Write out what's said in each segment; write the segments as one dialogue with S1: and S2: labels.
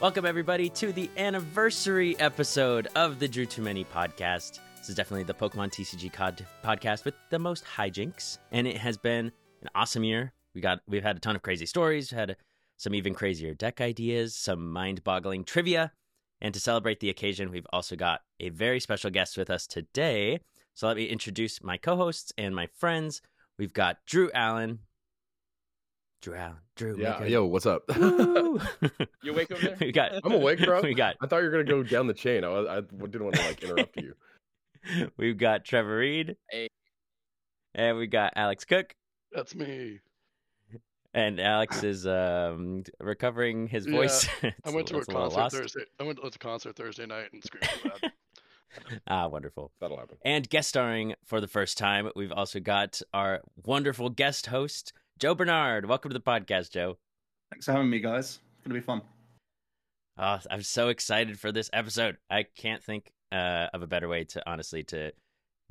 S1: Welcome, everybody, to the anniversary episode of the Drew Too Many podcast. This is definitely the Pokemon TCG cod- podcast with the most hijinks, and it has been an awesome year. We got we've had a ton of crazy stories, had some even crazier deck ideas, some mind-boggling trivia, and to celebrate the occasion, we've also got a very special guest with us today. So let me introduce my co-hosts and my friends. We've got Drew Allen. Drew Allen. Drew.
S2: Yeah,
S1: make a-
S2: yo, what's up? I'm
S1: Woo!
S3: You awake over there?
S1: we got
S2: awake, bro.
S1: we got
S2: I thought you were gonna go down the chain. I, I didn't want to like interrupt you.
S1: we've got Trevor Reed.
S3: Hey.
S1: And we got Alex Cook.
S4: That's me.
S1: And Alex is um recovering his
S4: Yeah,
S1: voice.
S4: I
S1: It's
S4: went to a
S1: it's little
S4: concert
S1: lost.
S4: Thursday. I went to a concert Thursday night and screamed so loud.
S1: Ah, wonderful.
S2: That'll happen.
S1: And guest starring for the first time, we've also got our wonderful guest host, Joe Bernard. Welcome to the podcast, Joe.
S5: Thanks for having me, guys. It's gonna be fun.
S1: Oh, I'm so excited for this episode. I can't think uh, of a better way to honestly to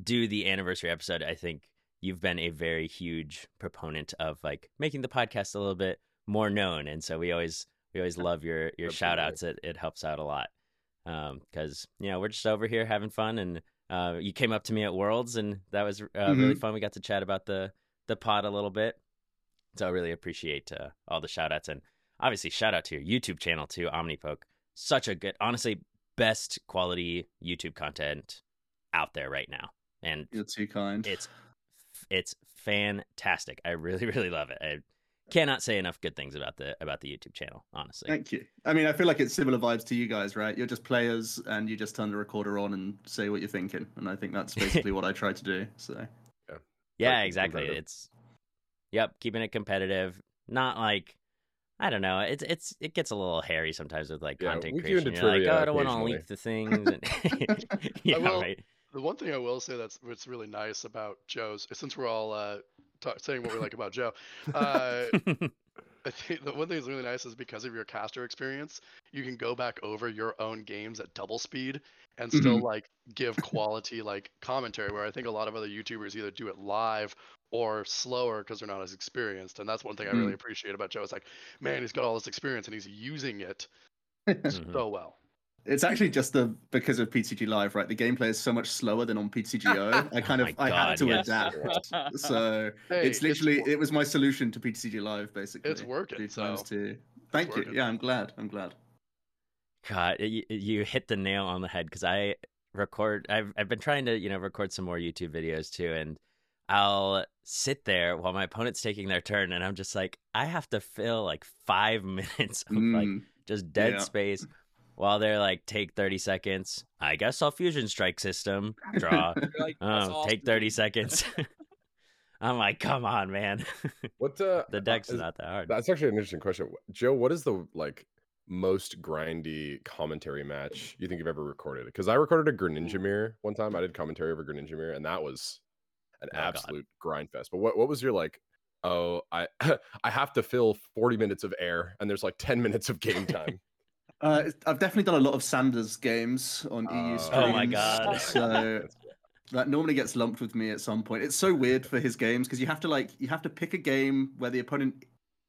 S1: do the anniversary episode. I think you've been a very huge proponent of like making the podcast a little bit more known, and so we always we always love your your
S2: Absolutely.
S1: shout outs. It it helps out a lot because you know we're just over here having fun, and uh, you came up to me at Worlds, and that was uh, really fun. We got to chat about the the pod a little bit, so I really appreciate uh, all the shout outs and. Obviously, shout out to your YouTube channel too, Omnipoke such a good honestly best quality youtube content out there right now and
S5: You're too kind.
S1: it's it's fantastic i really really love it i cannot say enough good things about the about the youtube channel honestly
S5: Thank you. I mean, I feel like it's similar vibes to you guys, right? You're just players, and you just turn the recorder on and say what you're thinking, and I think that's basically what I try to do. So
S1: yeah
S2: keep it
S1: exactly
S2: competitive.
S1: it's yep keeping it competitive not like i don't know it's it's it gets a little hairy sometimes with like
S2: Yeah,
S1: content
S2: we get
S1: creation
S2: into
S1: you're like
S2: trivia
S1: oh, i don't want to
S2: occasionally.
S1: leak the things and yeah
S4: will-
S1: right
S4: The one thing I will say that's what's really nice about Joe's, since we're all uh, ta- saying what we like about Joe, uh, I think the one thing that's really nice is because of your caster experience, you can go back over your own games at double speed and
S1: Mm-hmm.
S4: still like give quality like commentary. Where I think a lot of other YouTubers either do it live or slower because they're not as experienced. And that's one thing I
S1: Mm-hmm.
S4: really
S5: Mm.
S4: appreciate about Joe. It's like, man, he's got all this experience and he's using it
S1: Mhm.
S4: so well.
S5: it's actually just the because of PTG Live, right? The gameplay is so much slower than on PTGO. I kind
S1: Oh
S5: of
S1: my
S5: I
S1: God,
S5: had to
S1: yes.
S5: adapt. So
S4: Hey,
S5: it's literally
S4: wor-
S5: it was my solution to PTG Live, basically.
S4: It's working,
S5: Two times
S4: so
S5: two. Thank you.
S4: working.
S5: Yeah, I'm glad. I'm glad.
S1: God, you, you hit the nail on the head because I record. I've I've been trying to you know record some more YouTube videos too, and I'll sit there while my opponent's taking their turn, and I'm just like, I have to fill like five minutes of like
S5: Mm.
S1: just dead
S5: yeah.
S1: space while they're like, take thirty seconds. I guess I'll fusion strike system draw.
S3: You're like, "That's
S1: oh, take
S3: awesome."
S1: thirty seconds. I'm like, come on, man.
S2: What uh,
S1: the deck's
S2: is-
S1: not that hard.
S2: That's actually an interesting question, Wh- Joe. What is the like most grindy commentary match you think you've ever recorded? Because I recorded a Greninja mirror one time. I did commentary over Greninja mirror, and that was an
S1: Oh, God.
S2: absolute grind fest. But what what was your like? Oh, I I have to fill forty minutes of air, and there's like ten minutes of game time.
S5: Uh, it's- I've definitely done a lot of Sanders games on EU
S2: Oh.
S5: streams.
S1: Oh my God.
S5: So that normally gets lumped with me at some point. It's so weird for his games because you have to like you have to pick a game where the opponent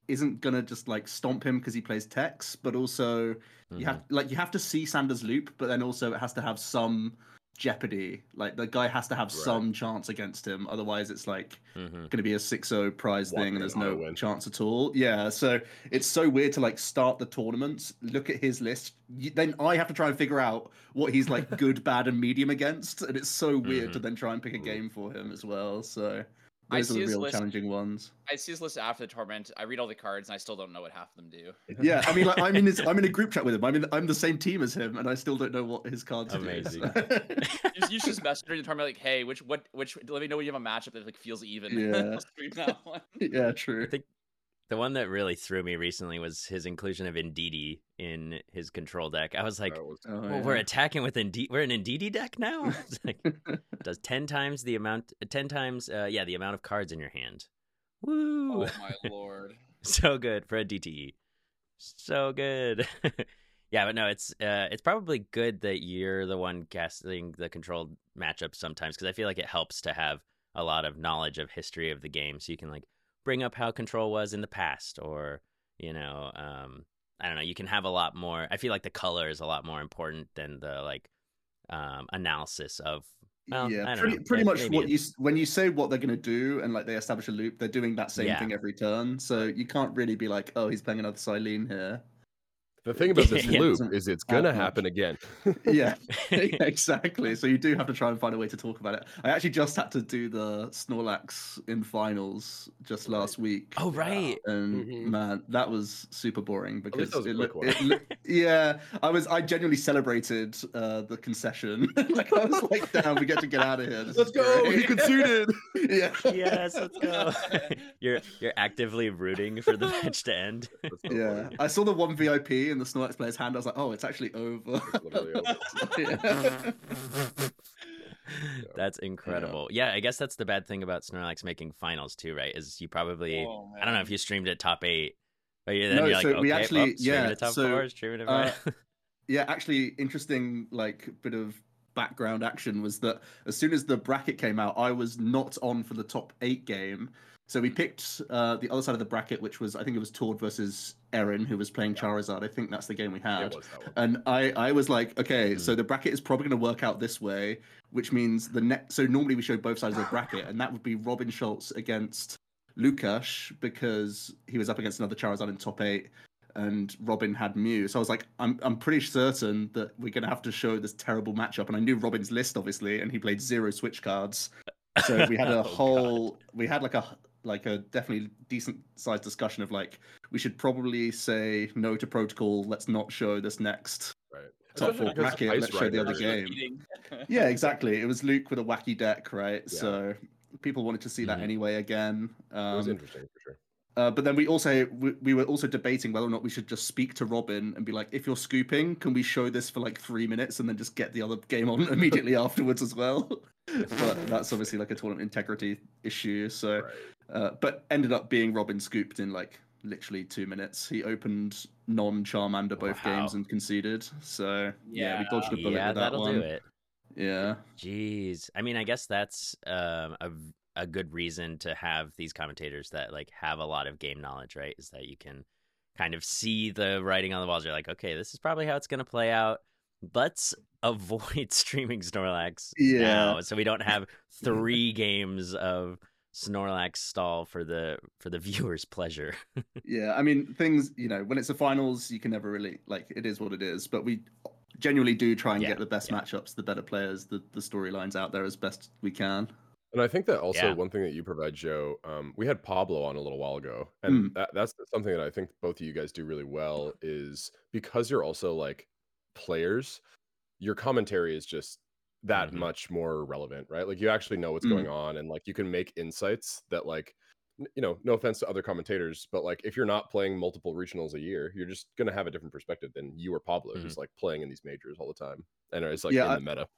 S5: isn't gonna just like stomp him because he plays Tex, but also
S1: Mhm.
S5: you have
S2: Mm-hmm.
S5: like you have to see Sanders loop, but then also it has to have some jeopardy. Like the guy has to have
S2: Right.
S5: some chance against him, otherwise it's like
S1: Mhm.
S5: going to be a 6-0 prize
S2: Walk
S5: thing
S2: in,
S5: and there's
S2: auto
S5: no
S2: win.
S5: chance at all yeah so it's so weird to like start the tournaments look at his list y then i have to try and figure out what he's like good bad and medium against and it's so weird to then try and pick a
S2: Mm.
S5: game for him as well so
S3: I
S5: those are
S3: see
S5: the
S3: his
S5: real
S3: list.
S5: challenging ones
S3: I see this list after the tournament. I read all the cards and I still don't know what half of them do.
S5: yeah i mean like i'm in his, i'm in a group chat with him i'm in i'm the same team as him and i still don't know what his cards do,
S1: Amazing.
S5: so-
S3: You just, you should just message during the tournament like, hey, which what which let me know when you have a matchup that like feels even.
S5: Yeah.
S3: I'll stream that one.
S5: yeah
S1: I
S5: true
S1: think the one that really threw me recently was his inclusion of Ndidi in his control deck. I was like,
S2: That was-
S5: Oh,
S1: well, we're
S5: yeah.
S1: attacking with Ndidi. We're an Ndidi deck now. It's like, does ten times the amount, ten times, uh, yeah, the amount of cards in your hand. Woo!
S3: Oh my lord.
S1: so good for a DTE. So good. yeah, but no, it's uh, it's probably good that you're the one casting the controlled matchup sometimes because I feel like it helps to have a lot of knowledge of history of the game, so you can like bring up how control was in the past, or you know, um, I don't know. You can have a lot more. I feel like the color is a lot more important than the like um, analysis of. Well, I
S5: yeah,
S1: don't
S5: pretty,
S1: know.
S5: pretty
S1: May-
S5: much
S1: maybe
S5: what
S1: it-
S5: you s- when you say what they're going to do and like they establish a loop, they're doing that same
S1: Yeah.
S5: thing every turn. So you can't really be like, oh, he's playing another Silene here.
S2: The thing about this
S1: Yeah.
S2: loop is it's
S5: Not
S2: gonna
S5: much.
S2: happen again.
S5: yeah, exactly. So you do have to try and find a way to talk about it. I actually just had to do the Snorlax in finals just
S2: Right.
S5: last week.
S1: Oh right.
S5: and
S1: Mm-hmm.
S4: Mhm.
S5: man, that was super boring
S2: least
S5: because
S2: that was a
S5: it
S2: quick
S5: loo-
S2: one.
S5: it loo- yeah, I was I genuinely celebrated uh, the concession. like I was like, "Damn, we get to get out of here." this
S2: Let's
S5: is
S2: go. He
S5: great."
S2: conceded.
S5: yeah,
S1: Yes, let's go. you're you're actively rooting for the match to end.
S2: That's so
S5: yeah.
S2: funny.
S5: I saw the one VIP in the Snorlax player's hand. I was like, "Oh, it's actually over."
S2: It's literally over.
S1: Uh-huh.
S5: Yeah.
S1: that's incredible. Yeah. I guess that's the bad thing about Snorlax making finals too, right? Is you probably
S3: Oh,
S1: I don't know
S3: man.
S1: if you streamed at top eight, but you're, then
S5: No,
S1: you're like,
S5: so
S1: okay,
S5: we
S1: well,
S5: actually-
S1: streaming
S5: yeah,
S1: at top
S5: so,
S1: four, streaming at
S5: uh,
S1: five.
S5: yeah actually interesting like bit of background action was that as soon as the bracket came out i was not on for the top eight game so we picked uh, the other side of the bracket which was i think it was tord versus erin who was playing charizard i think that's the game we had
S2: It was that one.
S5: and I, I was like, okay, so the bracket is probably going to work out this way, which means the next. So normally we show both sides of the bracket, and that would be Robin Schultz against Lukash because he was up against another Charizard in top eight, and Robin had Mew. So I was like, I'm, I'm pretty certain that we're going to have to show this terrible matchup. And I knew Robin's list obviously, and he played zero switch cards. So we had a
S1: Oh, God.
S5: whole, we had like a like a definitely decent sized discussion of like we should probably say no to protocol. Let's not show this next. top
S2: Especially
S5: four
S2: because
S5: bracket,
S2: Ice
S5: let's show the other
S2: Rider-
S5: game. Yeah, exactly. It was Luke with a wacky deck, right?
S2: Yeah. Mm-hmm.
S5: So people wanted to see that
S1: Mhm.
S5: anyway again.
S2: It was
S5: Um,
S2: interesting for sure.
S5: uh, but then we also we, we were also debating whether or not we should just speak to Robin and be like, if you're scooping, can we show this for like three minutes and then just get the other game on immediately afterwards as well? but that's obviously like a tournament integrity issue. So
S2: Right.
S5: uh, but ended up being Robin scooped in like literally two minutes. He opened non Charmander both
S1: Wow.
S5: games and conceded. So yeah, we dodged a bullet
S1: yeah,
S5: with that
S1: that'll
S5: one.
S1: do it.
S5: Yeah,
S1: Jeez. I mean, I guess that's um, a v- a good reason to have these commentators that like have a lot of game knowledge, right? Is that you can kind of see the writing on the walls. You're like, okay, this is probably how it's going to play out. Let's avoid streaming Snorlax
S5: Yeah.
S1: now, so we don't have three games of Snorlax stall for the for the viewers' pleasure.
S5: yeah. I mean, things you know, when it's the finals, you can never really like it is what it is. But we genuinely do try and
S1: Yeah,
S5: get the best
S1: yeah.
S5: matchups, the better players, the the storylines out there as best we can.
S2: And I think that also
S1: Yeah.
S2: one thing that you provide, Joe, um, we had Pablo on a little while ago,
S5: Mm.
S2: and that, that's something that I think both of you guys do really well is because you're also like players, your commentary is just that
S1: Mhm.
S5: Mm-hmm.
S2: much more relevant, right? Like you actually know what's
S5: Mm.
S2: going on, and like you can make insights that like n- you know no offense to other commentators but like if you're not playing multiple regionals a year you're just going to have a different perspective than you or pablo
S1: Mhm.
S2: who's like playing in these majors all the time and it's like
S5: Mm. Yeah,
S2: in
S5: I-
S2: the meta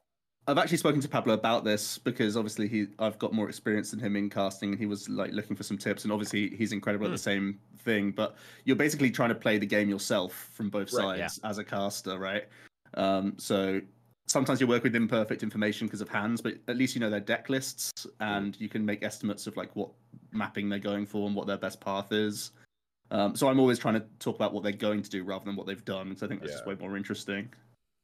S5: I've actually spoken to Pablo about this because obviously he I've got more experience than him in casting and he was like looking for some tips and obviously he's incredible at
S1: Hmm.
S5: the same thing but you're basically trying to play the game yourself from both
S2: Right,
S1: yeah.
S5: sides as a caster right um, so sometimes you work with imperfect information because of hands but at least you know their deck lists
S1: Hmm.
S5: and you can make estimates of like what mapping they're going for and what their best path is um, so I'm always trying to talk about what they're going to do rather than what they've done because I think that's just way more interesting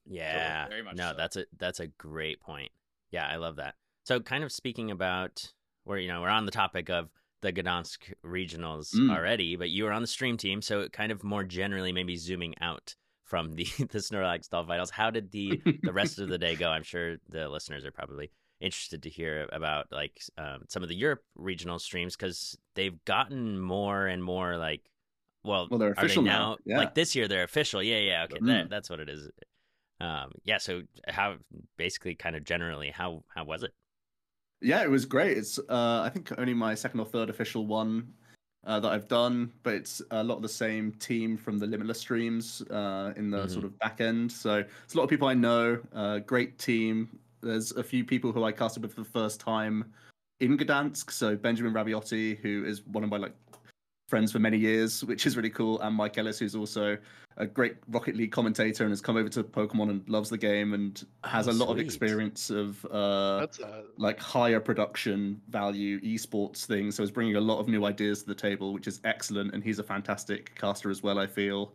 S1: Yeah.
S3: Very much
S1: no,
S3: so.
S1: that's a that's a great point. Yeah, I love that. So kind of speaking about where you know, we're on the topic of the Gdansk regionals
S5: Mm.
S1: already, but you were on the stream team, so kind of more generally maybe zooming out from the the Snorlax doll vitals. How did the the rest of the day go? I'm sure the listeners are probably interested to hear about like um, some of the Europe regional streams because they've gotten more and more like well,
S5: Well, they're
S1: are they
S5: official now, yeah.
S1: Like this year, they're official. Yeah, yeah. Okay,
S5: Mhm.
S1: that, that's what it is. Um, yeah. So how basically, kind of generally, how how was it?
S5: Yeah, it was great. It's uh, I think only my second or third official one uh, that I've done, but it's a lot of the same team from the Limitless streams uh, in the
S1: Mhm.
S5: sort of back end. So it's a lot of people I know. Uh, great team. There's a few people who I casted with for the first time in Gdansk. So Benjamin Rabiotti, who is one of my like friends for many years, which is really cool, and Mike Ellis, who's also a great Rocket League commentator and has come over to Pokemon and loves the game and has
S1: Oh,
S5: a lot of
S1: sweet.
S5: experience of. Uh,
S4: That's uh,
S5: like higher production value esports thing. So he's bringing a lot of new ideas to the table, which is excellent. And he's a fantastic caster as well. I feel.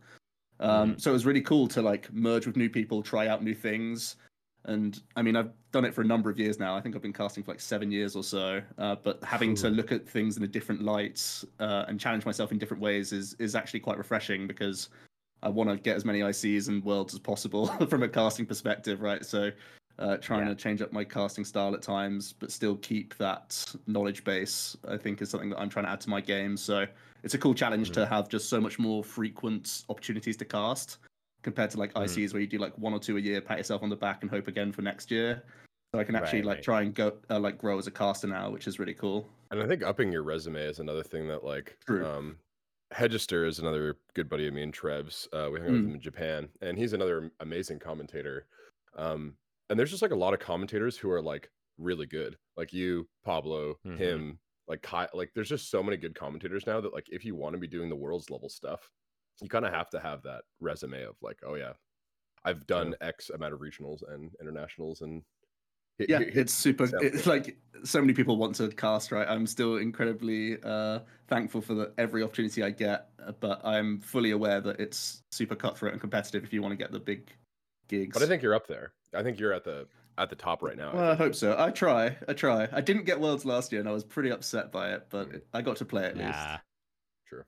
S5: Um, So it was really cool to like merge with new people, try out new things. And I mean, I've done it for a number of years now. I think I've been casting for like seven years or so. Uh, but having to
S1: Ooh.
S5: look at things in a different light uh, and challenge myself in different ways is is actually quite refreshing because I want to get as many ICs and worlds as possible from a casting perspective, right? So uh, trying
S1: Yeah.
S5: to change up my casting style at times, but still keep that knowledge base, I think is something that I'm trying to add to my game. So it's a cool challenge to
S2: Mm-hmm.
S5: have just so much more frequent opportunities to cast compared to like
S2: Mm-hmm.
S1: Mhm.
S5: ICs where you do like one or two a year, pat yourself on the back, and hope again for next year. So I can actually
S1: Right,
S5: like
S1: right.
S5: try and go uh, like grow as a caster now, which is really cool.
S2: And I think upping your resume is another thing that like
S5: True.
S2: um Hedgester is another good buddy of mine, Trev's. Uh, we hung out with
S5: Mm.
S2: him in Japan, and he's another am- amazing commentator. Um, and there's just like a lot of commentators who are like really good, like you, Pablo,
S5: Mm-hmm.
S1: Mhm.
S2: him, like Kai. Like, there's just so many good commentators now that like if you want to be doing the world's level stuff, you kind of have to have that resume of like, oh yeah, I've done X amount of regionals and internationals, and he-
S5: yeah
S2: he- he-
S5: it's super
S2: sounds
S5: it's like so many people want to cast right i'm still incredibly uh thankful for the, every opportunity i get uh, but i'm fully aware that it's super cutthroat and competitive if you want to get the big gigs
S2: But I think you're up there. I think you're at the at the top right now. I
S5: well, I
S2: think.
S5: hope so. I try. I try. I didn't get worlds last year, and I was pretty upset by it. But
S2: Mm.
S5: I got to play at
S1: yeah.
S2: Sure.
S1: Uh,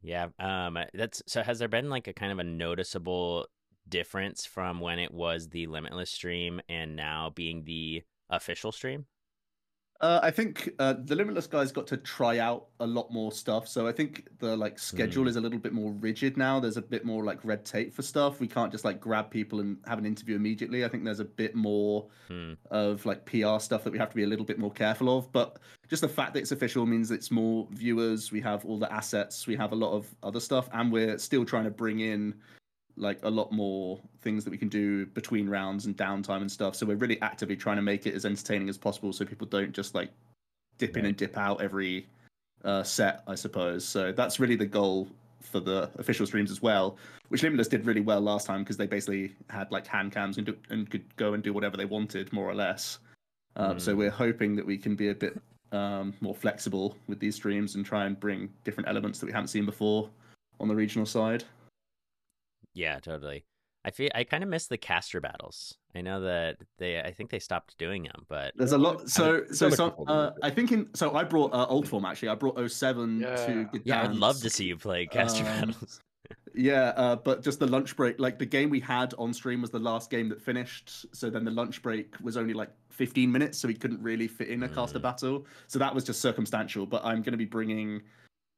S1: Yeah. Um that's so has there been like a kind of a noticeable difference from when it was the limitless stream and now being the official stream?
S5: Uh, I think uh, the Limitless guys got to try out a lot more stuff. So I think the like schedule is a little bit more rigid now. There's a bit more like red tape for stuff. We can't just like grab people and have an interview immediately. I think there's a bit more
S1: Hmm.
S5: of like PR stuff that we have to be a little bit more careful of. But just the fact that it's official means it's more viewers. We have all the assets. We have a lot of other stuff, and we're still trying to bring in like a lot more things that we can do between rounds and downtime and stuff. So we're really actively trying to make it as entertaining as possible, so people don't just like dip in
S1: Right.
S5: and dip out every uh, set, I suppose. So that's really the goal for the official streams as well, which Limitless did really well last time because they basically had like hand cams and, do, and could go and do whatever they wanted, more or less. Uh, So
S1: Mm.
S5: we're hoping that we can be a bit um, more flexible with these streams and try and bring different elements that we haven't seen before on the regional side.
S1: Yeah, totally. I feel I kind of miss the caster battles. I know that they I think they stopped doing them, but
S5: There's a lot. So, so
S2: done a
S5: some.
S2: couple of
S5: Uh,
S2: these.
S5: I think in. So I brought uh, old form actually. I brought 07
S4: Yeah.
S5: to.
S1: yeah, I'd love
S5: Gdansk.
S1: to see you play caster
S5: Um,
S1: battles.
S5: Yeah, uh, but just the lunch break. Like the game we had on stream was the last game that finished. So then the lunch break was only like 15 minutes, so we couldn't really fit in a caster
S1: Mm.
S5: battle. So that was just circumstantial. But I'm going to be bringing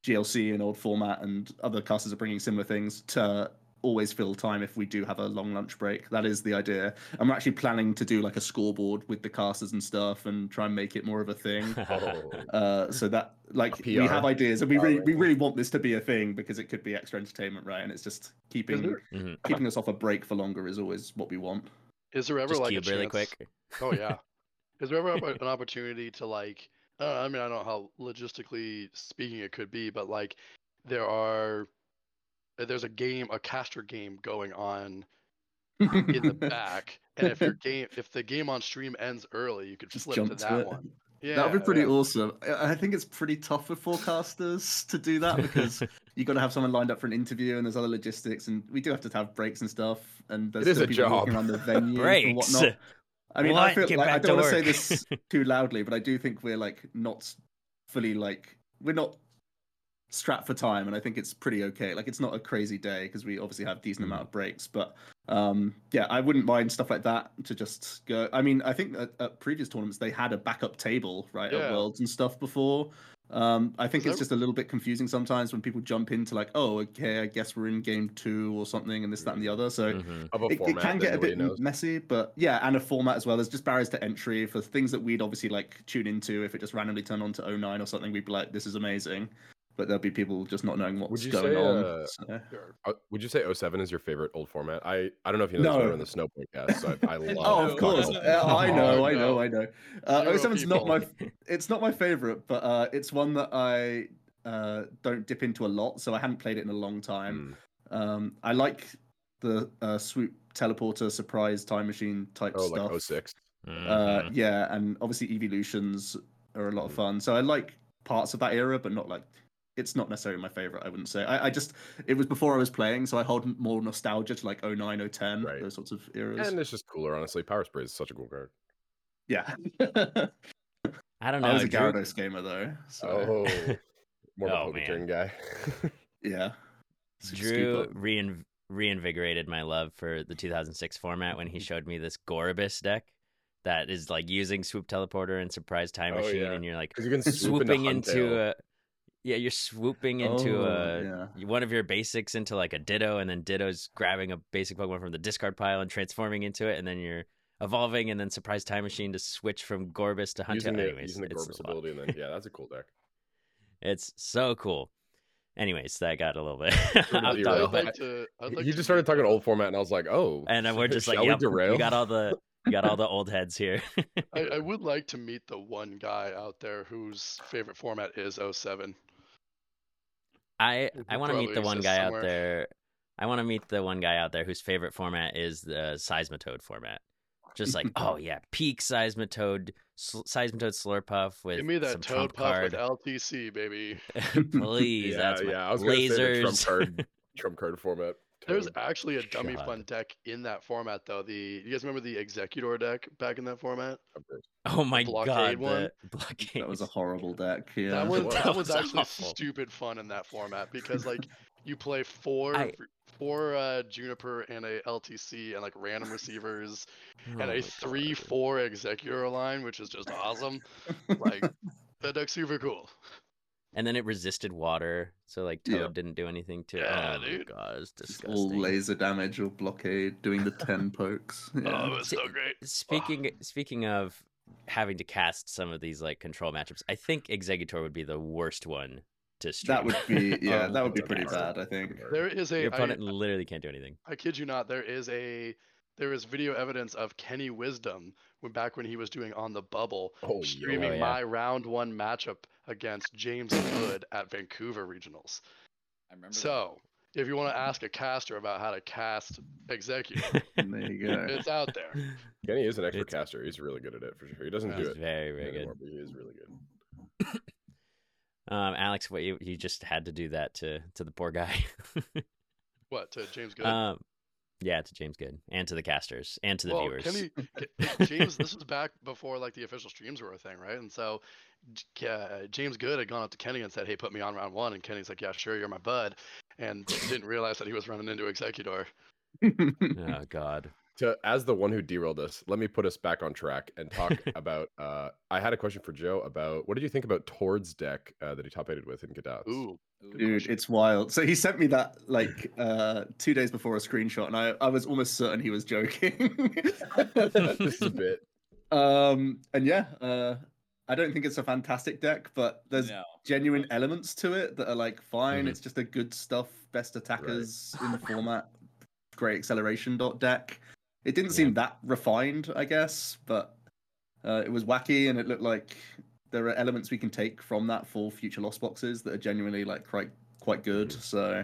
S5: GLC in old format, and other casters are bringing similar things to always fill time if we do have a long lunch break. That is the idea. And we're actually planning to do like a scoreboard with the casters and stuff, and try and make it more of a thing.
S2: Oh.
S5: Uh, so that like we
S2: PR.
S5: have ideas and we
S2: Oh,
S5: really, we
S2: right.
S5: really want this to be a thing because it could be extra entertainment right and it's just keeping
S2: there-
S4: Mm-hmm.
S1: Mhm.
S5: keeping us off a break for longer is always what we want
S4: Is there ever
S1: Just
S4: like
S1: cube
S4: a
S1: really
S4: chance-
S1: quick.
S4: Oh yeah. Is there ever an opportunity to like? I don't know, I mean, I don't know how logistically speaking it could be, but like, there are, there's a game, a caster game going on in the back, and if your game, if the game on stream ends early, you could
S5: just
S4: flip
S5: jump
S4: to
S5: to
S4: that
S5: it.
S4: one. Yeah,
S5: that would be pretty
S4: yeah.
S5: awesome I, I think it's pretty tough for forecasters to do that because you got to have someone lined up for an interview and there's other logistics and we do have to have breaks and stuff and there's
S2: It is
S5: still
S2: a
S5: people walking
S2: job.
S5: around the venue and
S1: Breaks.
S5: whatnot I mean, I
S1: What?
S5: feel
S1: Get
S5: like I
S1: back
S5: don't
S1: to
S5: want to say
S1: work.
S5: this too loudly, but I do think we're like not fully like we're not strapped for time, and I think it's pretty okay. Like it's not a crazy day because we obviously have decent
S1: Mm.
S5: amount of breaks, but um, yeah, I wouldn't mind stuff like that to just go. I mean, I think at, at previous tournaments they had a backup table right
S4: Yeah.
S5: at Worlds and stuff before. Um, I think
S4: Is
S5: it's
S4: that-
S5: just a little bit confusing sometimes when people jump into like, oh, okay, I guess we're in game two or something, and this, that, and the other. So
S1: Mhm.
S2: of a
S5: it, it
S2: format
S5: can
S2: that
S5: get a
S2: nobody
S5: bit
S2: knows.
S5: messy, but yeah, and a format as well. There's just barriers to entry for things that we'd obviously like tune into. If it just randomly turned on to 09 or something, we'd be like, "This is amazing," but there'll be people just not knowing what's
S2: you
S5: going
S2: say,
S5: on.
S2: uh,
S5: so-
S4: Sure.
S2: Uh, Would you say 07 is your favorite old format? I I don't know if you know this
S5: No.
S2: one on the Snowboard cast, so I, I love. Mm.
S5: Oh,
S2: it.
S5: of
S4: no,
S5: course,
S4: no,
S5: Uh, I know,
S4: no,
S5: I know,
S4: no.
S5: I know. Uh,
S4: Zero
S5: 07's not my,
S4: people.
S5: it's not my favorite, but uh, it's one that I uh, don't dip into a lot, so I hadn't played it in a long time.
S2: Mm.
S5: Um, I like the uh, swoop teleporter surprise time machine type
S2: Oh,
S5: stuff.
S2: like 06.
S5: Uh,
S1: Mhm.
S5: yeah, and obviously evolutions are a lot of fun. So I like parts of that era, but not like it's not necessarily my favorite. I wouldn't say. I, I just it was before I was playing, so I hold more nostalgia to like 09, 010,
S2: Right.
S5: those sorts of eras.
S2: And it's just cooler, honestly. Power Spray is such a cool card.
S5: yeah, I,
S1: I don't know.
S5: was a
S1: Ah, Drew-
S5: Gyarados gamer though, so
S2: Oh, more
S1: Oh,
S2: of a
S1: man.
S2: Poketurn guy.
S5: yeah. Scoop
S1: Drew
S5: up.
S1: reinv- reinvigorated my love for the 2006 format when he showed me this Gorobus deck that is like using Swoop Teleporter and Surprise Time
S2: Oh,
S1: Machine,
S2: yeah.
S1: and you're like
S2: Because you can swoop
S1: swooping
S2: into,
S1: into a yeah, you're swooping into
S5: Oh,
S1: a
S5: yeah.
S1: one of your basics into like a Ditto, and then Ditto's grabbing a basic Pokemon from the discard pile and transforming into it, and then you're evolving, and then Surprise Time Machine to switch from Gorobus to Hunter.
S2: using the,
S1: Anyways,
S2: using the
S1: it's
S2: Gorbis
S1: a lot.
S2: ability, and then yeah, that's a cool deck.
S1: It's so cool. Anyways, that got a little bit
S2: Sort of
S1: off topic,
S2: derailed.
S4: I'd
S1: but
S4: like to. I'd like
S2: you
S4: to
S2: just started
S4: read
S2: talking
S4: the-
S2: old format, and I was like, oh,
S1: and then we're just like,
S2: shall we
S1: yep,
S2: derail?
S1: you got all the you got all the old heads here.
S4: I, I would like to meet the one guy out there whose favorite format is 07.
S1: I
S4: It
S1: I want to meet
S4: probably
S1: the one
S4: exists
S1: guy out
S4: somewhere.
S1: there. I want to meet the one guy out there whose favorite format is the seismitoad format. Just like, oh yeah, peak seismitoad, sl- seismitoad slurpuff with
S4: Give me
S1: some
S4: that
S1: trump
S4: Toad Puff with
S1: card.
S4: LTC, baby.
S1: Please,
S2: yeah,
S1: that's my
S2: yeah. I was gonna say the
S1: lasers.
S2: trump card, trump card format.
S4: There's
S2: Toad.
S4: actually a dummy
S1: Oh, God.
S4: fun deck in that format, though. The you guys remember the Executor deck back in that format?
S1: oh my
S4: blockade
S1: god,
S4: one.
S1: the blockade.
S5: That was a horrible deck. Yeah,
S4: That was
S2: Wow.
S4: that,
S1: That
S4: was,
S1: was
S4: actually
S1: awful.
S4: stupid fun in that format because like you play four
S1: I-
S4: four uh, Juniper and a LTC and like random receivers
S1: Oh
S4: and
S1: my
S4: a three four Executor line, which is just awesome. like that deck's super cool.
S1: And then it resisted water, so like Toad
S5: Yeah.
S1: didn't do anything to
S4: Yeah,
S1: it. Oh
S4: dude.
S1: my god, it's
S5: It's all
S1: disgusting.
S5: laser damage or blockade, doing the ten pokes. Yeah.
S4: Oh, it was
S1: See,
S4: so great.
S1: speaking speaking of having to cast some of these like control matchups, I think Executor would be the worst one to stream.
S5: that would be yeah,
S1: Oh,
S5: that would be
S1: that's
S5: pretty
S1: hard.
S5: bad. I think.
S4: There is a
S1: Your
S4: I-
S1: opponent literally can't do anything.
S4: I kid you not, there is a there is video evidence of Kenny Wisdom when back when he was doing on the bubble
S2: Oh,
S4: streaming
S1: Oh, yeah.
S4: my round one matchup against James Hood at Vancouver regionals.
S3: I remember. that.
S4: So if you want to ask a caster about how to cast executive,
S5: There you go.
S4: it's out there.
S2: Kenny is an expert
S1: It's-
S2: caster. He's really good at it for sure. He doesn't
S4: Yeah.
S2: do
S1: He's
S2: it
S1: very, very good.
S2: anymore, but he is really good.
S1: Um, Alex, what you, you just had to do that to to the poor guy.
S4: What to James Good?
S1: um, yeah, to James Good and to the casters and to the
S4: well,
S1: viewers.
S4: Kenny, K- James, this was back before like the official streams were a thing, right? And so J- uh, James Good had gone up to Kenny and said, "Hey, put me on round one." And Kenny's like, "Yeah, sure, you're my bud," and didn't realize that he was running into Executor.
S1: Oh God.
S2: to as the one who derailed us, let me put us back on track and talk about. Uh, I had a question for Joe about what did you think about Tord's deck uh, that he top aided with in Gadaz?
S4: Ooh,
S5: Dude, it's wild. So he sent me that like uh two days before a screenshot, and I, I was almost certain he was joking.
S2: just a bit.
S5: um, and yeah, uh, I don't think it's a fantastic deck, but there's
S3: No.
S5: genuine elements to it that are like fine.
S1: Mhm.
S5: It's just a good stuff, best attackers in the format, great acceleration dot deck. It didn't
S1: Yeah.
S5: seem that refined, I guess, but uh, it was wacky and it looked like there are elements we can take from that for future lost boxes that are genuinely like quite quite good. So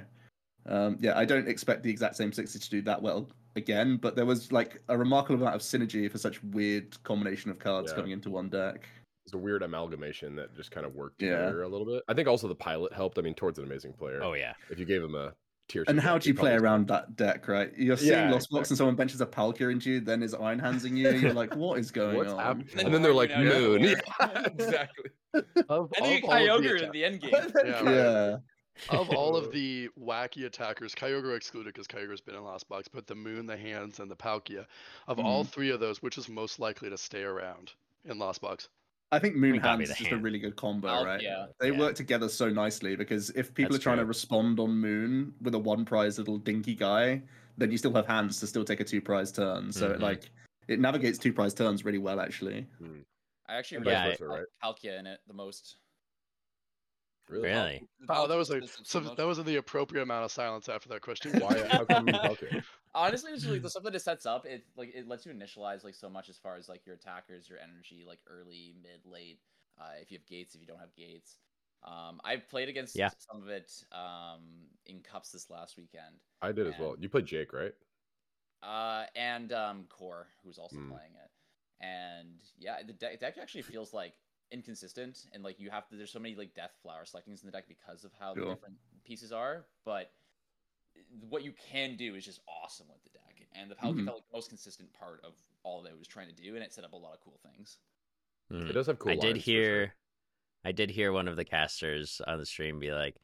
S5: um, yeah, I don't expect the exact same 60 to do that well again, but there was like a remarkable amount of synergy for such weird combination of cards
S2: Yeah.
S5: coming into one deck.
S2: It's a weird amalgamation that just kind of worked
S5: Yeah.
S2: together a little bit. I think also the pilot helped. I mean, Tord's an amazing player.
S1: Oh yeah.
S2: If you gave him a tier,
S5: And
S2: two
S5: how
S2: deck,
S5: do
S2: he
S5: you play
S2: probably-
S5: around that deck, right? You're seeing
S2: Yeah,
S5: Lost Box and someone benches a Palkia into you, then is Iron Handsing you. You're like, what is going
S2: What's
S5: on?
S2: happening?
S3: And then
S2: And then they're
S3: Tord
S2: like
S3: went out of
S2: moon.
S3: nowhere.
S2: Yeah, exactly.
S4: of,
S3: I think
S4: of all of the
S3: Kyogre in
S4: attack-
S3: the end game.
S4: Yeah.
S5: Yeah.
S4: of all of the wacky attackers, Kyogre excluded because Kyogre's been in Lost Box, but the Moon, the Hands, and the Palkia, of all three of those, which is most likely to stay around in Lost Box?
S5: I think
S1: I
S5: Moon
S1: think that'd be
S5: Hands
S1: the
S5: is just a
S1: hand.
S5: really good combo,
S3: I'll-
S5: right?
S3: yeah,
S5: They
S1: yeah.
S5: work together so nicely because if people
S1: That's
S5: are trying
S1: true.
S5: to respond on Moon with a one prize little dinky guy, then you still have hands to still take a two prize turn. So
S1: Mhm.
S5: it like it navigates two prize turns really well actually.
S3: I actually
S2: And
S3: really
S1: Oh, Yeah,
S3: yeah,
S2: vice versa, right?
S3: Palkia in it the most.
S2: Really?
S1: Really?
S4: Wow, Oh, that was
S3: Palkia
S4: a
S3: distance the
S4: some,
S3: most.
S4: that was the appropriate amount of silence after that question.
S2: Why? How come? Okay.
S3: Honestly, it's like the stuff that it sets up, it like it lets you initialize like so much as far as like your attackers, your energy, like early, mid, late. Uh, if you have gates, if you don't have gates. Um, I've played against
S1: Yeah.
S3: some of it um, in cups this last weekend,
S2: I did as
S3: Yeah.
S2: well. You played Jake, right?
S3: uh, and um, Core, who's also
S2: Mm.
S3: playing it. And yeah, the deck, deck actually feels like inconsistent and like you have to there's so many like death flower selections in the deck because of how the
S5: Sure.
S3: different pieces are but what you can do is just awesome with the deck and the pelican
S5: Mhm.
S3: felt like the most consistent part of all that it was trying to do and it set up a lot of cool things
S1: Hmm.
S5: Hmm.
S2: It does have cool.
S1: I did
S2: lines, for sure.
S1: hear, I did hear one of the casters on the stream be like,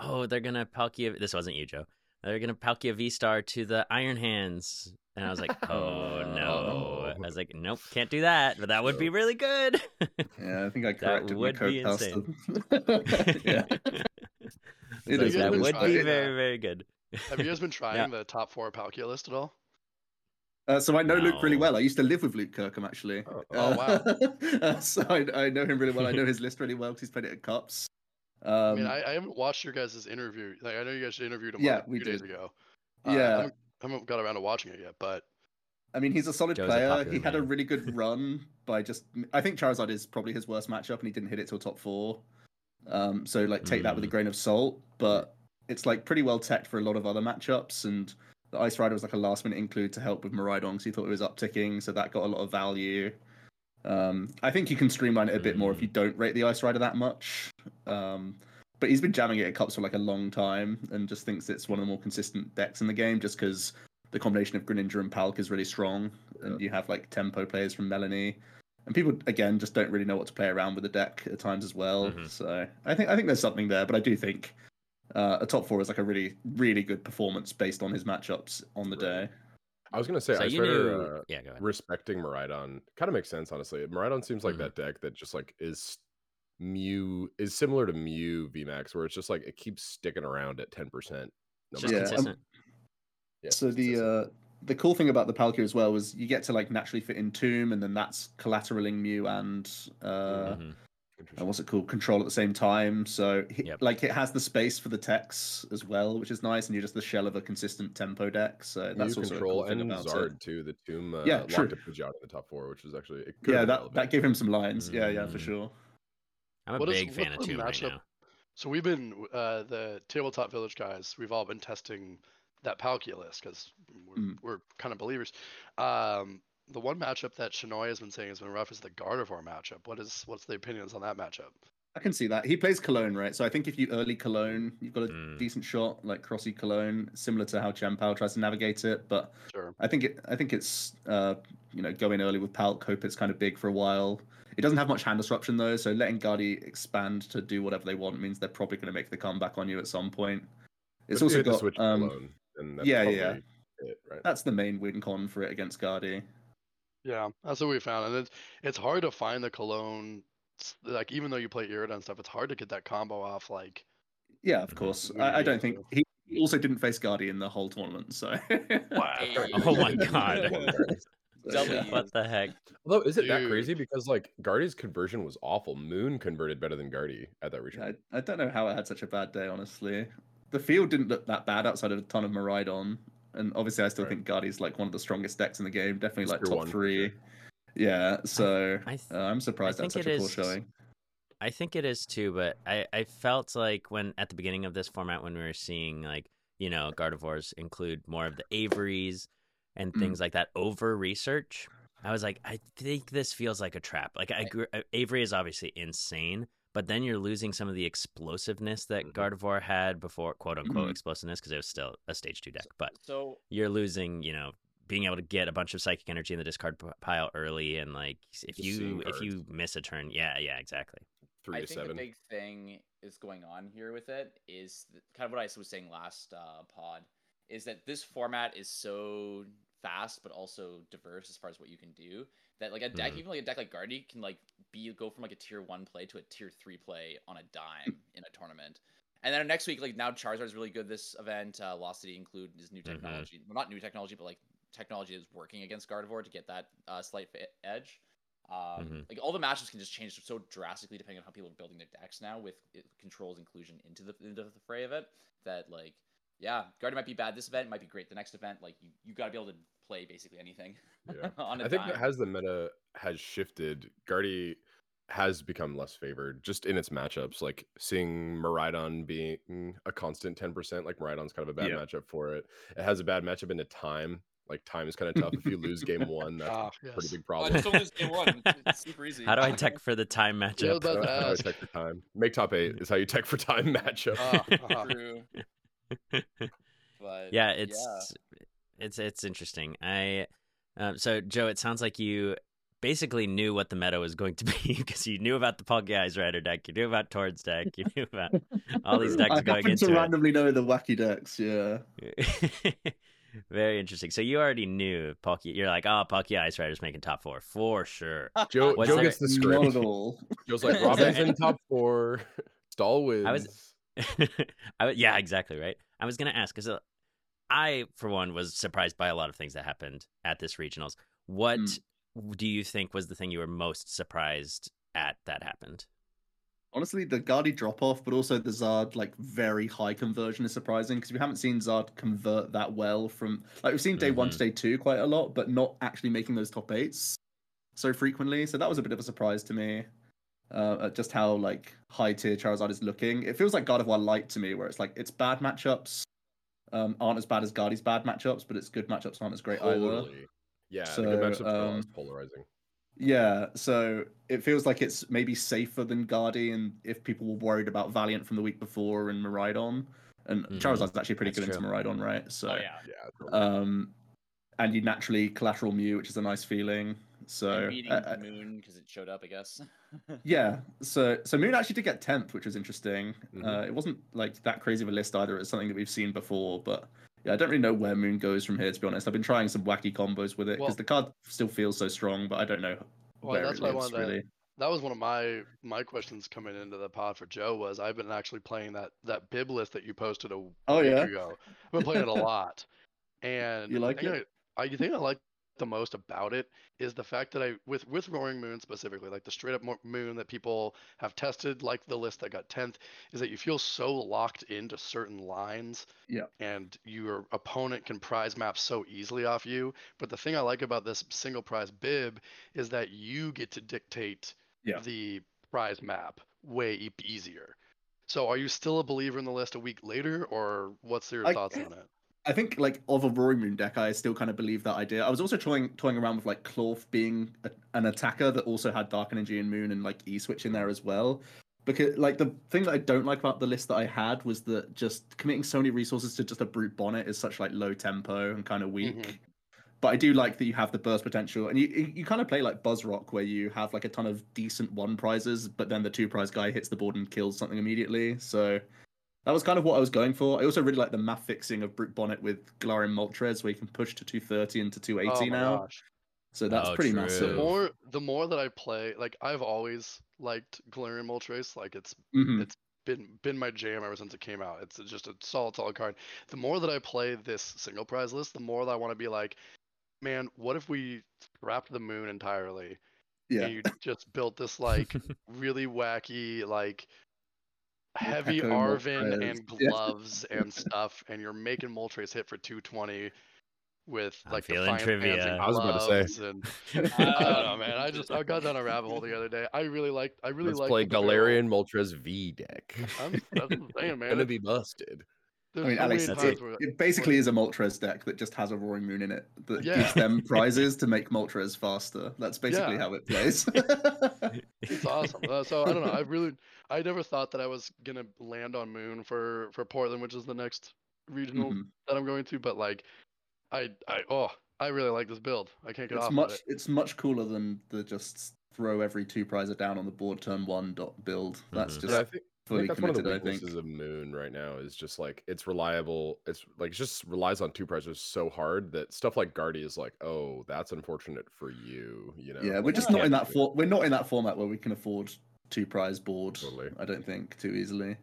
S1: "Oh, they're gonna Palkia." This wasn't you, Joe. They're gonna Palkia V Star to the Iron Hands, and I was like, "Oh no!" I was like, "Nope, can't do that." But that would be
S2: Nope.
S1: really good.
S5: Yeah, I think I corrected
S1: would
S5: my code
S1: be insane.
S5: custom. yeah. It
S1: Like,
S5: is
S1: that
S5: really
S1: would
S4: trying
S1: be
S4: that.
S1: very, very good.
S4: Have you guys been trying the top four Palkia list at all?
S5: Uh, so I know Luke really
S1: No.
S5: well. I used to live with Luke Kirkham actually.
S2: Oh.
S4: Oh,
S5: wow! so I, I know him really well. I know his list really well because he's played it at Cups. Um,
S4: I mean, I, I haven't watched your guys' interview. Like, I know you guys interviewed him
S5: Yeah,
S4: like,
S5: we
S4: two days
S5: did.
S4: ago. Uh,
S5: Yeah.
S4: I haven't, I haven't got around to watching it yet, but
S5: I mean, he's a solid
S1: Joe's a
S5: player.
S1: popular
S5: he had a
S1: man.
S5: really good run by just. I think Charizard is probably his worst matchup, and he didn't hit it till top four. Um, so like, take that with a
S1: Hmm.
S5: grain of salt. But it's like pretty well teched for a lot of other matchups, and the Ice Rider was like a last minute include to help with Maridon because he thought it was upticking, so that got a lot of value. Um, I think you can streamline it a bit more
S1: Hmm.
S5: if you don't rate the Ice Rider that much. Um, but he's been jamming it at cups for like a long time, and just thinks it's one of the more consistent decks in the game, just because the combination of Greninja and Palk is really strong, and you have like tempo players from Melanie, and people again just don't really know what to play around with the deck at times as well.
S1: Mhm.
S5: So I think I think there's something there, but I do think uh, a top four is like a really really good performance based on his matchups on the
S2: Right.
S5: day.
S2: I was gonna say
S1: so
S2: Ice
S1: you
S2: Rider,
S1: knew,
S2: uh,
S1: yeah. Go ahead.
S2: respecting Maridon kind of makes sense, honestly. Maridon seems like
S5: Hmm.
S1: Mhm.
S2: that deck that just like is Mew is similar to Mew VMAX, where it's just like it keeps sticking around at ten percent.
S1: It's just
S5: Yeah, I'm-
S1: consistent.
S5: So the uh, the cool thing about the Palkia as well was you get to like naturally fit in Tomb, and then that's collateralizing Mew and uh,
S1: Mhm.
S5: uh, what's it called control at the same time so he,
S1: Yep.
S5: like it has the space for the techs as well which is nice and you're just the shell of a consistent tempo deck so
S2: Mew
S5: that's also a
S2: control
S5: cool thing
S2: and
S5: about
S2: Zard
S5: it
S2: too. The tomb uh,
S5: Yeah,
S2: locked
S5: true.
S2: up Pidgeot in the top four, which is actually it could
S5: yeah
S2: have been
S5: that, that
S2: relevant.
S5: gave him some lines yeah yeah for
S1: Mm.
S5: sure
S1: I'm a
S4: What is-
S1: big fan of
S4: what's the
S1: Tomb right
S4: matchup?
S1: now.
S4: so we've been uh, the tabletop village guys. We've all been testing that Palkia list because we're,
S5: Mm.
S4: we're kind of believers. Um, the one matchup that Shinoy has been saying has been rough is the Gardevoir matchup. What is what's the opinions on that matchup?
S5: i can see that he plays cologne right so i think if you early cologne you've got a
S1: Mm.
S5: decent shot like crossy cologne similar to how champao tries to navigate it but
S4: Sure.
S5: I think it. I think it's uh, you know going early with Palk. Hope it's kind of big for a while. It doesn't have much hand disruption though, so letting Guardi expand to do whatever they want means they're probably going to make the comeback on you at some point.
S2: But if
S5: It's
S2: you
S5: also
S2: hit the
S5: got
S2: switch
S5: um,
S2: alone, and that's
S5: yeah, yeah.
S2: probably It, right?
S5: that's the main win con for it against Guardi.
S4: Yeah, that's what we found, and it's it's hard to find the cologne. s- Like even though you play Irida and stuff, it's hard to get that combo off. Like
S5: Yeah, of course. I, I don't think he he also didn't face Guardi in the whole tournament. So
S4: wow,
S1: Oh my god.
S5: So,
S3: W.
S5: yeah.
S1: What the heck?
S2: Although, is it that
S4: Dude.
S2: crazy? Because like Guardy's conversion was awful. Moon converted better than Guardy at that return.
S5: I, I don't know how I had such a bad day, honestly. The field didn't look that bad outside of a ton of Maridon. And obviously, I still
S2: Right.
S5: think Guardi's like one of the strongest decks in the game, definitely
S2: He's
S5: like
S2: tier
S5: top
S2: one for
S5: three.
S2: sure.
S5: Yeah, so
S1: I th-
S5: uh, I'm surprised
S1: I
S5: that's
S1: think
S5: such a
S1: it
S5: poor
S1: is-
S5: showing.
S1: I think it is too, but I, I felt like when at the beginning of this format when we were seeing like, you know, Gardevoirs include more of the Averys and
S5: Mm.
S1: things like that over research. I was like, I think this feels like a trap. Like I
S3: Right.
S1: grew, uh, Avery is obviously insane, but then you're losing some of the explosiveness that
S2: Mhm.
S1: Gardevoir had before, quote unquote,
S5: Mhm.
S2: Mm-hmm.
S1: explosiveness, because it was still a stage two deck. But
S3: so
S1: you're losing, you know, being able to get a bunch of psychic energy in the discard p- pile early, and like if
S2: Just seeing
S1: you if
S2: cards.
S1: you miss a turn, yeah, yeah, exactly.
S2: Three
S3: I
S2: to
S3: think
S2: seven.
S3: the big thing is going on here with it is th- kind of what I was saying last uh, pod is that this format is so fast but also diverse as far as what you can do that like a deck
S2: Mm.
S1: Mhm.
S3: even like a deck like Guardy can like be go from like a tier one play to a tier three play on a dime in a tournament. And then next week, like now Charizard's really good this event. Uh, Velocity include is new
S1: Mhm.
S2: Mm-hmm.
S3: technology. Well, not new technology, but like technology is working against Gardevoir to get that uh, slight fa- edge. Um,
S1: Mhm.
S3: Like all the matchups can just change so drastically depending on how people are building their decks now with it, controls inclusion into the into the fray of it. That like, yeah, Guardian might be bad this event, might be great the next event. Like you, you got to be able to play basically anything
S2: Yeah.
S3: on a
S2: I think
S3: dime.
S2: that as the meta has shifted, Guardy has become less favored just in its matchups. Like seeing Maridon being a constant 10%, like Maridon's kind of a bad
S5: Yeah.
S2: matchup for it. It has a bad matchup into time. Like time is kind of tough. If you lose game one, that's
S4: Ah,
S2: a
S4: yes.
S2: pretty big
S3: Oh, I
S2: problem.
S3: just don't lose game one. It's super easy.
S1: How do I tech for the time matchup?
S4: About
S2: That's
S4: to
S2: how I
S4: ask.
S2: tech for time. Make top eight is how you tech for time matchup.
S4: Mm. Ah, ah.
S3: True. But
S1: yeah it's it's it's interesting i um, so joe it sounds like you basically knew what the meta was going to be because you knew about the pug guys rider deck you knew about Tord's deck you knew about all these decks
S5: I
S1: going
S5: happen to
S1: into
S5: randomly know the wacky decks. Yeah.
S1: it very interesting so you already knew Pucky. you're like oh Pucky ice rider's making top four for sure
S2: Joe,
S1: What's
S2: Joe
S1: that?
S2: gets the
S5: Not at
S2: script.
S5: all.
S2: Joe's like
S3: Is there
S2: Robin's in
S1: any-
S2: top four. Stall wins.
S1: was- I, w- yeah, exactly right. I was gonna ask because uh, I, for one, was surprised by a lot of things that happened at this regionals. What
S5: Mm.
S1: w- do you think was the thing you were most surprised at that happened?
S5: Honestly, the Guardi drop off, but also the Zard like very high conversion is surprising because we haven't seen Zard convert that well from like we've seen day one to day two quite a lot, but not actually making those top eights so frequently. So that was a bit of a surprise to me. Uh, at just how like high tier Charizard is looking. It feels like Gardevoir Light to me, where it's like it's bad matchups um, aren't as bad as Guardi's bad matchups, but its good matchups aren't as great either.
S2: Totally. Yeah, the good
S5: So,
S2: matchups are
S5: um,
S2: always polarizing.
S5: Yeah, so it feels like it's maybe safer than Guardi, and if people were worried about Valiant from the week before and Maridon, and
S1: Mhm.
S5: Charizard's actually pretty
S1: That's
S5: good into Maridon, right? So,
S3: oh yeah.
S2: Yeah.
S4: Uh,
S2: totally.
S5: um, and you naturally collateral Mew, which is a nice feeling. So,
S3: And beating
S5: uh, uh,
S3: Moon because it showed up, I guess.
S5: yeah, so so Moon actually did get tenth, which was interesting. Uh,
S2: Mhm.
S5: it wasn't like that crazy of a list either. It's something that we've seen before, but yeah, I don't really know where Moon goes from here. To be honest, I've been trying some wacky combos with it because
S4: Well-
S5: the card still feels so strong, but I don't know
S4: Well,
S5: where
S4: that's
S5: it
S4: what I
S5: lives,
S4: wanted to-
S5: really.
S4: That was one of my my questions coming into the pod for Joe was I've been actually playing that that bib list that you posted a
S5: Oh,
S4: week
S5: yeah?
S4: ago. I've been playing it a lot, and
S5: You
S4: the
S5: like
S4: thing
S5: it?
S4: I, I the thing I like the most about it is the fact that I with with Roaring Moon specifically, like the straight up mo- moon that people have tested, like the list that got tenth, is that you feel so locked into certain lines.
S5: Yeah.
S4: And your opponent can prize map so easily off you. But the thing I like about this single prize bib is that you get to dictate
S5: Yeah.
S4: the prize map way e- easier. So are you still a believer in the list a week later, or what's your
S5: I-
S4: thoughts on it?
S5: I think like of a Roaring Moon deck, I still kind of believe that idea. I was also toying toying around with like Clorf being a, an attacker that also had Dark Energy and Moon and like E Switch in there as well. Because like the thing that I don't like about the list that I had was that just committing so many resources to just a brute bonnet is such like low tempo and kind of weak.
S4: Mhm.
S5: But I do like that you have the burst potential, and you you- you kind of play like Buzz Rock, where you have like a ton of decent one prizes, but then the two prize guy hits the board and kills something immediately. So that was kind of what I was going for. I also really like the math fixing of Brute Bonnet with Galarian Moltres, where you can push to 230 and to 280
S4: oh my
S5: now.
S4: gosh.
S5: So that's
S1: Oh,
S5: pretty
S1: true. Ooh.
S4: The
S5: massive.
S4: more the more that I play, like I've always liked Galarian Moltres, like it's
S5: Mhm.
S4: been been my jam ever since it came out. It's just a solid, solid card. The more that I play this single prize list, the more that I want to be like, man, what if we scrapped the moon entirely
S5: Yeah.
S4: and you just built this like really wacky like heavy
S5: Echo Moltres.
S4: Arvin and
S5: Yeah.
S4: gloves and stuff, and you're making Moltres hit for 220 with
S1: I'm
S4: like
S1: feeling
S4: Defiant Fans and
S1: trivia.
S2: I was about to say.
S4: gloves and I don't know, man. I just I got down a rabbit hole the other day. I really like I really
S2: Let's
S4: like
S2: play Galarian Moltres V deck.
S4: I'm, that's what I'm saying, man.
S2: gonna
S4: It's-
S2: be busted.
S5: I
S4: there's
S5: mean,
S4: so
S5: Alex,
S4: many
S5: it,
S4: times where-
S5: it basically is a Moltres deck that just has a Roaring Moon in it that
S4: Yeah.
S5: gives them prizes to make Moltres faster. That's basically
S4: Yeah.
S5: how it plays.
S4: it's awesome. Uh, so I don't know. I really, I never thought that I was gonna land on Moon for for Portland, which is the next
S2: Mm-hmm.
S4: regional
S5: Mhm.
S4: that I'm going to. But like, I I oh, I really like this build. I can't get
S5: It's
S4: off
S5: much
S4: of it.
S5: it's much cooler than the just throw every two prizer down on the board turn one dot build. That's
S1: Mhm.
S5: just
S2: Yeah, I think, I
S5: fully
S2: think that's one of
S5: committed,
S2: the
S5: I think.
S2: weaknesses of Moon right now is just like it's reliable. It's like it just relies on two prizes so hard that stuff like Guardy is like, oh, that's unfortunate for you. You know.
S5: Yeah,
S2: Like,
S5: we're
S2: you
S5: just not
S2: can't
S5: in
S2: do
S5: that
S2: it.
S5: for- we're not in that format where we can afford two prize board.
S2: Totally.
S5: I don't think too easily.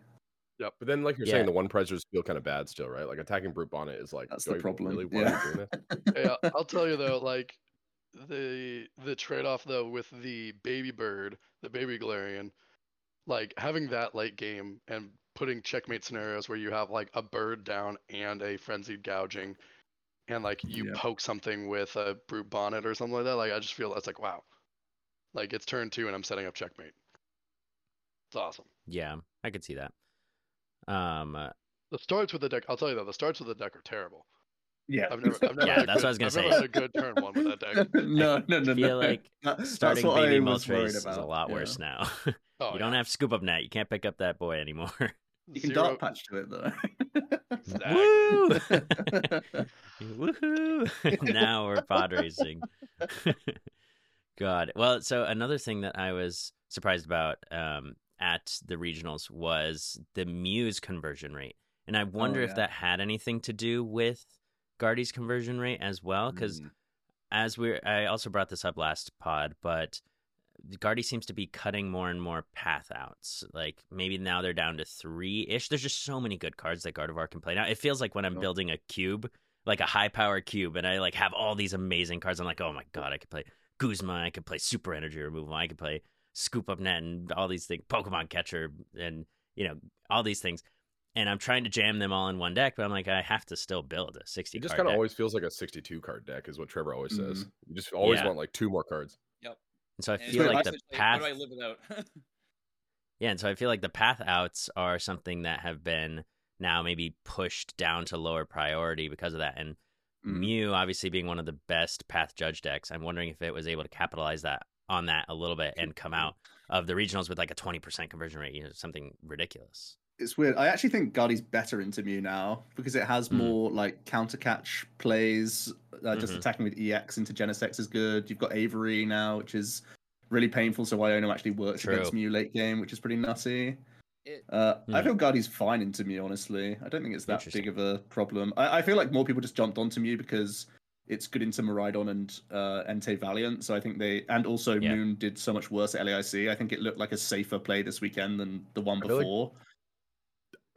S2: But then, like you're
S1: Yeah.
S2: saying, the one prizers feel kind of bad still, right? Like attacking Brute Bonnet is like
S5: That's
S2: do
S5: the
S2: I
S5: problem,
S2: Really want to be
S5: yeah.
S2: doing this?
S4: Yeah, I'll tell you though, like the the trade off though with the baby bird, the baby Galarian, like having that late game and putting checkmate scenarios where you have like a bird down and a frenzied gouging, and like you
S5: Yeah.
S4: poke something with a brute bonnet or something like that. Like I just feel that's like wow, like it's turn two and I'm setting up checkmate. It's awesome.
S1: yeah, I could see that. Um, uh,
S4: The starts with the deck, I'll tell you though, the starts with the deck are terrible.
S5: Yeah.
S4: I've never, I've never
S1: Yeah,
S4: had a
S1: that's what I was
S4: good-
S1: gonna
S4: I've
S1: say.
S4: Never had a good turn one with that deck.
S5: no, no, no,
S1: I feel
S5: no.
S1: like
S5: That- that's
S1: starting
S5: what
S1: baby
S5: I was
S1: Moltres
S5: worried
S1: is a
S5: about,
S1: lot
S5: yeah.
S1: worse now.
S4: Oh,
S1: you don't
S4: yeah.
S1: have scoop up net. You can't pick up that boy anymore.
S5: You can
S4: Zero-
S5: dark patch to it though.
S4: Exactly.
S1: Woo! Woohoo! now we're pod racing. God. Well, so another thing that I was surprised about um, at the regionals was the Muse conversion rate. And I wonder if
S5: yeah.
S1: that had anything to do with Guardy's conversion rate as well. Because
S2: Mm.
S1: as we're I also brought this up last pod, but Guardy seems to be cutting more and more path outs. Like maybe now they're down to three ish. There's just so many good cards that Gardevoir can play. Now it feels like when I'm
S5: Yep.
S1: building a cube, like a high power cube, and I like have all these amazing cards. I'm like, oh my god, I could play Guzma, I could play Super Energy Removal, I could play Scoop Up Net, and all these things, Pokemon Catcher, and you know all these things. And I'm trying to jam them all in one deck, but I'm like, I have to still build a 60.
S2: It just
S1: card
S2: kind of
S1: deck.
S2: always feels like a 62 card deck, is what Trevor always says. You just always
S1: Yeah.
S2: want like two more cards.
S1: And so I
S3: And it's
S1: feel
S5: like
S1: like the
S3: essentially,
S1: path.
S3: How do I live without?
S1: Yeah, and so I feel like the path outs are something that have been now maybe pushed down to lower priority because of that. And
S2: Mm-hmm.
S5: Mm.
S1: Mew obviously being one of the best path judge decks, I'm wondering if it was able to capitalize that on that a little bit and come out of the regionals with like a 20% conversion rate, you know, something ridiculous.
S5: It's weird. I actually think Guardy's better into Mew now because it has
S1: Hmm.
S5: more like counter catch plays. Uh, just
S1: Mhm.
S5: attacking with EX into Genesex is good. You've got Avery now, which is really painful. So Wyono actually works against
S1: True.
S5: Mew late game, which is pretty nutty.
S3: It-
S5: Uh, I
S1: Hmm.
S5: feel Guardy's fine into Mew, honestly. I don't think it's that
S1: Interesting.
S5: big of a problem. I, I feel like more people just jumped onto Mew because it's good into Maridon and uh, Entei Valiant. So I think they, and also
S1: Yeah.
S5: Moon did so much worse at LAIC. I think it looked like a safer play this weekend than the one
S2: I feel like-
S5: before.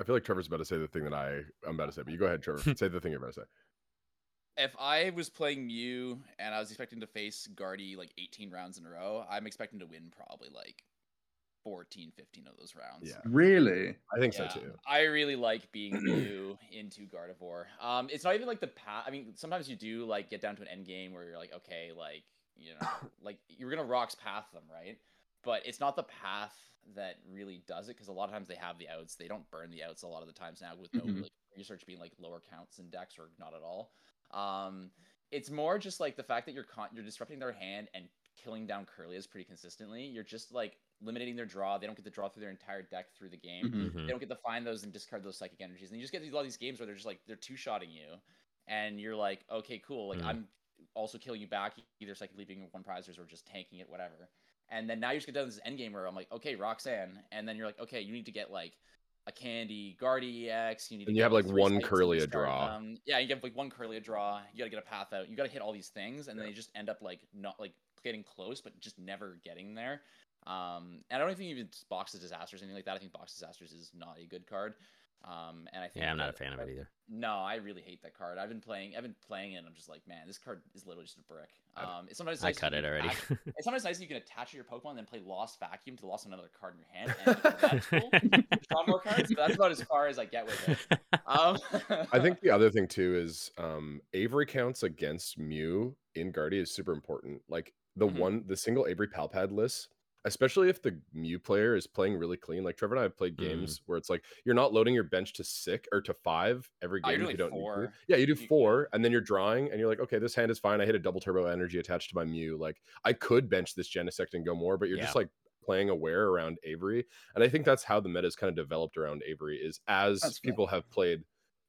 S2: I feel like Trevor's about to say the thing that I I'm about to say, but you go ahead, Trevor. say the thing you're about to say.
S3: if I was playing Mew and I was expecting to face Guardy like 18 rounds in a row, I'm expecting to win probably like 14, 15 of those rounds.
S2: Yeah,
S5: Really?
S2: I think
S3: Yeah,
S2: so too.
S3: Um, I really like being new into Gardevoir. Um, it's not even like the path. I mean, sometimes you do like get down to an end game where you're like, okay, like you know, like you're gonna rocks path them, right? But it's not the path that really does it because a lot of times they have the outs. They don't burn the outs a lot of the times now with no
S5: Mhm.
S3: like research being like lower counts in decks or not at all. Um, it's more just like the fact that you're con- you're disrupting their hand and killing down Curlias pretty consistently. You're just like limiting their draw. They don't get to draw through their entire deck through the game
S2: Mm.
S5: Mhm.
S1: Mhm.
S2: Mm-hmm.
S3: they don't get to find those and discard those psychic energies and you just get these, all these games where they're just like they're two shotting you and you're like okay cool like
S1: Mm.
S3: i'm also killing you back either psychic leaping one prizers or just tanking it whatever and then now you just get down to this end game where i'm like okay roxanne and then you're like okay you need to get like a candy guardy ex you need
S2: And you
S3: to get,
S2: have, like,
S3: three
S2: one
S3: Psychics and
S2: Curlia
S3: discard
S2: draw.
S3: them. yeah you have like one curlia draw you gotta get a path out you gotta hit all these things and then they just end up like not like getting close but just never getting there um, and I don't think even Box of Disasters anything like that. I think Box of Disasters is not a good card. Um, and I think
S1: Yeah, I'm not a
S3: that-
S1: fan of it either.
S3: No, I really hate that card. I've been playing, I've been playing it, and I'm just like, man, this card is literally just a brick.
S2: I-
S3: Um, it's sometimes
S1: I
S3: nice that
S1: cut
S3: you
S1: it
S3: can
S1: already.
S3: act- it's sometimes nice that you can attach it to your Pokemon and then play Lost Vacuum to lost another card in your hand. And like, that's cool. Draw more cards. But that's about as far as I get with it. Um,
S2: I think the other thing too is um Avery counts against Mew in Guardy is super important. Like the
S3: Mhm.
S2: one the single Avery Palpad list, especially if the Mew player is playing really clean. Like Trevor and I have played
S3: Mm-hmm.
S1: Mm.
S2: games where it's like you're not loading your bench to six or to five every
S3: Oh,
S2: game.
S3: you're
S2: if you
S3: doing
S2: don't need to.
S3: four.
S2: Yeah, you do
S3: You-
S2: four, and then you're drawing, and you're like, okay, this hand is fine. I hit a double turbo energy attached to my Mew. Like, I could bench this Genesect and go more, but you're
S1: Yeah.
S2: just like playing aware around Avery. And I think that's how the meta is kind of developed around Avery is as
S5: That's fair.
S2: people have played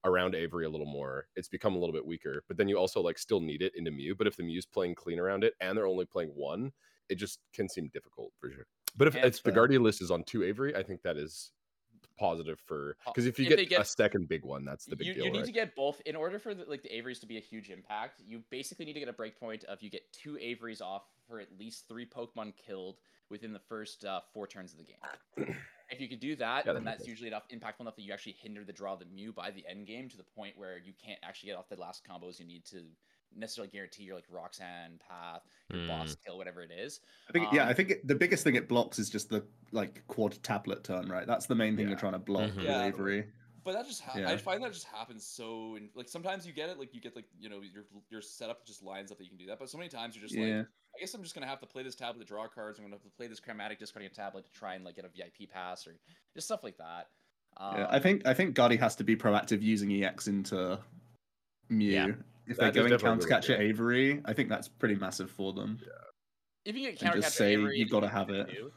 S2: around Avery a little more, it's become a little bit weaker. But then you also like still need it into Mew. But if the Mew's playing clean around it and they're only playing one, it just can seem difficult for sure. But if
S3: Yeah,
S2: it's the
S5: fair.
S2: Guardian list is on two Avery, I think that is positive for because if you
S3: If
S2: get,
S3: they get-
S2: a second big one, that's the big
S3: you,
S2: deal.
S3: you need
S2: right?
S3: to get both in order for the, like the Averys to be a huge impact. You basically need to get a breakpoint of you get two Averys off for at least three Pokemon killed within the first uh, four turns of the game. if you could do that,
S2: Yeah, that
S3: then
S2: makes
S3: that's
S2: sense.
S3: usually enough impactful enough that you actually hinder the draw of the Mew by the end game to the point where you can't actually get off the last combos you need to necessarily guarantee your like Roxanne path, your
S2: Hmm.
S3: boss kill, whatever it is.
S5: I think yeah,
S3: Um,
S5: I think it, the biggest thing it blocks is just the like quad tablet turn, right? That's the main thing
S2: Yeah.
S5: you're trying to block
S1: Mhm.
S5: with
S3: Yeah.
S5: Avery.
S3: But that just ha-
S5: Yeah.
S3: I find that just happens so in- like sometimes you get it like you get like you know your your setup just lines up that you can do that but so many times you're just
S5: yeah.
S3: like I guess I'm just gonna have to play this tablet to draw cards I'm gonna have to play this chromatic discarding a tablet to try and like get a VIP pass or just stuff like that. Um,
S5: yeah. I think I think Guardy has to be proactive using EX into E Mew
S1: Yeah.
S5: if
S2: That
S5: they're
S2: is
S5: going
S2: definitely
S5: counter catcher
S2: really
S5: Avery, I think that's pretty massive for them.
S3: if you can get
S5: and
S3: counter
S5: just
S3: capture
S5: say,
S3: Avery,
S5: "You
S3: if
S5: gotta
S3: can
S5: have
S3: do
S5: it."
S3: two,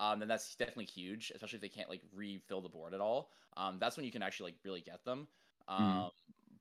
S3: Um, then that's definitely huge, especially if they can't like refill the board at all. Um, that's when you can actually like really get them.
S5: Mm-hmm.
S3: Um,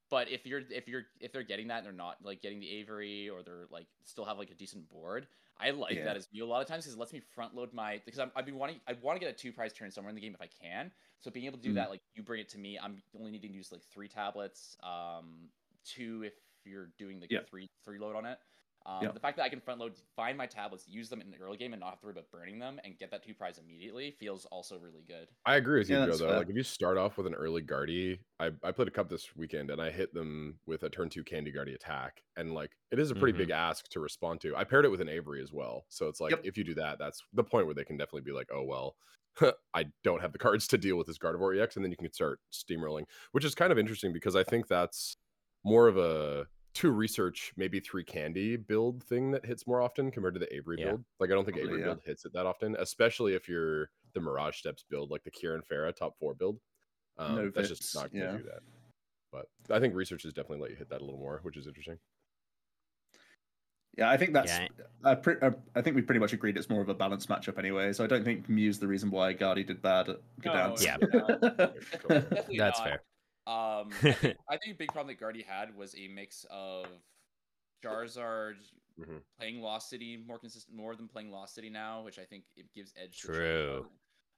S3: But if you're if you're if they're getting that and they're not like getting the Avery or they're like still have like a decent board, I like
S5: Yeah.
S3: that as you a lot of times because it lets me front load my because I'm, I've been wanting I want to get a two prize turn somewhere in the game if I can. So being able to do
S5: Mm.
S3: that, like you bring it to me, I'm only needing to use like three tablets, um, two if you're doing like
S5: Yeah.
S3: three three load on it. Um,
S5: Yeah.
S3: The fact that I can front load, find my tablets, use them in the early game, and not have to worry about burning them, and get that two prize immediately feels also really good.
S2: I agree with you,
S5: Yeah,
S2: Joe.
S5: that's
S2: Though,
S5: fair.
S2: like if you start off with an early guardy, I, I played a cup this weekend and I hit them with a turn two candy guardy attack, and like it is a pretty
S1: Mhm.
S2: big ask to respond to. I paired it with an Avery as well, so it's like
S5: Yep.
S2: if you do that, that's the point where they can definitely be like, oh well, I don't have the cards to deal with this Gardevoir EX, and then you can start steamrolling, which is kind of interesting because I think that's more of a two research, maybe three candy build thing that hits more often compared to the Avery
S1: Yeah.
S2: build. Like I don't think
S5: Probably,
S2: Avery
S5: yeah.
S2: build hits it that often, especially if you're the Mirage Steps build, like the Kieran Farah top four build. Um,
S5: No
S2: that's just
S5: vips,
S2: not gonna
S5: yeah.
S2: do that. But I think research has definitely let you hit that a little more, which is interesting.
S5: Yeah, I think that's.
S1: Yeah.
S5: I, pre- uh, I think we pretty much agreed it's more of a balanced matchup anyway. So I don't think Mew's the reason why Guardi did bad at Gdansk.
S1: Yeah.
S2: Totally.
S3: Definitely
S1: That's
S3: not.
S1: fair.
S3: Um, I think- I think a big problem that Guardy had was a mix of Charizard
S1: Mm-hmm.
S2: Mhm.
S3: playing Lost City more consistent, more than playing Lost City now, which I think it gives edge. to
S1: True.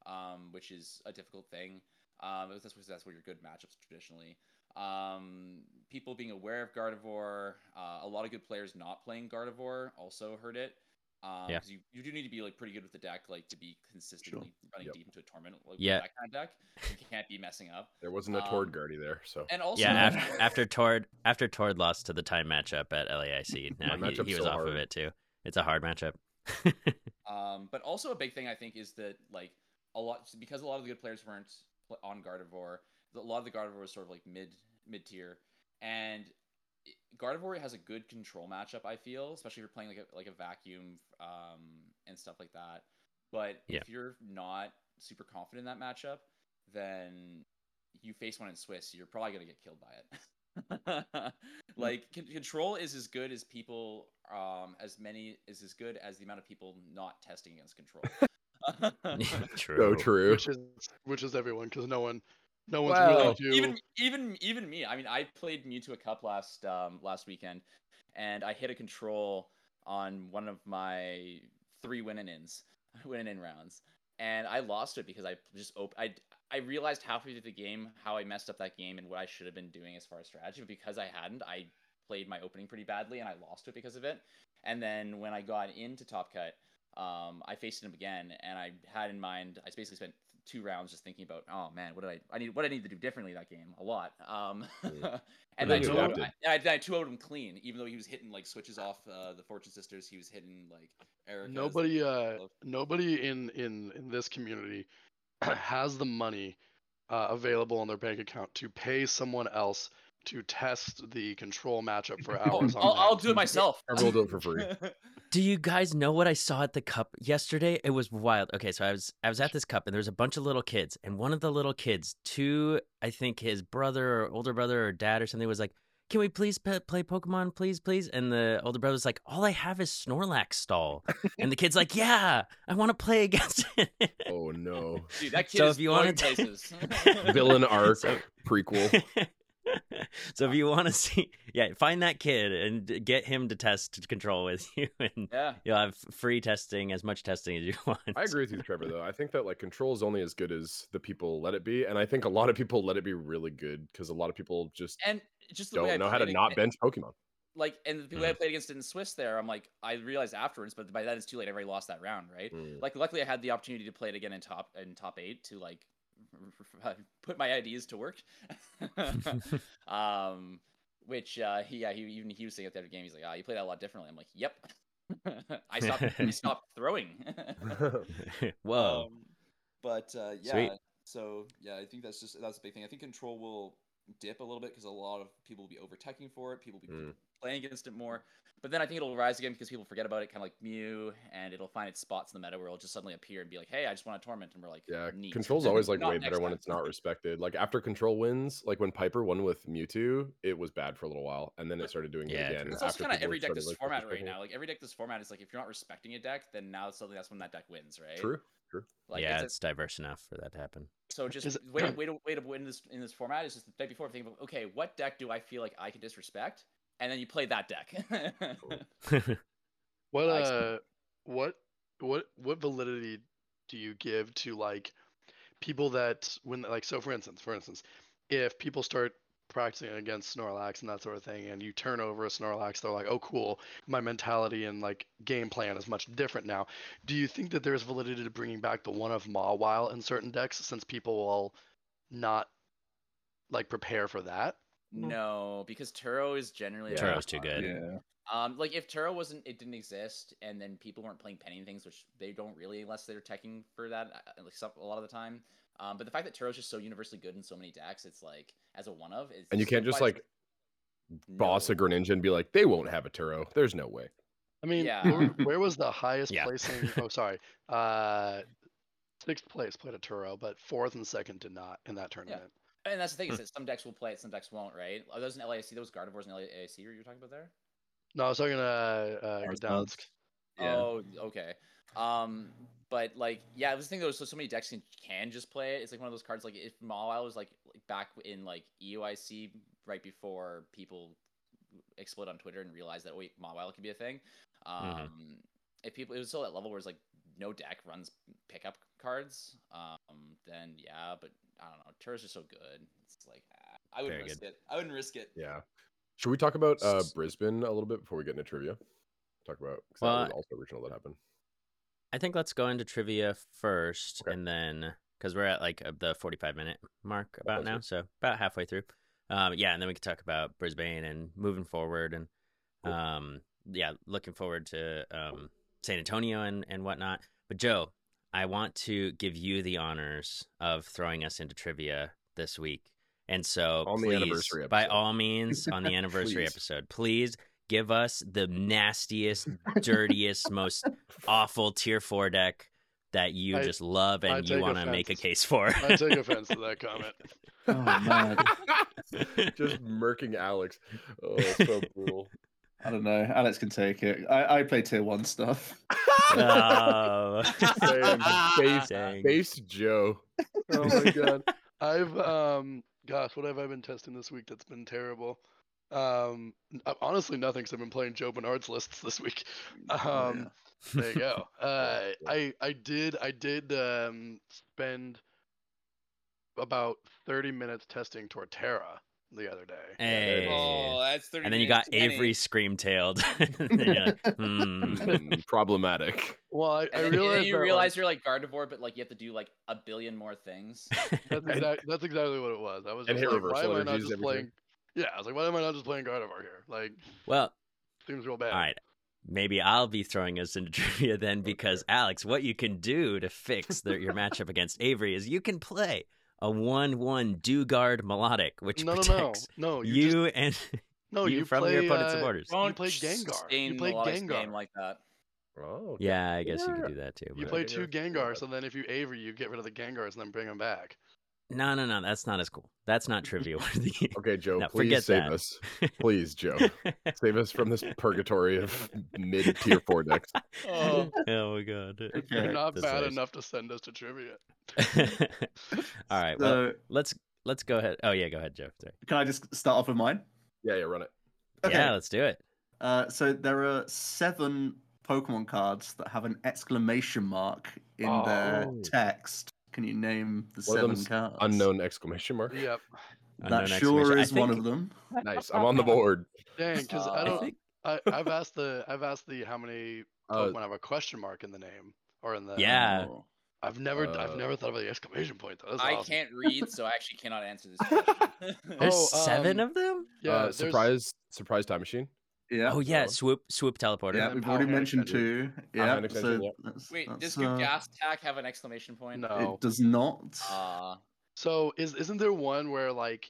S3: Charizard, um, which is a difficult thing. Um, that's because that's where your good matchups traditionally. Um, people being aware of Gardevoir, uh, a lot of good players not playing Gardevoir also hurt it. Um,
S1: Yeah.
S3: 'cause you, you do need to be like pretty good with the deck, like to be consistently running
S2: Yep.
S3: deep into a tournament. Like, with
S1: Yeah.
S3: that kind of deck, you can't be messing up.
S2: There wasn't a
S3: Um,
S2: Tord Guardy there, so
S3: And also,
S1: yeah,
S5: not-
S1: after, after Tord after Tord lost to the time matchup at LAIC, now
S2: My
S1: he,
S2: matchup's
S1: he was
S2: so
S1: off of
S2: hard.
S1: it too. It's a hard matchup.
S3: Um, but also a big thing I think is that like a lot because a lot of the good players weren't pl- on Gardevoir. A lot of the Gardevoir was sort of like mid mid tier, and it- Gardevoir has a good control matchup. I feel, especially if you're playing like a, like a vacuum um, and stuff like that. But
S1: Yeah.
S3: if you're not super confident in that matchup, then you face one in Swiss, you're probably gonna get killed by it. like con- control is as good as people, um, as many is as good as the amount of people not testing against control.
S1: true.
S2: so true.
S4: which is which is everyone because no one, no one's
S2: Well,
S4: willing to.
S3: even even even me. I mean, I played Mewtwo a cup last um, last weekend, and I hit a control on one of my three win and ins, win and in rounds, and I lost it because I just op- I I realized halfway through the game how I messed up that game and what I should have been doing as far as strategy. But because I hadn't, I played my opening pretty badly and I lost it because of it. And then when I got into Top Cut, um, I faced him again, and I had in mind. I basically spent two rounds just thinking about, oh man, what did I? I need what I need to do differently that game a lot. Um,
S2: Mm.
S3: and
S2: then
S3: I
S2: you
S3: two I,
S2: adapted.
S3: and I, then I two him clean, even though he was hitting like switches off uh, the Fortune Sisters. He was hitting like Oh, Eric.
S4: nobody uh nobody in in in this community has the money uh, available on their bank account to pay someone else to test the control matchup for
S3: Oh,
S4: hours on
S3: I'll, I'll
S4: end.
S3: do it myself.
S2: Everyone will do it for free.
S1: Do you guys know what I saw at the cup yesterday? It was wild. Okay, so I was I was at this cup and there was a bunch of little kids, and one of the little kids, two, I think his brother or older brother or dad or something, was like, "Can we please pe- play Pokemon, please, please?" And the older brother was like, "All I have is Snorlax stall," and the kid's like, "Yeah, I want to play against it."
S2: Oh no.
S3: Dude, that kid
S1: So
S3: is
S1: if you
S3: going
S1: wanted to-
S3: places.
S2: Villain arc
S1: So-
S2: prequel.
S1: so if you want to see, yeah, find that kid and get him to test control with you, and
S3: yeah.
S1: you'll have free testing, as much testing as you want.
S2: I agree with you, Trevor. Though I think that like control is only as good as the people let it be, and I think a lot of people let it be really good because a lot of people just
S3: And just the way I
S2: don't know how to
S3: played it-
S2: not Mm. bench Pokemon.
S3: Like, and the way I played against it in Swiss there, I'm like, I realized afterwards, but by then it's too late. I already lost that round,
S2: Mm.
S3: right? like luckily I had the opportunity to play it again in top in top eight to like put my ideas to work. um, which uh, he, yeah, he even he was saying at the end of the game, he's like, "Ah, you played that a lot differently." I'm like, "Yep." I stopped. I stopped throwing.
S1: Whoa.
S3: Um, uh, but uh, yeah,
S1: Sweet.
S3: so yeah, I think that's just that's a big thing. I think control will dip a little bit because a lot of people will be overteching for it. People will be
S2: Mm.
S3: playing against it more. But then I think it'll rise again because people forget about it, kind of like Mew, and it'll find its spots in the meta where it'll just suddenly appear and be like, "Hey, I just want to torment," and we're like,
S2: Yeah,
S3: neat.
S2: control's always like
S3: Not
S2: way
S3: next
S2: better when
S3: time.
S2: it's not respected. Like after control wins, like when Piper won with Mewtwo, it was bad for a little while, and then it started doing
S1: Yeah,
S2: it again.
S1: true.
S3: It's also
S2: after
S3: kind of
S2: people
S3: every deck
S2: started,
S3: this
S2: like,
S3: format right
S2: respecting it.
S3: now. Like every deck this format is like if you're not respecting a deck, then now suddenly that's when that deck wins, right?
S2: True.
S3: Like
S1: yeah,
S3: it's a-
S1: it's diverse enough for that to happen.
S3: so just
S4: Is
S3: way, way to way to win this in this format is just the deck before thinking about okay, what deck do I feel like I can disrespect, and then you play that deck.
S4: What
S3: I
S4: uh, what what what validity do you give to like people that when like so for instance, for instance, if people start practicing against Snorlax and that sort of thing, and you turn over a Snorlax, they're like, oh cool, my mentality and like game plan is much different now. Do you think that there's validity to bringing back the one of Mawile in certain decks since people will not like prepare for that?
S3: no, because Turo is generally a
S2: Turo
S1: Turo's too good.
S5: Yeah.
S3: Um, like if Turo wasn't, it didn't exist, and then people weren't playing penning things, which they don't really unless they're teching for that. uh, Like some, a lot of the time. Um, but the fact that Turo's just so universally good in so many decks, it's like as a one of. It's
S2: And you can't just like boss a Greninja and be like, they won't have a Turo. There's no way.
S4: I mean,
S3: Yeah.
S4: where, where was the highest
S1: Yeah.
S4: placing? Oh, sorry. Uh, sixth place played a Turo, but fourth and second did not in that tournament.
S3: And that's the
S2: Hmm.
S3: thing is that some decks will play it, some decks won't, right? Are those in LAC? Those Gardevoirs in LAC you were talking about there?
S4: No, I was talking to uh,
S5: Ours
S4: Gdansk.
S5: bugs. Yeah.
S3: Oh, okay. Um, but like, yeah, I was thinking those so, so many decks can, can just play it. It's like one of those cards. Like if Mawile was like like, back in like E EUIC right before people explode on Twitter and realize that wait, Mawile can be a thing. Um,
S1: Mhm.
S3: if people it was still that level where it's like no deck runs pickup cards, um, then yeah. But I don't know. Tours are so good. It's like ah, I wouldn't
S1: Very
S3: risk it. I wouldn't risk it.
S2: Yeah. Should we talk about uh,
S1: S-
S2: Brisbane a little bit before we get into trivia? Talk about 'cause
S1: Well,
S2: that was also original that happened.
S1: I think let's go into trivia first,
S2: Okay.
S1: and then because we're at like uh, the forty-five minute mark about
S2: sounds
S1: now,
S2: Oh, good.
S1: so about halfway through. Um, yeah, and then we can talk about Brisbane and moving forward, and
S2: Cool.
S1: um, yeah, looking forward to um, San Antonio and and whatnot. But Joe, I want to give you the honors of throwing us into trivia this week, and so
S2: On the
S1: please,
S2: anniversary
S1: by
S2: episode.
S1: all means, on the anniversary
S2: Please.
S1: episode, please give us the nastiest, dirtiest, most awful tier four deck that you
S4: I-
S1: just love
S4: I
S1: and you
S4: take
S1: want to make a
S4: offense.
S1: case for.
S4: I take offense to that comment.
S5: Oh man.
S2: Just murking Alex. Oh, it's so brutal.
S5: I don't know. Alex can take it. I, I play tier one stuff.
S1: Oh.
S2: Same. Base,
S1: Dang.
S2: base Joe. Oh my god.
S4: I've um, gosh, what have I been testing this week that's been terrible? Um, n- uh, honestly, nothing. Cause I've been playing Joe Bernard's lists this week. Um, There you go. Uh,
S2: Yeah.
S4: I I did I did um, spend about thirty minutes testing Torterra the other day.
S1: Hey.
S3: Oh, that's thirty.
S1: and then you got
S3: minutes too many.
S1: Avery scream tailed. And you're like, hmm.
S2: Mm, problematic.
S4: Well, I, I
S3: And then,
S4: realized
S3: and then you
S4: that, like,
S3: realize you're like Gardevoir, but like you have to do like a billion more things.
S4: that's, exact, that's exactly what it was. I was
S2: And
S4: just
S2: hit
S4: like,
S2: reversal
S4: why am I not
S2: energies,
S4: just
S2: everything.
S4: playing? Yeah, I was like, why am I not just playing Gardevoir here? Like,
S1: Well,
S4: seems real bad.
S1: all right. Maybe I'll be throwing us into trivia then because, Alex, what you can do to fix the, your matchup against Avery is you can play a 1 1 Dugard Melodic, which
S4: no, no, no,
S1: protects
S4: no. Oh, You,
S1: you
S4: just,
S1: and
S4: no,
S1: you,
S4: you,
S1: from
S4: play,
S1: your opponent's
S4: uh,
S1: supporters.
S4: You play
S3: sustain
S4: Gengar. You play
S3: Melodic's
S4: Gengar.
S3: name like that.
S2: Oh, okay.
S1: Yeah, I guess you
S2: Yeah.
S1: could do that too.
S4: You
S1: but-
S4: play
S2: Gengar's
S4: two
S2: pretty
S4: Gengar,
S2: bad.
S4: so then if you Avery, you get rid of the Gengars and then bring them back.
S1: No, no, no. That's not as cool. That's not trivia worthy.
S2: Okay, Joe,
S1: No,
S2: please
S1: forget
S2: save
S1: that.
S2: us. Please, Joe. save us from this purgatory of mid tier four decks.
S1: oh. my god.
S4: They're
S5: Okay.
S4: not
S1: That's
S4: bad
S1: nice.
S4: enough to send us to trivia.
S1: All right. Well,
S5: So
S1: let's let's go ahead. Oh yeah, go ahead, Joe. Sorry.
S5: can I just start off with mine?
S2: Yeah, yeah, run it.
S5: Okay.
S1: Yeah, let's do it.
S5: Uh, so there are seven Pokemon cards that have an exclamation mark in their
S2: Oh.
S5: text. Can you name the
S2: One of
S5: seven
S2: them's
S5: cards?
S2: Unknown exclamation mark.
S4: Yep.
S1: Unknown
S5: That sure
S1: exclamation- I
S5: is one
S1: think-
S5: of them.
S2: Nice. I'm on the board.
S4: Dang, because
S3: Uh,
S4: I
S3: I
S4: don't.
S1: think-
S4: I, I've asked the I've asked the how many
S2: Uh,
S4: Pokemon have a question mark in the name or in the
S1: Yeah.
S5: Oh.
S4: I've never
S2: Uh,
S4: I've never thought of the exclamation point though. That's
S3: I
S4: awesome.
S3: can't read, so I actually cannot answer this question.
S1: There's
S4: Oh,
S1: seven
S4: um,
S1: of them.
S4: Yeah,
S2: uh,
S4: there's-
S2: surprise, surprise time machine.
S5: Yeah.
S1: oh yeah,
S2: so-
S1: swoop swoop teleporter.
S5: yeah,
S4: and
S5: we've already
S4: Power Hand
S5: mentioned two.
S2: Extension.
S5: Yeah.
S2: Hand
S5: so
S2: Extension, yeah.
S5: that's-
S3: Wait,
S5: that's,
S3: does Goop
S5: uh,
S3: Gas Attack have an exclamation point?
S4: No.
S5: It does not.
S3: Uh,
S4: So is isn't there one where like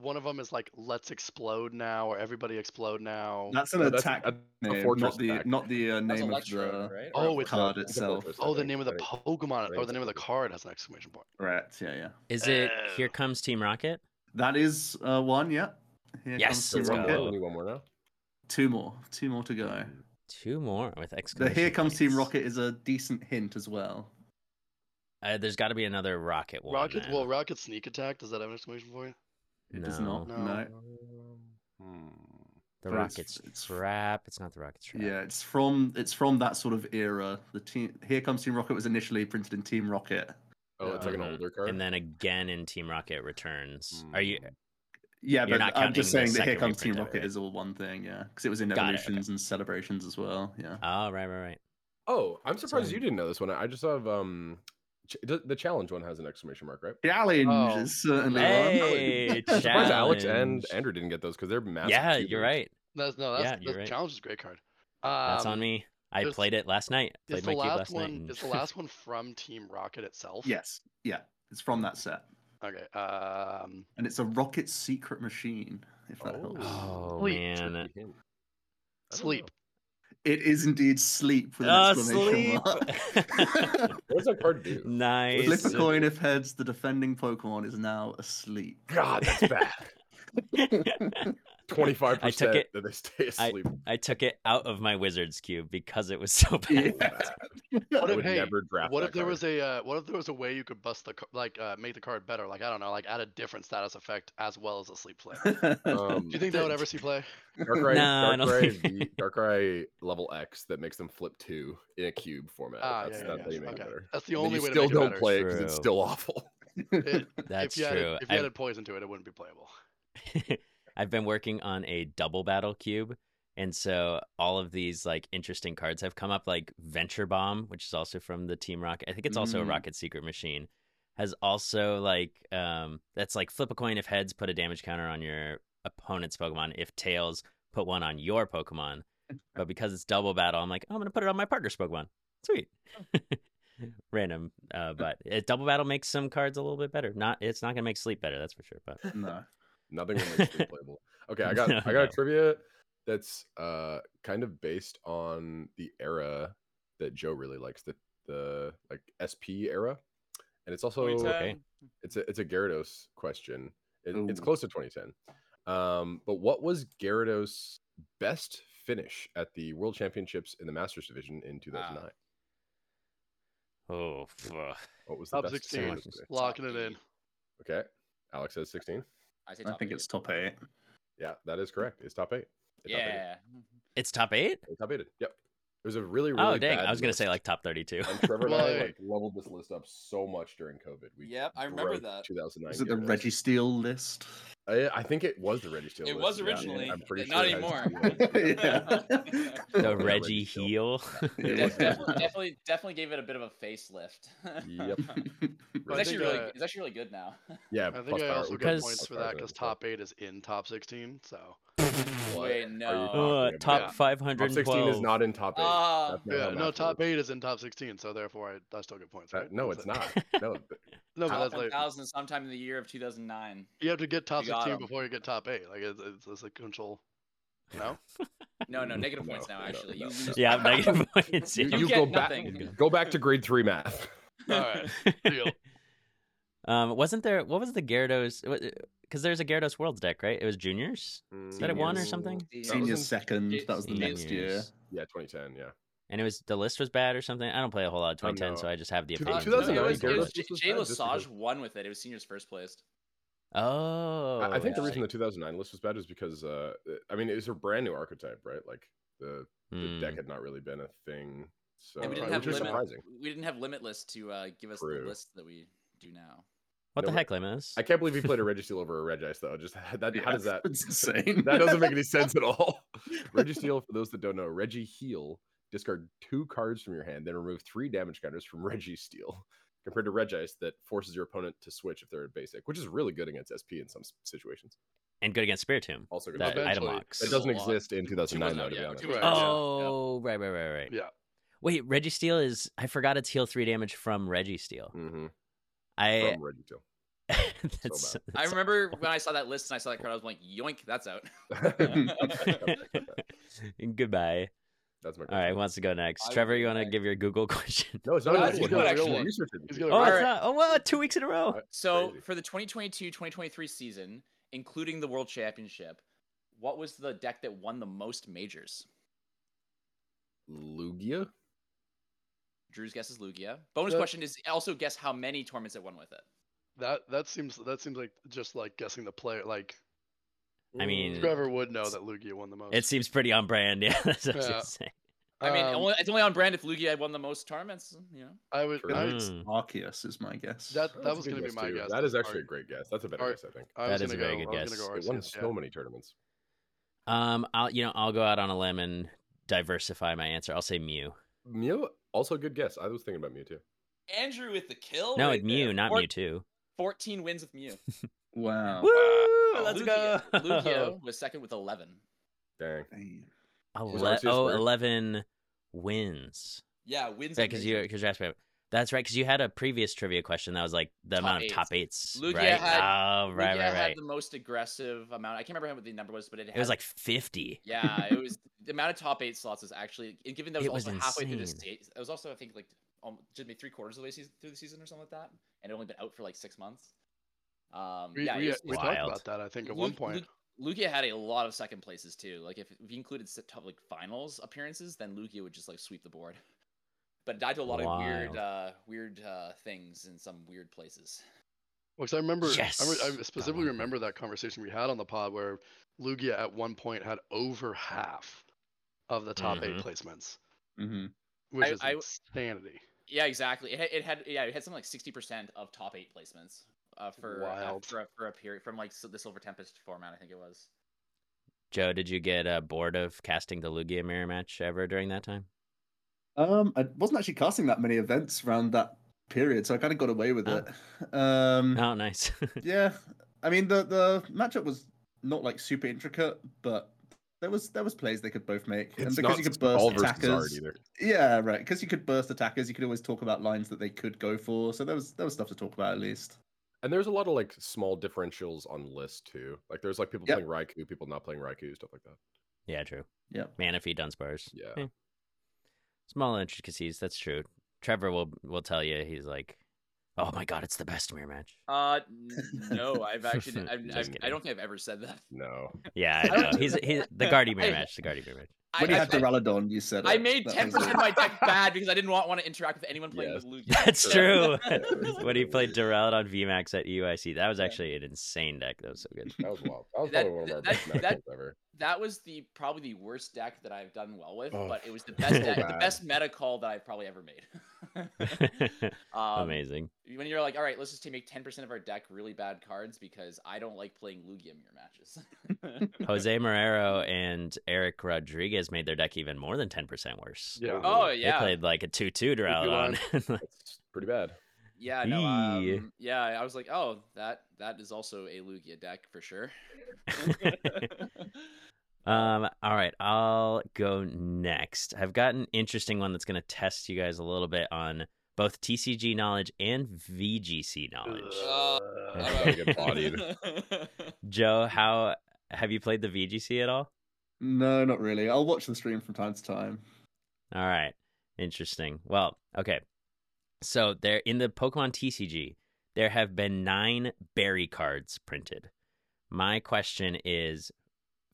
S4: one of them is like let's explode now or everybody explode now.
S5: That's an
S2: No, Oh, that's
S5: attack.
S2: a- a
S5: name,
S2: fortress
S5: not the
S2: attack.
S5: not the uh,
S3: That's
S5: name of
S3: Electro,
S5: the
S3: right?
S4: Oh,
S3: Or-
S4: it's
S5: card
S2: It's a
S5: itself.
S2: fortress, I
S4: oh, the
S2: think,
S4: name of the
S2: right?
S4: Pokemon or the name of the
S2: Right.
S4: card has an exclamation point.
S5: Correct. Yeah, yeah.
S1: Is it
S4: Uh,
S1: Here Comes Team Rocket?
S5: That is uh, one. Yeah. Here
S1: Yes, let's
S5: comes the
S2: So
S1: go.
S2: one
S5: rocket.
S2: more, only one more now.
S5: Two more. Two more to go.
S1: Two more with
S5: The
S1: exclamation.
S5: Here Comes Team
S1: points.
S5: Rocket is a decent hint as well.
S1: Uh, there's got to be another Rocket one.
S4: Rocket,
S1: then.
S4: well, Rocket Sneak Attack. Does that have an exclamation point?
S5: It does
S1: No.
S5: not. No.
S4: No.
S2: Hmm.
S1: the
S5: but it's-
S1: Rocket's
S5: it's-
S1: trap. It's not the Rocket's trap.
S5: Yeah, it's from it's from that sort of era. The team Here Comes Team Rocket was initially printed in Team Rocket.
S2: Oh, it's like an
S1: Mhm.
S2: older card.
S1: And then again in Team Rocket Returns. Are you?
S2: Hmm.
S5: Yeah,
S1: You're
S5: but
S1: not
S5: I'm just
S1: counting the
S5: saying that Here
S1: second
S5: Comes Team
S1: reprint of it,
S5: Rocket
S1: right?
S5: is all one thing, yeah, because it was in
S1: Got it, okay.
S5: evolutions and celebrations as well. Yeah,
S4: Mm.
S1: Oh, right, right, right.
S2: Oh, I'm surprised
S1: So-
S2: you didn't know this one. I I just have um, ch- the the challenge one has an exclamation mark, right?
S5: challenge
S4: Oh.
S5: is certainly one.
S1: Hey,
S2: I'm surprised Alex and
S1: challenge.
S2: Andrew didn't get those because they're massive.
S1: Yeah,
S2: cubes.
S1: you're right.
S4: That's no.
S1: Yeah,
S4: That's
S1: you're
S4: the
S1: right.
S4: challenge is a great card.
S1: That's
S4: Um,
S1: on me. I
S4: there's-
S1: played it last night.
S4: Is
S1: Played
S4: the
S1: my cube
S4: last
S1: last night.
S4: one?
S1: and-
S4: Is the last one from Team Rocket itself?
S5: Yes, yeah, it's from that set,
S4: Okay. Um.
S5: and it's a rocket secret machine. If that
S2: Oh.
S5: helps,
S1: Oh
S4: Sleep.
S1: man.
S2: Tricky hint. I don't know.
S4: Sleep.
S5: it is indeed sleep with an
S1: Oh,
S5: exclamation
S1: sleep.
S5: mark.
S2: What does that card do?
S1: Nice.
S5: Flip a
S2: Sleep.
S5: coin if heads. The defending Pokemon is now asleep.
S2: God, that's bad. Twenty five
S1: I took
S2: percent
S1: it-
S2: that they stay
S1: I-
S2: asleep.
S1: I took it out of my wizard's cube because it was so bad.
S5: Yeah.
S4: What
S2: I
S4: if,
S2: would
S4: hey,
S2: never draft.
S4: What
S2: that
S4: if there
S2: card.
S4: was a uh, what if there was a way you could bust the ca- like uh, make the card better? Like I don't know, like add a different status effect as well as a sleep play. Do
S2: Um,
S4: you think that would ever see play?
S2: Darkrai,
S1: Nah, I don't
S2: Darkrai,
S1: think-
S2: V- Darkrai level X that makes them flip two in a cube format.
S4: Ah,
S2: that's
S4: yeah,
S2: that's
S4: yeah,
S2: how
S4: yeah.
S2: you make
S4: Okay.
S2: it better.
S4: That's the
S2: And
S4: only
S2: you
S4: way
S2: still
S4: to make
S2: don't
S4: it better.
S2: play it because it's
S1: True.
S2: still awful.
S1: That's
S4: if you
S1: true.
S4: Added, if you
S1: I've-
S4: added poison to it, it wouldn't be playable.
S1: I've been working on a double battle cube. And so all of these like interesting cards have come up, like Venture Bomb, which is also from the Team Rocket. I think it's also a
S5: Mm.
S1: Rocket Secret Machine. Has also like um that's like flip a coin if heads, put a damage counter on your opponent's Pokemon. If tails, put one on your Pokemon. But because it's double battle, I'm like, oh, I'm gonna put it on my partner's Pokemon. Sweet. Random. Uh, but it, double battle makes some cards a little bit better. Not it's not gonna make sleep better, that's for sure. But
S5: no.
S2: Nothing will make sleep playable. Okay, I got
S1: No,
S2: I got
S1: no.
S2: a trivia that's uh kind of based on the era that Joe really likes, the the like SP era. And it's
S4: Oh,
S2: also
S1: 2010. okay.
S2: it's a it's a Gyarados question. It, it's
S5: Ooh.
S2: close to 2010. Um, but what was Gyarados' best finish at the World Championships in the Masters division in 2009?
S1: oh phew.
S2: What was the
S4: Top
S2: best
S4: 16.
S2: finish?
S1: Someone-
S4: Locking
S3: Top
S4: it in.
S3: eight.
S2: Okay, Alex says 16.
S3: I, say
S5: I
S3: top
S5: think
S3: eight.
S5: it's top eight.
S2: Yeah, that is correct. It's top eight. It's top eight.
S3: Yeah.
S1: It's top eight?
S2: It's top eight. Yep. It was a really really.
S1: Oh dang!
S2: bad
S1: I was gonna say
S2: list.
S1: like top thirty-two.
S2: And Trevor and I
S4: Right.
S2: like leveled this list up so much during COVID. We
S3: Yep, I remember
S2: broke
S3: that.
S2: 2009.
S5: Is it the
S2: Gyarados.
S5: Reggie Steel list?
S2: I, I think it was the Reggie Steel.
S3: It
S2: list,
S3: was
S2: yeah.
S3: originally,
S2: I'm pretty
S3: but not
S2: sure it has Steel.
S3: anymore.
S1: the
S5: yeah.
S2: Yeah,
S1: Reggie
S2: Reggie Hill.
S1: heel.
S3: Def- def-
S5: Yeah.
S3: definitely, definitely gave it a bit of a facelift.
S2: Yep.
S4: I
S3: It's actually
S4: think,
S3: really,
S4: uh,
S3: it's actually really good now.
S2: Yeah,
S4: I
S2: plus
S4: think I
S2: power.
S4: also
S2: We
S4: get
S2: got
S1: Because-
S4: points for
S2: plus power
S4: that because
S2: that.
S4: top eight is in top sixteen. So
S3: Wait, no.
S1: Uh,
S2: about?
S1: top
S4: Yeah.
S1: five
S2: Top
S1: hundred
S2: 16 is
S1: twelve.
S2: not in top eight.
S3: Ah,
S2: That's not how
S4: yeah, no,
S2: math
S4: top
S2: works.
S4: eight is in top sixteen. So therefore, I, I still get points.
S2: That-
S4: right?
S2: Uh, no,
S4: That's
S2: it's
S4: it.
S2: not. No, th-
S4: No, but
S3: top
S4: that's like
S3: 1000 sometime in the year of 2009.
S4: you have to get top
S3: You got
S4: sixteen
S3: 'em.
S4: before you get top eight. Like it's, it's, it's a control. No.
S3: No, no, negative
S2: No,
S3: points now,
S2: no,
S3: actually.
S2: no,
S3: you
S2: no.
S3: lose.
S1: Yeah, I'm negative points.
S2: you,
S1: yeah.
S3: You
S2: you
S3: get
S2: go back.
S3: nothing.
S2: Go back to grade three math.
S4: All right. Deal.
S1: um, wasn't there? What was the Gyarados? Because there's a Gyarados Worlds deck, right? It was juniors,
S2: Is
S1: that it won or
S5: Seniors.
S1: something?
S3: Seniors.
S2: That was in-
S5: Mm. Seniors second. That was the next year.
S1: Seniors.
S2: Yeah, 2010. Yeah.
S1: and it was the list was bad or something. I don't play a whole lot of
S2: Um,
S1: 2010,
S2: no.
S1: so I just have the
S2: Two-
S1: opinion.
S3: Uh, no, it
S2: 2009
S3: was- it was
S2: Gyarados
S3: J-
S2: was
S3: Jay
S2: bad just
S3: Lesage
S2: because-
S3: won with it. It was seniors first placed.
S1: Oh,
S2: I, I think the reason
S1: interesting.
S2: the 2009 list was bad is because, uh, I mean, it was a brand new archetype, right? Like the, the
S1: Hmm.
S5: Mm.
S2: deck had not really been a thing. So,
S3: And we didn't
S2: uh,
S3: have
S2: which is
S3: limit.
S2: surprising.
S3: We didn't have limitless to uh, give us
S2: True.
S3: the list that we do now.
S1: What the
S2: No,
S1: heck, Lemus?
S2: I can't believe he played a Registeel over a Regice, though. Just that, how does that?
S5: It's insane.
S2: that doesn't make any sense at all. Registeel, for those that don't know, Reggie Heal, discard two cards from your hand, then remove three damage counters from Reggie Steel. Compared to Regice, that forces your opponent to switch if they're at basic, which is really good against SP in some s- situations.
S1: And good against Spirit Tomb.
S2: Also, good.
S1: That
S2: against-
S1: item
S4: Eventually,
S1: locks.
S2: that doesn't
S3: a lot.
S2: exist in 2009, though,
S3: 2009,
S2: to be
S3: yeah,
S2: honest.
S3: you're right.
S1: Oh, right, right, right, right.
S4: Yeah.
S1: Wait, Reggie Steel is. I Eh. forgot it's heal three damage from Reggie Steel.
S2: Mhm,
S1: I
S2: From Reggie Steel.
S1: that's,
S2: So
S3: I
S1: that's-
S3: remember when I saw that list and I saw that card, I was like, yoink, that's out.
S1: Goodbye.
S2: That's my.
S1: All right, who wants to go next?
S3: I
S1: Trevor, you want to
S3: like-
S1: give your Google question?
S2: No, it's not
S3: No,
S2: a
S3: it's
S2: good
S3: good,
S2: one.
S3: actually.
S2: You researched it.
S4: He's gonna-
S1: Oh,
S4: All
S1: it's
S3: right.
S1: not. Oh, wow, two weeks in a row.
S3: So
S2: Crazy.
S3: for the 2022-2023 season, including the World Championship, what was the deck that won the most majors?
S2: Lugia.
S3: Drew's guess is Lugia. Bonus
S4: Yeah.
S3: question is also guess how many tournaments it won with it.
S4: That that seems that seems like just like guessing the player. Like
S1: I mean,
S4: Trevor would know that Lugia won the
S3: oh,
S4: most.
S1: It seems pretty on brand. Yeah, that's what I
S4: Yeah.
S1: was gonna
S3: I mean,
S4: Um,
S3: only, it's only on brand if Lugia had won the most tournaments. You know,
S4: I would.
S2: True.
S4: I,
S1: say. Mm,
S4: would-
S5: Arceus is my guess.
S4: that
S2: Oh,
S4: that
S2: that's
S4: was
S2: a good
S4: going to be my
S2: too.
S4: guess.
S2: That is actually a
S4: Ar-
S2: great guess. That's a better
S4: Ar-
S2: guess, I think.
S4: I
S1: That
S4: was
S1: is
S4: gonna
S1: a very
S4: go-
S1: good
S4: I was gonna
S1: guess.
S4: go
S2: It won
S4: Arceus, yeah.
S2: so many tournaments.
S1: Um, I'll you know I'll go out on a limb and diversify my answer. I'll say Mew.
S2: Mew also a good guess. I was thinking about Mew too.
S3: Andrew with the kill.
S1: No,
S3: right
S1: it Mew,
S3: there.
S1: not
S3: Four-
S1: Mew too.
S3: Fourteen wins with Mew.
S5: Wow.
S1: Woo! Let's
S3: Oh, Lugia,
S1: go.
S3: Lugia was second with eleven.
S2: Dang.
S5: Damn.
S2: Was
S1: Ele-
S2: Arceus
S1: oh,
S2: weird?
S1: 11 wins.
S3: Yeah, wins.
S1: Yeah,
S3: and
S1: because
S3: majors.
S1: you because you asked me. That's right, because you had a previous trivia question that was like the
S3: Top
S1: amount of
S3: eights.
S1: top eights,
S3: Lugia
S1: right?
S3: had-
S1: oh, right, right,
S3: Lugia had
S1: right.
S3: the most aggressive amount. I can't remember what the number was, but it,
S1: It was
S3: had-
S1: like fifty.
S3: Yeah, it was the amount of top eight slots is actually, and given that it
S1: It
S3: was,
S1: was
S3: also halfway through the
S1: insane.
S3: state, it was also I think like um, just maybe three quarters of the way season, through the season or something like that, and it only been out for like six months. Um,
S4: We,
S3: yeah, it
S4: we,
S3: was-
S4: we
S3: it was-
S4: talked
S1: wild.
S4: about that. I think at one
S3: Lu-
S4: point.
S3: Lu- Lugia had a lot of second places too. Like if, if you included s- top like finals appearances, then Lugia would just like sweep the board. But died to a lot of weird,
S1: Wild.
S3: uh, weird uh, things in some weird places.
S4: Because I remember, I, re-
S1: Yes!
S4: I
S1: That
S4: specifically
S1: one.
S4: remember that conversation we had on the pod where Lugia at one point had over half of the top eight
S1: Mhm.
S4: placements,
S5: Mm-hmm.
S4: which
S3: I-
S4: is
S3: I-
S4: insanity.
S3: Yeah, exactly. It, had- it had yeah, it had something like sixty percent of top eight placements uh, for uh,
S4: Wild.
S3: for, a, for a period from like s- the Silver Tempest format. I think it was.
S1: Joe, did you get uh, bored of casting the Lugia mirror match ever during that time?
S5: Um, I wasn't actually casting that many events around that period, so I kind of got away with
S1: Oh.
S5: it. Um,
S3: Mm.
S1: Oh, nice.
S5: yeah, I mean the the matchup was not like super intricate, but there was there was plays they could both make, and because you could burst
S2: all versus Zard
S5: attackers,
S2: either.
S5: yeah, right, because you could burst attackers, you could always talk about lines that they could go for. So there was there was stuff to talk about at least.
S2: And there's a lot of like small differentials on lists too. Like there's like people
S5: Yep.
S2: playing Raikou, people not playing Raikou, stuff like that.
S1: yeah, true.
S5: Yep.
S1: Manaphy Dunsparce.
S2: Yeah.
S1: Eh. Small intricacies. That's true. Trevor will will tell you. He's like, oh my god, it's the best mirror match.
S3: Uh, n- no, I've actually I've,
S1: Just
S3: I've, I
S1: kidding.
S3: don't think I've ever said that.
S2: No.
S1: Yeah, I know. he's he, the Guardy mirror
S3: I-
S1: match. The Guardy mirror match.
S3: I,
S5: When you
S3: I-
S5: had the Duraludon, you said
S3: I
S5: it.
S3: made
S5: That
S3: ten
S5: was
S3: percent
S5: it.
S3: of my deck bad because I didn't want, want to interact with anyone playing
S2: Yes.
S3: with Lugia.
S1: That's true.
S3: So-
S1: when he played Duraludon on VMAX at UIC, that was actually an insane deck. That was so good.
S2: That was wild. That was
S3: That-
S2: probably one of our
S3: that-
S2: best
S3: that-
S2: matches ever.
S3: That was the probably the worst deck that I've done well with,
S2: Oh,
S3: but it was the best
S1: so
S3: deck, the
S2: bad.
S3: best meta call that I've probably ever made. um,
S1: Amazing.
S3: when you're like, all right, let's just take- make 10% of our deck really bad cards because I don't like playing Lugia mirror matches.
S1: Jose Marrero and Eric Rodriguez made their deck even more than ten percent worse.
S4: Yeah.
S3: oh,
S1: They
S3: yeah.
S1: played like a two-two Duraludon. Like,
S2: That's pretty bad.
S3: Yeah, no.
S1: Eee.
S3: Um, yeah, I was like, oh, that that is also a Lugia deck for sure.
S1: Um, all right, I'll go next. I've got an interesting one that's going to test you guys a little bit on both TCG knowledge and VGC knowledge.
S4: Uh,
S2: Not a good body.
S1: Joe, how have you played the VGC at all?
S5: No, not really. I'll watch the stream from time to time.
S1: All right. Interesting. Well, okay. So there in the Pokemon TCG, there have been 9 berry cards printed. My question is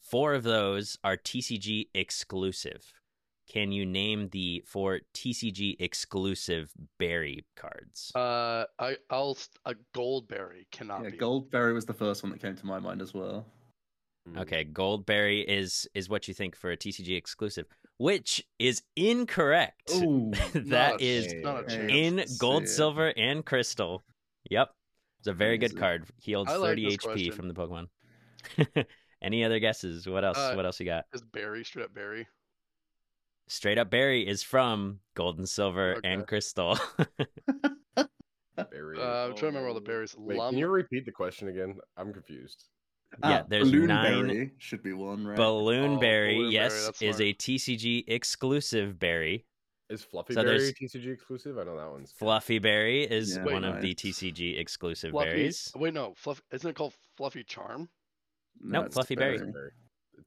S1: four of those are TCG exclusive. Can you name the four TCG exclusive berry cards?
S4: uh, I I'll s- a Goldberry cannot
S5: Yeah,
S4: be.
S5: Goldberry was the first one that came to my mind as well.
S2: Mm.
S1: Okay, Goldberry is is what you think for a TCG exclusive, which is incorrect.
S5: Ooh.
S1: that
S4: not a
S1: is
S4: sh- not a
S2: Hey.
S4: chance.
S1: in
S5: Let's
S1: gold,
S5: see.
S1: silver, and crystal. Yep, it's a very good
S5: Amazing.
S1: card. Healed
S4: I like
S1: thirty
S4: this
S1: HP
S4: question.
S1: from the Pokemon. Any other guesses? What else?
S4: Uh,
S1: what else you got?
S4: is Berry straight up Berry?
S1: Straight up berry is from gold and silver and
S4: Okay.
S1: crystal.
S2: Very-
S4: Uh, I'm trying to remember all the
S3: Oh.
S4: berries.
S2: Wait,
S4: Lum,
S2: can you repeat the question again? I'm confused.
S1: Yeah, there's nine-
S5: Balloonberry ah, should be one, right?
S1: Balloon
S4: Oh,
S1: berry,
S4: balloon berry,
S1: yes,
S4: that's
S1: is
S4: smart.
S1: a TCG exclusive berry.
S2: Is Fluffy
S1: So
S2: Berry
S1: there's-
S2: TCG exclusive? I know that one's
S1: Fluffy Berry is
S5: Yeah.
S4: Wait,
S1: one of
S5: no,
S1: the
S5: it's-
S1: TCG exclusive
S4: Fluffy-
S1: berries.
S4: Wait, no, fluff. Isn't it called Fluffy Charm?
S1: Nope,
S5: it's
S1: Fluffy Berry.
S2: Fluffy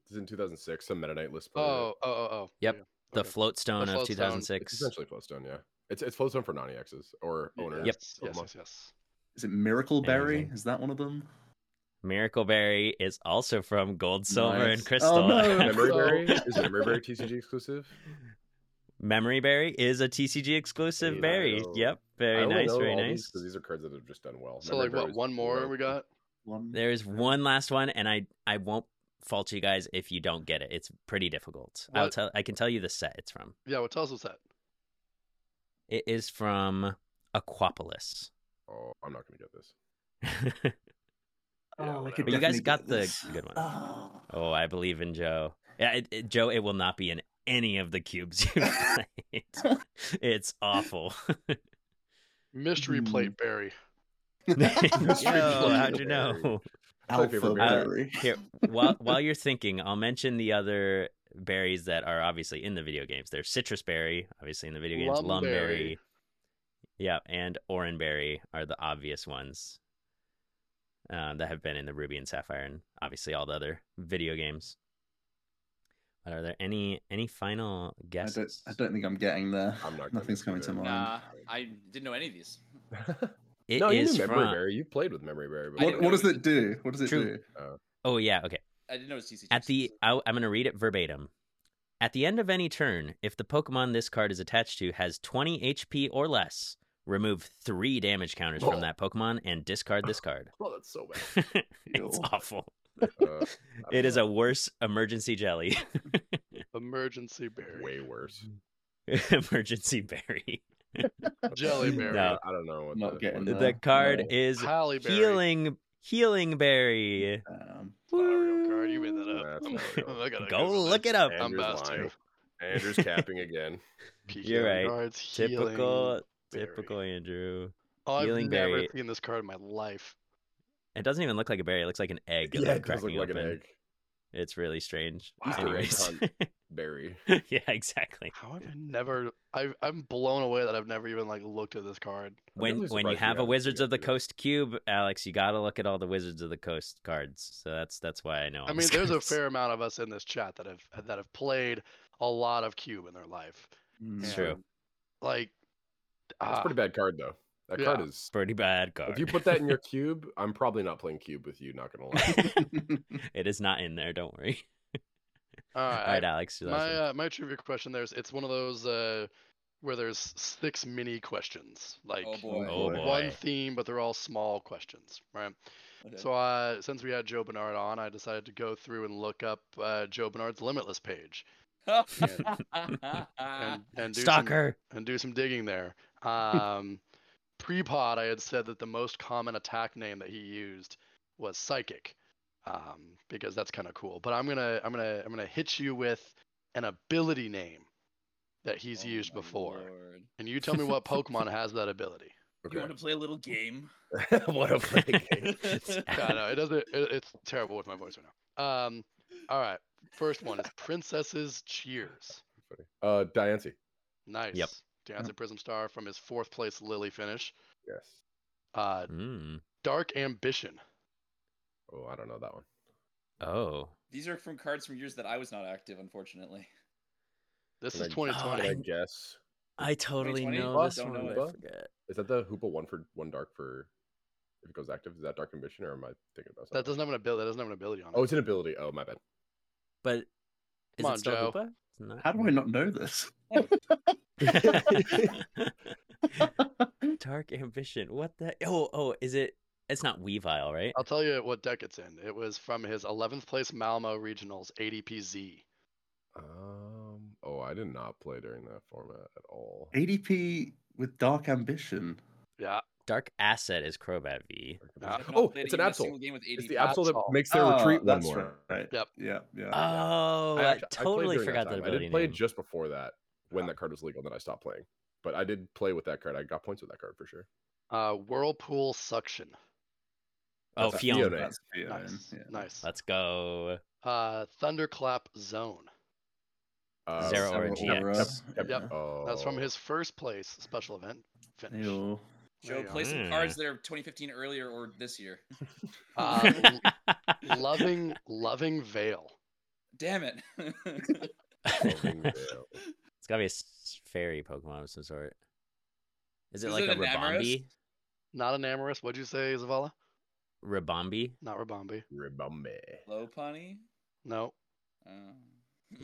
S2: It's in 2006. Some Meta Knight list. played it.
S4: Oh, oh, oh, oh.
S1: Yep.
S4: yeah,
S1: The
S4: okay.
S1: float stone of
S4: float stone.
S2: It's
S1: 2006.
S2: essentially Flowstone, yeah. It's it's Flowstone for non exes or owners.
S1: Yep.
S4: Yes,
S2: or
S4: yes, yes,
S2: monks.
S4: yes.
S5: Is it Miracle Berry?
S1: Amazing.
S5: Is that one of them?
S1: Miracle Berry is also from Gold, Silver,
S5: Nice.
S1: and
S5: Oh,
S1: Crystal.
S5: no.
S2: Memory
S4: So-
S2: Berry is Memory Berry TCG exclusive.
S1: Memory Berry is a TCG exclusive
S2: Hey,
S1: berry.
S2: wow.
S1: Yep. Very nice. Very nice.
S2: Because these are cards that have just done well.
S4: So
S2: Memory
S4: like,
S2: Berry
S4: what?
S2: was
S4: One more
S2: low.
S4: we got.
S5: One.
S1: There is one last one, and I I won't fault you guys if you don't get it. It's pretty difficult. I'll
S4: What-
S1: tell. I can tell you the set it's from.
S4: Yeah, well, tell us what's that.
S1: It is from Aquapolis.
S2: Oh, I'm not gonna get this. Yeah,
S5: Oh, I
S2: whatever.
S5: could
S1: But you guys
S5: definitely get
S1: got the
S5: this.
S1: good one.
S5: Oh.
S1: Oh, I believe in Joe. Yeah, it, it- Joe, it will not be in any of the cubes you played. it's awful.
S4: Mystery
S5: Hmm.
S4: plate berry.
S1: well, how'd you know?
S2: That's my favorite berry.
S5: Alpha Berry.
S1: Here, while while you're thinking, I'll mention the other berries that are obviously in the video games. There's citrus berry, obviously in the video games.
S4: Lumberry.
S1: Lumberry. Yeah, and oranberry are the obvious ones um, that have been in the Ruby and Sapphire, and obviously all the other video games. But are there any any final
S5: I don't,
S1: guesses?
S5: I don't think I'm getting there.
S2: I'm not gonna
S5: Nothing's
S2: do
S5: coming to
S2: that.
S5: mind.
S2: Nah.
S3: Nah, I didn't know any of these.
S1: It
S2: no, you
S1: is
S2: knew Memory
S1: from-
S2: Berry. You played with Memory Berry.
S3: I
S5: What,
S3: didn't
S5: what
S2: before.
S3: know
S5: does it do? What does it
S1: True.
S5: do?
S1: Oh yeah, okay.
S3: I didn't know it was TCG.
S1: At the I, I'm going to read it verbatim. At the end of any turn, if the Pokemon this card is attached to has 20 HP or less, remove three damage counters from
S2: Oh.
S1: that Pokemon and discard this card.
S4: Oh, that's so bad.
S1: it's
S5: Ew.
S1: awful.
S2: Uh,
S1: It is a worse emergency jelly,
S4: Emergency berry.
S2: way worse.
S1: emergency berry.
S4: Jelly berry.
S1: No.
S2: I don't know. What
S5: Not
S2: the,
S5: getting
S2: what
S5: No,
S1: the card
S5: no.
S1: is
S4: Halle berry.
S1: healing healing berry.
S5: Um,
S4: Not a real card. You made that
S2: Woo.
S4: up.
S2: That's not real.
S4: I gotta
S1: Go
S4: Google
S1: look
S4: this.
S1: it up.
S2: And-
S4: I'm
S2: Andrew's
S4: best
S2: lying.
S4: too.
S2: Andrew's capping again.
S1: You're
S4: PKO
S1: right.
S4: Guards, healing
S1: Typical
S4: berry. Oh,
S1: typical Andrew.
S4: I've
S1: healing
S4: never
S1: berry.
S4: seen this card in my life.
S1: It doesn't even look like a berry. It looks like an egg. that
S2: yeah,
S1: I'm
S2: it does look
S1: cracking
S2: like an
S1: open.
S2: egg.
S1: It's really strange.
S2: Wow.
S1: Anyways.
S2: Berry.
S1: yeah, exactly.
S4: How have I never? I've, I'm blown away that I've never even like looked at this card.
S1: When
S2: really
S1: when you
S2: surprised you
S1: have a
S2: haven't
S1: Wizards of the
S2: figured it out.
S1: Coast cube, Alex, you gotta look at all the Wizards of the Coast cards. So that's that's why I know. all
S4: I mean,
S1: these
S4: there's a
S1: cards.
S4: fair amount of us in this chat that have that have played a lot of cube in their life.
S1: It's
S5: mm.
S1: true.
S4: And, Like,
S2: It's a
S4: ah,
S2: pretty bad card though. That card
S4: Yeah.
S2: is.
S1: pretty bad card.
S2: If you put that in your cube, I'm probably not playing cube with you. Not gonna lie.
S1: it is not in there. Don't worry.
S4: all right,
S1: all right, Alex. your last
S4: my
S1: one.
S4: uh, my trivia question there's it's one of those uh, where there's six mini questions, like
S3: oh boy.
S1: oh boy.
S4: one theme, but they're all small questions, right?
S3: Okay.
S4: So uh, since we had Joe Bernard on, I decided to go through and look up uh, Joe Bernard's Limitless page and,
S3: Ah.
S4: and do some-
S1: Stalker.
S4: and do some digging there. Um, Pre-pod, I had said that the most common attack name that he used was Psychic, um, because that's kind of cool. But I'm gonna I'm gonna I'm gonna hit you with an ability name that he's
S3: Oh
S4: used
S3: my
S4: before,
S3: lord.
S4: and you tell me what Pokemon has that ability.
S3: You want to play a little game?
S2: what a fucking
S1: It's-
S4: Yeah, no, it doesn't. It, it's terrible with my voice right now. Um, all right, first one is Princess's Cheers.
S2: Uh, Diancie.
S4: Nice.
S1: Yep.
S4: Dancing Prism Star from his fourth place Lily finish.
S2: Yes.
S4: Uh,
S1: Mm.
S4: Dark Ambition.
S2: Oh, I don't know that one.
S1: Oh.
S3: These are from cards from years that I was not active, unfortunately.
S4: This
S2: Can
S4: is
S2: I-
S1: Oh,
S2: Can
S4: 2020.
S2: I
S1: I-
S2: guess?
S1: I totally
S3: 2020?
S1: know
S2: Bug?
S1: this
S3: Don't
S1: one.
S3: know
S1: I
S2: bug?
S1: forget.
S2: Is that the hoop of one for one dark for if it goes active? Is that dark ambition or am I thinking about
S4: that
S2: something?
S4: doesn't have an ability. That doesn't have an ability on it.
S2: Oh, it's an ability. Oh, my bad.
S1: But is it
S4: Come on,
S1: still
S4: Joe.
S1: Hoopa? It's not-
S5: How do I not know this?
S1: Dark ambition. What the? Oh, oh, is it? It's not Weavile, right?
S4: I'll tell you what deck it's in. It was from his 11th place Malmo Regionals ADPZ.
S2: Um. Oh, I did not play during that format at all.
S5: ADP with Dark Ambition.
S4: Yeah.
S1: Dark asset is Crobat V.
S2: Dark
S4: Ah.
S3: I've
S2: ambition.
S3: not
S2: oh,
S3: played
S2: it's an
S3: even a single
S2: absol.
S3: Game with
S2: It's
S3: 80
S2: the absol that
S4: Absol.
S2: makes their retreat one
S5: that's
S2: more.
S5: Right.
S4: Yep.
S5: Yeah. Yeah.
S1: Oh, I,
S2: actually- played
S1: totally
S2: during that
S1: forgot that
S2: time.
S1: ability Ah.
S2: I did play
S1: name.
S2: just before that when
S4: Yeah.
S2: that card was legal. Then I stopped playing. But I did play with that card. I got points with that card for sure.
S4: Uh, Whirlpool Suction.
S1: oh,
S2: that's
S1: Fiona.
S2: Fiona.
S5: That's Fiona,
S4: Nice.
S5: yeah.
S4: Nice.
S1: Let's go.
S4: Uh, Thunderclap Zone.
S2: Uh,
S1: Zero or GX.
S5: Sarah Aura.
S4: Yep.
S2: Oh.
S4: That's from his first place special event finish.
S5: Ew.
S4: There
S3: Joe,
S4: you go.
S3: play some
S1: Mm.
S3: cards that are 2015 earlier or this year.
S2: Ah.
S3: Um,
S4: Uh, loving, loving Veil.
S3: Damn it.
S2: oh,
S1: it's
S2: Ringdale.
S1: gotta be a s- fairy Pokemon of some sort. Is it
S3: Is
S1: like
S3: it
S1: a
S3: an Amoros?
S1: Rabombi?
S4: Not an amorous. What'd you say, Zavala?
S1: Rabombi?
S4: Not Rabombi.
S2: Ribambe.
S3: Low punny.
S4: No.
S3: Uh,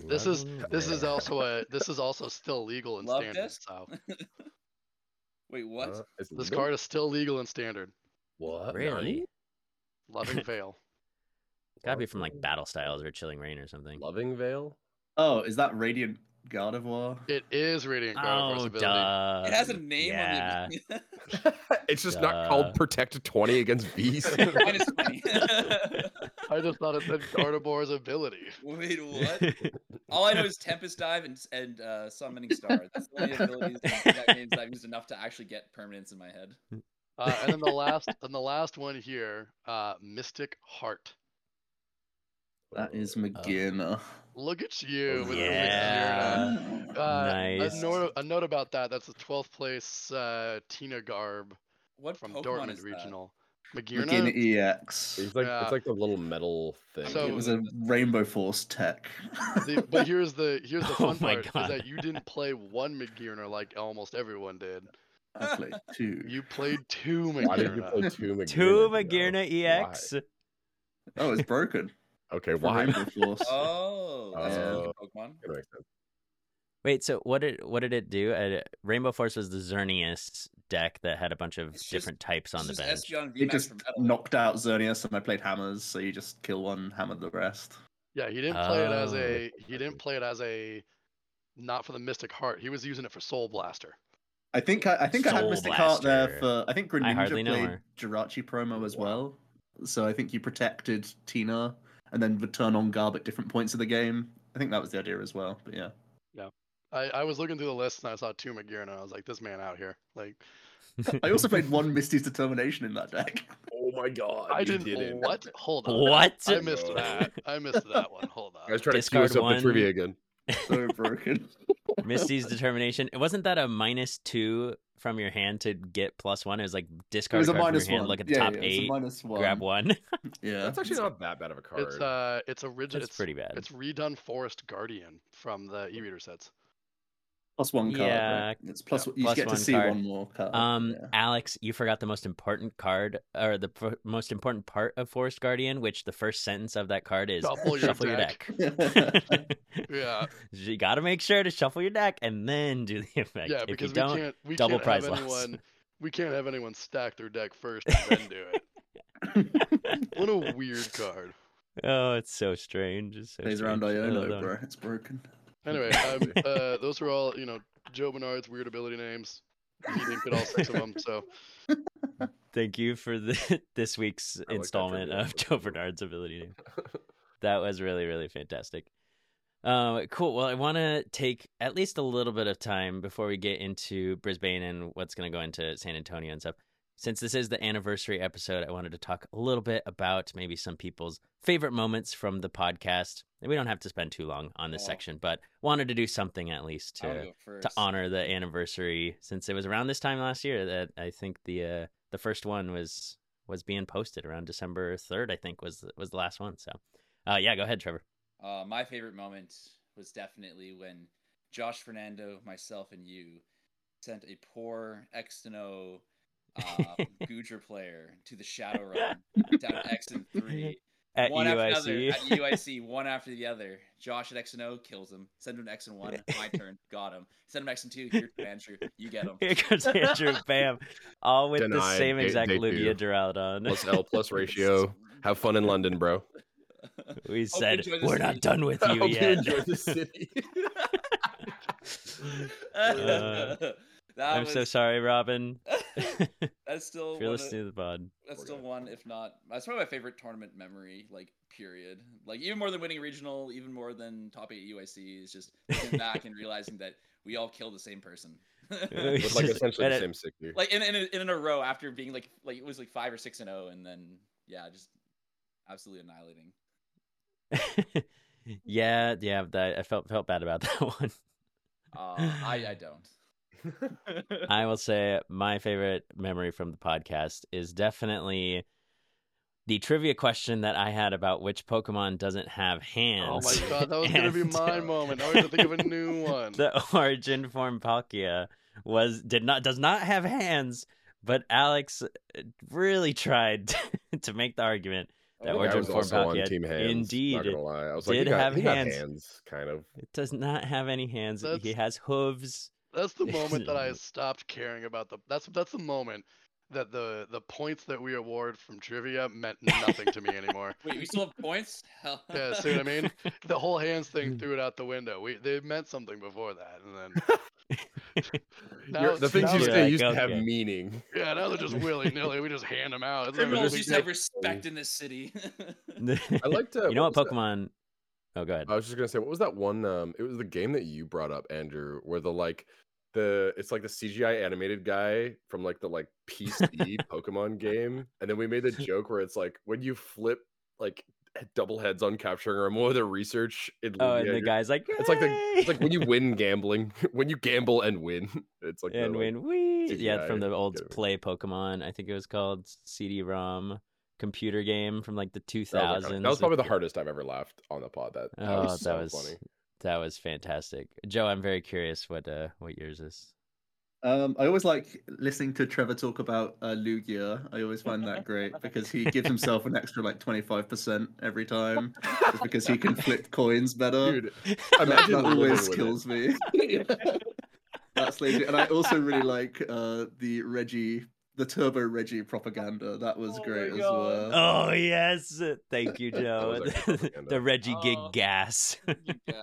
S4: This is this is
S1: Lovely.
S4: also a this is also still legal in
S3: Love
S4: standard.
S3: disc?
S4: So
S3: wait, what?
S2: Huh? It's
S4: this
S2: Lil-
S4: card is still legal in standard.
S2: What?
S1: Really?
S2: Nani?
S4: Loving Veil.
S1: Gotta be from like
S2: Loving-
S1: Battle Styles or Chilling Rain or something.
S2: Loving Veil?
S5: Oh, is that Radiant Gardevoir?
S4: It is Radiant Guard
S1: Oh,
S4: of
S1: duh.
S3: it has a name
S1: yeah.
S3: on the
S2: it's just not
S1: Duh.
S2: called Protect 20 against Beast.
S3: Minus 20.
S4: I just thought it said Gardevoir's ability.
S3: wait, what? All I know is Tempest Dive and, and uh, Summoning Star. That's the only abilities in that games that I've used enough to actually get permanence in my head.
S4: Uh, and then the last and the last one here, uh, Mystic Heart.
S5: That is Magina.
S4: Look at you. with the Zigzag
S1: Yeah.
S4: Zero.
S5: Oh.
S4: Uh,
S1: Nice.
S4: A note, a note about that. That's the 12th place uh, Tina Garb
S3: What
S4: from
S3: Pokemon
S4: Dortmund
S3: is that?
S4: Regional. Magirna.
S5: Magina E. EX.
S2: It's like
S4: Yeah.
S2: it's like the little metal thing.
S4: So-
S3: Oh.
S5: it was a Rainbow Force tech.
S4: the- but here's the here's the
S1: Oh
S4: fun
S1: my
S4: part
S1: God.
S4: is that you didn't play one Magirna like almost everyone did.
S5: I played two.
S4: You played two
S2: Why did you play
S4: Magirna.
S2: two Magirna?
S1: Two
S2: Joe?
S1: Magirna EX.
S5: Oh, it's broken.
S2: Why? Okay,
S5: for
S2: why?
S5: Rainbow Force.
S3: Oh, that's
S2: Oh.
S3: a Pokemon.
S2: That makes sense.
S1: Wait, so what did what did it do? Uh, Rainbow Force was the Xerneas deck that had a bunch of
S3: It's just-
S1: different types on
S3: It's
S1: the
S3: just
S1: bench.
S3: Espeon
S5: It
S3: VMAX
S5: just
S3: from Metal.
S5: knocked out Xerneas, and I played hammers. So you just kill one, hammer the rest.
S4: Yeah, he didn't play it as
S1: Oh.
S4: a he didn't play it as a not for the Mystic Heart. He was using it for Soul Blaster.
S5: I think I, I think I had
S1: Soul
S5: Mystic Heart there
S1: Blaster.
S5: for. I think Greninja
S1: hardly
S5: played
S1: know her.
S5: Jirachi promo as well. So I think you protected Tina and then would turn on Garb at different points of the game. I think that was the idea as well. But yeah,
S4: I, I was looking through the list and I saw two Magirna. I was like, this man out here. Like
S5: I also played one Misty's Determination in that deck.
S2: Oh my god.
S4: I
S2: you
S4: didn't.
S2: it.
S4: What? Hold on.
S1: What?
S4: I missed
S2: No.
S4: that. I missed that one. Hold
S2: I was
S4: on.
S2: trying
S1: Discard
S2: to queue us up
S1: one.
S2: the trivia again.
S5: So broken.
S1: Misty's determination. It wasn't that a minus two from your hand to get plus one. It was like
S5: It
S1: discard
S5: was a
S1: a card
S5: minus
S1: from your hand,
S5: one.
S1: look at the
S5: yeah,
S1: top
S5: yeah, it was
S1: eight,
S5: a minus one.
S1: grab one.
S5: Yeah,
S2: That's actually not that bad of a card.
S4: It's uh, it's original.
S1: That's
S4: It's,
S1: pretty bad.
S4: it's redone Forest Guardian from the e-reader sets.
S5: plus one card.
S1: Yeah,
S5: right? it's plus.
S1: yeah,
S5: You
S1: plus
S5: get to
S1: one
S5: see
S1: card.
S5: one more card.
S1: Um,
S5: yeah.
S1: Alex, you forgot the most important card or the pro- most important part of Forest Guardian, which the first sentence of that card is
S4: Shuffle your
S1: shuffle your
S4: deck."
S1: deck.
S4: Yeah.
S1: you got to make sure to shuffle your deck and then do the effect.
S4: yeah,
S1: if
S4: because
S1: you
S4: we
S1: don't,
S4: can't we
S1: double
S4: can't
S1: prize
S4: have
S1: loss.
S4: anyone we can't have anyone stack their deck first and then do it. What a weird card.
S1: oh, it's so strange. It's so
S5: Plays around
S1: strange. Oh, I love
S5: Iono,
S1: that
S5: bro.
S1: one.
S5: It's broken.
S4: Anyway, um, uh, those are all you know Joe Bernard's weird ability names. He didn't get all six of them, so
S1: Thank you for the, this week's
S2: that
S1: installment
S2: trivia.
S1: of Joe Bernard's ability name. that was really really fantastic um, cool well i want to take at least a little bit of time before we get into brisbane and what's going to go into san antonio and stuff since this is the anniversary episode i wanted to talk a little bit about maybe some people's favorite moments from the podcast And we don't have to spend too long on this
S3: Oh.
S1: section but wanted to do something at least
S3: I wanna
S1: to,
S3: go first.
S1: to honor the anniversary since it was around this time last year that i think the uh, the first one was was being posted around december 3rd i think was was the last one so uh, yeah go ahead trevor
S3: Uh, my favorite moment was definitely when Josh Fernando, myself, and you sent a poor X and O um, Gudra player to the Shadow Realm down X and three.
S1: at
S3: one after another
S1: UIC.
S3: at UIC, one after the other. Josh at X and O kills him. Send him to X and one. My turn. Got him. Send him to X and two. Here to Andrew. You get him.
S1: Here comes Andrew, bam, all with the
S2: Denied.
S1: same
S2: They-
S1: exact
S2: they
S1: Lugia
S2: do.
S1: Duraludon.
S2: plus L plus ratio. Have fun in London, bro.
S1: We said
S3: enjoy this
S1: we're
S3: week."
S1: not done with you
S2: Hope you
S1: yet.
S2: enjoy the city.
S1: Uh,
S3: that
S1: I'm so
S3: was-
S1: sorry, Robin. if
S3: that's still
S1: you're
S3: one of-
S1: listening to the pod,
S3: That's
S2: Poor
S3: still
S2: guy.
S3: one, if not, that's probably my favorite tournament memory. Like period. Like even more than winning regional, even more than top eight UIC is just looking back and realizing that we all killed the same person.
S2: With like
S1: Just
S2: essentially the
S1: edit.
S2: same sick dude.
S3: like in in a, in a row after being like like it was like five or oh, six and zero, and then yeah, just absolutely annihilating.
S1: Yeah, yeah, that, I felt felt bad about that one.
S3: Uh, I I don't.
S1: I will say my favorite memory from the podcast is definitely the trivia question that I had about which Pokemon doesn't have
S4: Oh
S1: hands.
S4: my god, that was gonna be
S1: And- uh,
S4: my moment. I was gonna think of a new one.
S1: the origin form Palkia was did not does not have hands, but Alex uh, really tried to make the argument.
S3: I
S1: That
S2: I
S3: think
S1: origin
S2: was
S1: form
S2: also on
S1: Palkia.
S2: Team Hands.
S1: Indeed,
S2: not gonna lie. I was like,
S1: did
S2: he got,
S1: have
S2: he got
S1: hands.
S2: hands, kind of.
S1: It does not have any hands. He
S4: That's-
S1: has hooves.
S4: That's the moment that I stopped caring about the. That's that's the moment that the the points that we award from trivia meant nothing to me anymore.
S3: Wait, we still have points? Hell.
S4: Yeah, see what I mean? The whole hands thing threw it out the window. We they meant something before that, and then now,
S2: Your- the things
S4: now
S2: you
S1: Yeah,
S4: they're-
S2: say
S1: like,
S2: used to have
S1: okay.
S2: meaning.
S4: Yeah, now they're just willy nilly. We just hand them out. It's like,
S3: Criminals
S4: we-
S3: used to have respect in this city.
S2: I liked. Uh,
S1: you know what,
S2: was that-
S1: Pokemon? Oh, go ahead.
S4: Uh,
S2: I was just gonna say, what was that one? Um, it was the game that you brought up, Andrew, where the like the it's like the CGI animated guy from like the like PC Pokemon game, and then we made the joke where it's like when you flip like h- double heads on capturing or more of the research. It
S1: oh, and the
S2: guy.
S1: guy's like,
S2: It's like the it's like
S1: "Yay!"
S2: when you win gambling, when you gamble and win. It's like the,
S1: and
S2: like-
S1: when we yeah
S2: CGI
S1: from the old
S2: get
S1: play
S2: away.
S1: Pokemon, I think it was called CD-ROM computer game from like the two
S2: that was, like,
S1: thousands.
S2: that was probably the hardest I've ever laughed on the pod. That, that
S1: Oh,
S2: was so
S1: that was
S2: funny.
S1: that was fantastic, Joe. I'm very curious what uh what yours is.
S5: Um, I always like listening to Trevor talk about uh, Lugia. I always find that great because he gives himself an extra like twenty five percent every time, just because he can flip coins better.
S2: Dude,
S5: that,
S2: imagine
S5: that
S2: living
S5: always
S2: with it.
S5: kills me. That's lazy. And I also really like uh, the Reggie, the Turbo Reggie propaganda. That was
S3: Oh my
S5: great as well.
S3: God.
S1: Oh yes, thank you, Joe.
S2: was actually propaganda.
S1: the Reggie Gig
S3: Oh.
S1: gas,
S3: Yes.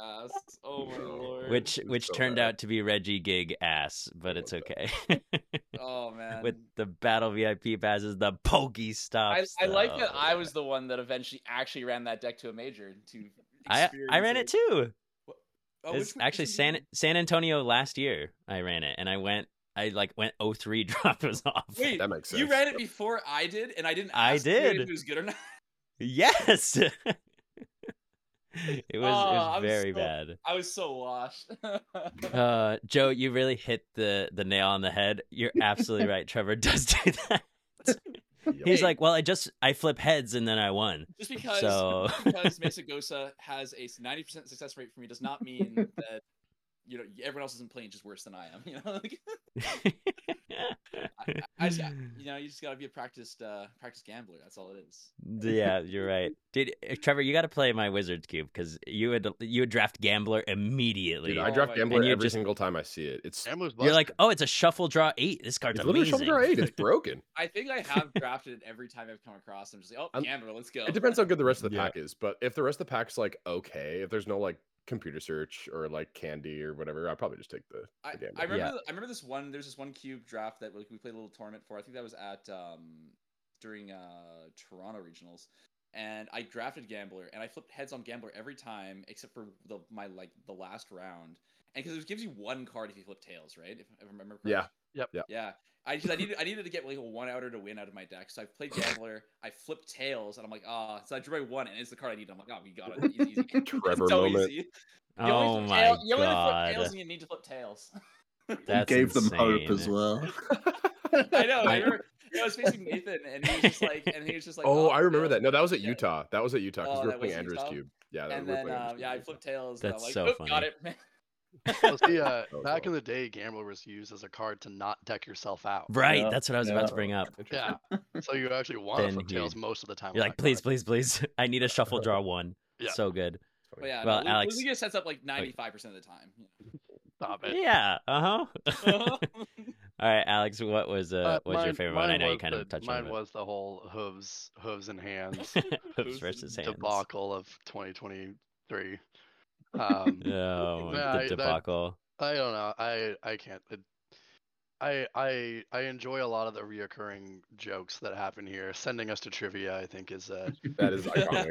S3: Oh my
S2: No.
S3: lord.
S1: which
S2: It's
S1: which
S2: so
S1: turned
S2: bad.
S1: out to be Reggie Gig ass, but it's
S2: love
S1: okay.
S3: Oh man.
S1: With the battle VIP passes, the Pokey
S3: I,
S1: stops.
S3: I like that
S1: though.
S3: I was the one that eventually actually ran that deck to a major to.
S1: I I ran it
S3: experience
S1: too.
S3: Oh,
S1: It's
S3: which one-
S1: actually
S3: which one
S1: San
S3: did
S1: San Antonio last year. I ran it and I went. I like went 03 drop was off.
S3: you- Wait,
S2: That makes
S3: you
S2: sense.
S3: ran it before I did, and I didn't.
S1: I
S3: ask you if
S1: did.
S3: it was good or not.
S1: Yes. it was it
S3: Oh,
S1: was
S3: I'm
S1: very
S3: so-
S1: bad.
S3: I was so lost.
S1: Uh Joe, you really hit the the nail on the head. You're absolutely right. Trevor does do that. He's
S3: Hey.
S1: like, "Well, I just I flip heads and then I won."
S3: just because
S1: So-
S3: just because Mesa Gosa has a ninety percent success rate for me does not mean that you know everyone else isn't playing just worse than I am. You know, like, I just, you know, you just gotta be a practiced uh, practiced gambler. That's all it is.
S1: yeah, you're right. Did Trevor, you got to play my Wizards cube cuz you would you would draft gambler immediately.
S2: Dude,
S3: Oh
S2: I draft
S3: my
S1: God.
S2: Gambler
S1: And you
S2: every
S1: just-
S2: single time I see it. It's
S4: Gambler's
S1: You're
S4: Luck.
S1: like, oh, it's a shuffle draw eight. This card's
S2: it's literally
S1: amazing.
S2: Shuffle Draw Eight. It's broken.
S3: I think I have drafted it every time I've come across. I'm just like, oh,
S2: I'm-
S3: gambler, let's go.
S2: It depends how good the rest of the
S1: Yeah.
S2: pack is, but if the rest of the pack's like okay, if there's no like computer search or like candy or whatever, I probably just take the.
S3: I,
S2: the
S3: I
S2: gambler.
S3: remember.
S1: Yeah.
S3: I remember this one. There's this one cube draft that like, we played a little tournament for. I think that was at um, during uh, Toronto regionals, and I drafted Gambler, and I flipped heads on Gambler every time except for the my like the last round, and because it gives you one card if you flip tails, right? If, if I remember. Correctly.
S2: Yeah.
S4: Yep.
S2: Yeah.
S3: Yeah. I just I needed I needed to get like a one outer to win out of my deck, so I played Gambler. I flipped tails, and I'm like, ah. So I drew my one, and it's the card I need. I'm like, oh, we got it. Easy, easy.
S2: Trevor
S3: so
S2: moment.
S3: Easy. You only
S1: Oh
S3: flip
S1: my
S3: tail- you only flip tails
S1: god.
S3: and you need to flip tails.
S1: That's
S5: gave them hope
S1: insane.
S5: as well.
S3: I know. I
S1: I-
S3: remember I was facing Nathan, and he was just like, and he was just like,
S2: oh, I remember
S3: yeah."
S2: that. No, that was at
S3: Yeah.
S2: Utah. That was at Utah because
S3: Oh,
S2: we were
S3: that
S2: playing
S3: was
S2: Andrew's
S3: Utah?
S2: Cube. Yeah, that-
S3: And
S2: we were
S3: then,
S2: playing
S3: uh,
S2: Andrew's
S3: yeah, I
S2: Cube.
S3: flipped tails. And I'm
S1: That's
S3: like,
S1: so
S3: "Oop, Got
S1: funny.
S3: it.
S4: Well, see, uh,
S2: was
S4: back in
S2: wild.
S4: the day, Gambler was used as a card to not deck yourself out.
S1: Right,
S5: Yeah,
S1: that's what I was about to
S5: yeah.
S1: bring up.
S4: Yeah. Oh
S2: Interesting.
S4: So you actually want
S1: Then
S4: to flip tails
S1: he-
S4: most of the time.
S1: You're
S4: on
S1: like,
S4: that
S1: please,
S4: card.
S1: please, please. I need a shuffle draw one.
S4: Yeah.
S1: So good.
S3: But yeah,
S1: Well,
S3: well, no,
S1: Alex-
S3: Alex, Lugia sets up like 95 percent of the time.
S4: Stop it.
S1: Yeah. Uh huh. All right, Alex. What was uh,
S4: Uh-huh. Uh,
S1: what's your
S4: mine-
S1: favorite one? I
S4: mine
S1: know you
S4: was
S1: kind
S4: the-
S1: of touched
S4: Mine
S1: on it.
S4: was the whole hooves, hooves and hands
S1: Hooves versus hands.
S4: debacle of 2023. Um,
S1: No, Oh,
S4: Nah,
S1: the
S4: that-
S1: debacle.
S4: I don't know. I I can't. it- I I I enjoy a lot of the reoccurring jokes that happen here. Sending us to trivia, I think, is uh,
S2: That is iconic.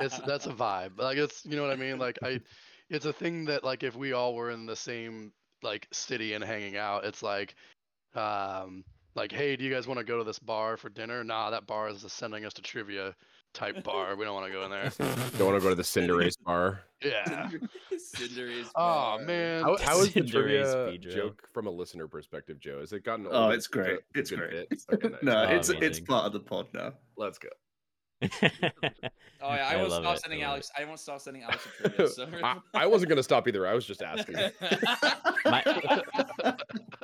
S4: it's that's a vibe. Like it's you know what I mean. Like I, it's a thing that like if we all were in the same like city and hanging out, it's like, um, like hey, do you guys want to go to this bar for dinner? Nah, that bar is sending us to trivia type bar. We don't want to go in there.
S2: Don't want to go to the Cinderace bar.
S4: Yeah.
S3: Cinder is
S4: Oh
S3: far.
S4: man.
S2: How, how is the
S1: Cinderace
S2: trivia
S1: speed drill.
S2: joke from a listener perspective, Joe? Has it gotten?
S5: Oh,
S2: older?
S5: it's
S2: Is it
S5: great.
S2: a
S5: It's
S2: good
S5: great.
S2: bit? Okay, nice. Um,
S5: no,
S1: Oh,
S5: it's it's
S1: amazing.
S5: part of the pod now.
S2: Let's go.
S3: Oh yeah, I,
S1: I
S3: won't
S1: love
S3: stop
S1: it,
S3: sending
S1: I love
S3: Alex. I won't stop sending Alex a trivia. So.
S2: I, I wasn't gonna stop either. I was just asking.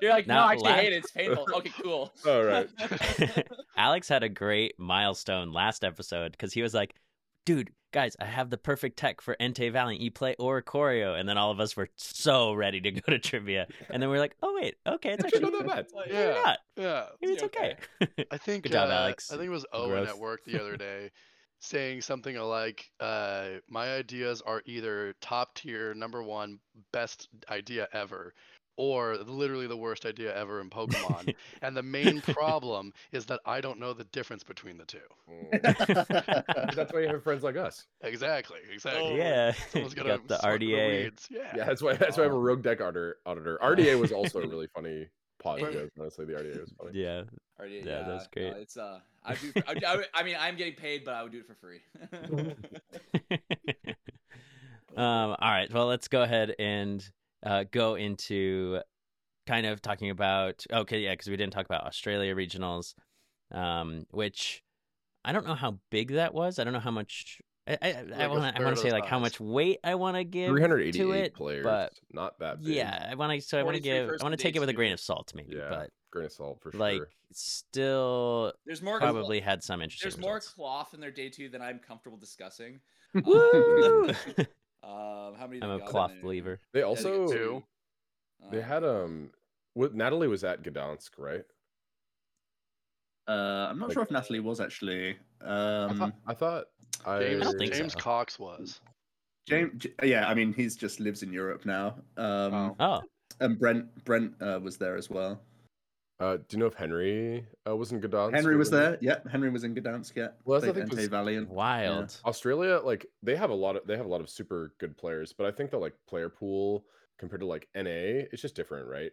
S3: You're like, no,
S1: Now,
S3: I actually
S1: la-
S3: hate it. It's painful. Okay, cool.
S2: All right.
S1: Alex had a great milestone last episode because he was like, dude, guys, I have the perfect tech for Entei Valiant. You play Oricorio. And then all of us were so ready to go to trivia. And then we are like, oh, wait, okay, it's
S2: Actually,
S1: actually
S2: not that bad.
S3: Like,
S1: maybe
S4: Yeah.
S1: not.
S4: Yeah.
S1: Maybe it's
S3: Yeah, okay.
S1: okay.
S4: I think
S1: Good job,
S4: uh,
S1: Alex.
S4: I think it was Owen
S1: Gross.
S4: at work the other day saying something like, uh, my ideas are either top tier, number one, best idea ever, or literally the worst idea ever in Pokemon. and the main problem is that I don't know the difference between the two.
S2: Mm. That's why you have friends like us.
S4: Exactly, exactly.
S1: yeah.
S4: Someone's
S1: You
S4: gotta
S1: got the
S4: sort of
S1: RDA.
S4: weeds, Yeah.
S2: Oh, Yeah, that's why. That's why I have a rogue deck auditor. Auditor. RDA was also a really funny pod.
S4: Right.
S2: Joe. Honestly, the RDA was funny.
S1: Yeah.
S3: Already,
S1: Yeah, that's
S3: no,
S1: great.
S3: it's uh, I, do, I, would- I, would- I mean, I'm getting paid, but I would do it for free.
S1: um, all right. Well, let's go ahead and uh, go into kind of talking about. Okay, yeah, because we didn't talk about Australia regionals, um, which I don't know how big that was. I don't know how much. I I, I
S4: a
S1: want to I
S4: third
S1: want
S4: of
S1: to
S4: the
S1: say like how
S4: size.
S1: much weight I want to give.
S2: Three hundred eighty-eight
S1: it,
S2: players.
S1: but-
S2: Not that. Big.
S1: Yeah, I want to. So I want to
S3: 43
S1: give.
S3: first
S1: I want to take it with a
S3: dates,
S1: grain
S3: dude.
S1: of salt, maybe.
S2: Yeah.
S1: But
S2: Grain of salt for
S1: like,
S2: sure.
S1: still
S3: There's more.
S1: probably had some interesting.
S3: there's more
S1: results.
S3: cloth in their day two than I'm comfortable discussing.
S1: Woo!
S3: Um, how many?
S1: I'm
S3: they
S1: a
S3: got in
S1: cloth
S3: there?
S1: believer.
S2: They
S3: Yeah, they got
S2: also
S4: two.
S2: they
S3: Uh,
S2: had um. What Natalie was at Gdansk, right?
S5: Uh, I'm not
S2: Like-
S5: sure if Natalie was actually.
S2: I thought.
S5: Um,
S2: I thought. I,
S4: James,
S1: don't think
S4: James
S1: so.
S4: Cox was.
S5: James, yeah, I mean, he's just lives in Europe now. Um,
S4: Oh.
S1: Oh,
S5: And Brent, Brent uh, was there as well.
S2: Uh, do you know if Henry uh, was in Gdansk?
S5: Henry
S2: or
S5: was
S2: whatever?
S5: there. Yep, Henry was in Gdansk. Yeah,
S2: Well, that's the
S5: played
S2: thing, 'cause-
S5: Entei Valiant.
S1: wild.
S2: Australia, like they have a lot of they have a lot of super good players, but I think the like player pool compared to like NA, it's just different, right?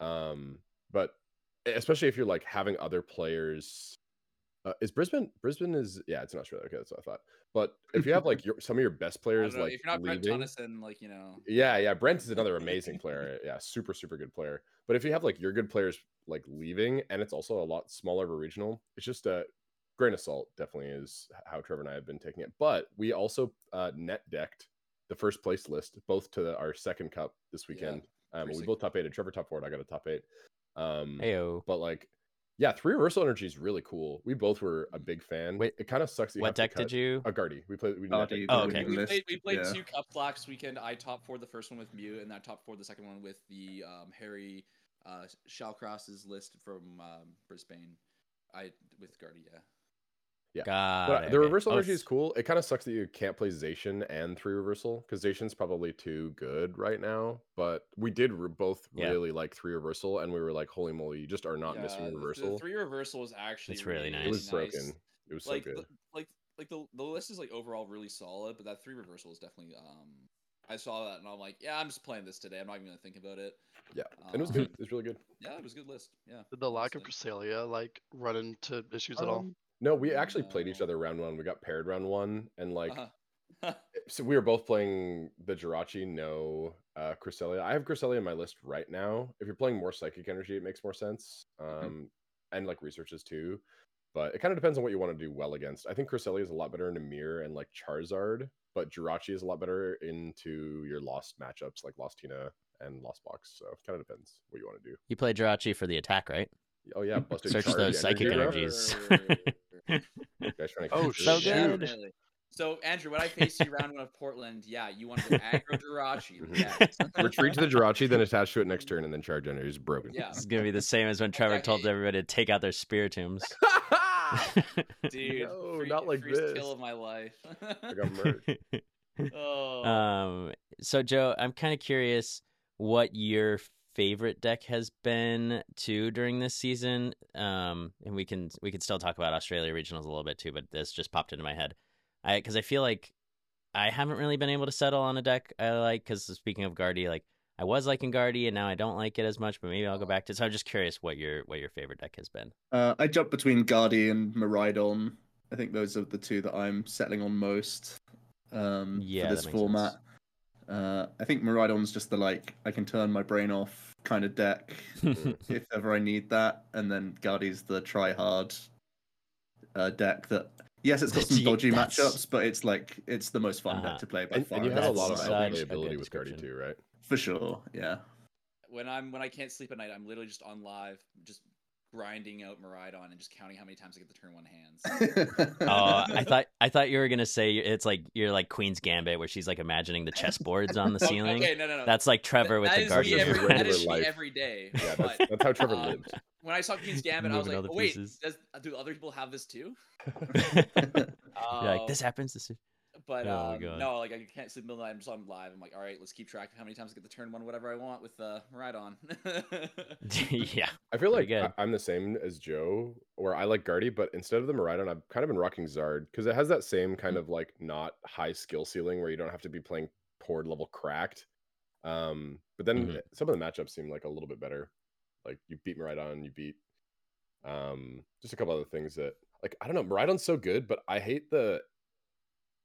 S2: Um, but especially if you're like having other players. Uh, is Brisbane? Brisbane is yeah, it's in Australia. Okay, that's what I thought. But if you have like your some of your best
S3: I don't
S2: players
S3: know,
S2: like
S3: if you're not Brent
S2: leaving-
S3: Tonnison, like you know,
S2: yeah, yeah. Brent is another amazing player. Yeah, super, super good player. But if you have like your good players like leaving, and it's also a lot smaller of a regional, it's just a grain of salt. Definitely is how Trevor and I have been taking it. But we also uh, net decked the first place list both to the, our second cup this
S3: Yeah,
S2: weekend. um,
S3: pretty
S2: we
S3: sick.
S2: both top eight. and Trevor top four. and I got a top eight. Um,
S1: Heyo.
S2: but like, yeah, three reversal energy is really cool. We both were
S3: Mm.
S2: a big fan.
S1: Wait,
S2: it kind of sucks.
S1: What deck did you?
S2: A Guardi. We played. We net
S5: Guardi,
S2: decked
S1: Oh,
S2: the
S1: okay.
S2: Guardi.
S3: we
S5: list,
S3: played, we played
S5: yeah.
S3: two cup last weekend. I top four the first one with Mew, and I top four the second one with the um, Harry uh, Shallcross's list from um, Brisbane. I with Guardia.
S1: Got
S2: But
S1: it,
S2: the
S1: okay.
S2: reversal
S1: Oh,
S2: energy is
S1: s-
S2: cool. It kind of sucks that you can't play Zation and three reversal because Zacian's probably too good right now. But we did re- both
S1: Yeah.
S2: really like three reversal, and we were like, "Holy moly, you just are not
S3: Yeah,
S2: missing
S3: the-
S2: reversal."
S3: The three reversal is actually
S1: It's really nice.
S2: it was
S3: nice.
S2: broken. It was
S3: like
S2: so
S3: the,
S2: good.
S3: like like the the list is like overall really solid, but that three reversal is definitely um. I saw that and I'm like, yeah, I'm just playing this today. I'm not even gonna think about it. Um,
S2: Yeah, and it was good. It was really good.
S3: Yeah, it was a good list. Yeah.
S4: Did the lack of
S3: Honestly.
S4: Cresselia like run into issues at all?
S2: Um, No, we actually played each
S3: No.
S2: other round one. We got paired round one, and like
S3: Uh-huh.
S2: so we were both playing the Jirachi, no uh Cresselia. I have Cresselia in my list right now. If you're playing more psychic energy, it makes more sense. Um
S1: Mm-hmm.
S2: and like researches too. But it kind of depends on what you want to do well against. I think Cresselia is a lot better into Mirror and like Charizard, but Jirachi is a lot better into your lost matchups like Lost Tina and Lost Box. So it kind of depends what you want to do.
S1: You play Jirachi for the attack, right?
S2: Oh yeah, busted
S1: Mm-hmm. Search
S2: Charge
S1: those psychic
S2: energy, bro.
S1: energies.
S2: You guys trying to
S4: Oh,
S2: confuse
S1: So
S2: me?
S1: good.
S3: Definitely. So Andrew, when I face you round one of Portland, yeah, you want to go aggro Jirachi.
S2: Mhm.
S3: yes.
S2: Retreat to the Jirachi, then attach to it next turn, and then Charge Energy is broken.
S3: Yeah,
S1: This is gonna be the same as when Trevor told everybody to take out their spear tombs.
S3: dude.
S2: No,
S3: free-
S2: not like
S3: freest
S2: this.
S3: Kill of my life.
S2: I got murdered.
S3: oh.
S1: um, so Joe, I'm kind of curious what your favorite deck has been too during this season. Um, and we can we can still talk about Australia regionals a little bit too, but this just popped into my head. I because I feel like I haven't really been able to settle on a deck I like. Because speaking of Guardi, like I was liking Guardi, and now I don't like it as much. But maybe I'll go back to. it. So I'm just curious what your what your favorite deck has been.
S5: Uh, I jumped between Guardi and Maridon. I think those are the two that I'm settling on most um,
S1: Yeah,
S5: for
S1: that
S5: this
S1: makes
S5: format.
S1: sense.
S5: Uh, I think Maridon's just the like I can turn my brain off kind of deck if ever I need that, and then Guardi's the try hard uh, deck that. Yes, it's got some
S1: Gee,
S5: dodgy
S1: that's-
S5: matchups, but it's like it's the most fun
S1: Uh-huh.
S5: deck to play by
S2: And,
S5: far.
S2: and you have a
S1: That's
S2: lot of
S1: such
S2: outplayability
S1: a good
S2: with Guardian
S1: description.
S2: too, right?
S5: for sure. Yeah,
S3: when I'm when I can't sleep at night, I'm literally just on live, just grinding out Maridon and just counting how many times I get the turn one hands.
S1: Oh, I thought I thought you were gonna say it's like you're like Queen's Gambit, where she's like imagining the chessboards on the
S3: Oh,
S1: ceiling.
S3: Okay, no, no, no.
S1: That's like Trevor
S3: Th-
S1: with
S3: that
S1: the
S3: is
S1: Guardian.
S3: Me every, that
S2: Regular
S3: is me
S2: life.
S3: every day.
S2: Yeah, that's,
S3: But
S2: that's how Trevor
S3: uh,
S2: lived.
S3: when I saw Queen's Gambit, I was
S1: Moving
S3: like,
S1: all the
S3: oh, wait,
S1: pieces.
S3: does, do other people have this too?
S1: You're like this
S3: Um,
S1: happens. This
S3: But
S1: Oh my
S3: um,
S1: God.
S3: no, like I can't sleep in the middle of the night. I'm just on live. I'm like, all right, let's keep track of how many times I get the turn one, whatever I want with uh, Maridon.
S1: yeah,
S2: I feel like
S1: Pretty
S2: I,
S1: good.
S2: I'm the same as Joe, where I like Guardy, but instead of the Maridon, I've kind of been rocking Zard because it has that same kind of like not high skill ceiling where you don't have to be playing poured level cracked. Um, but then
S1: Mhm.
S2: some of the matchups seem like a little bit better. Like you beat Maridon, you beat um just a couple other things that like I don't know, Maridon's so good, but I hate the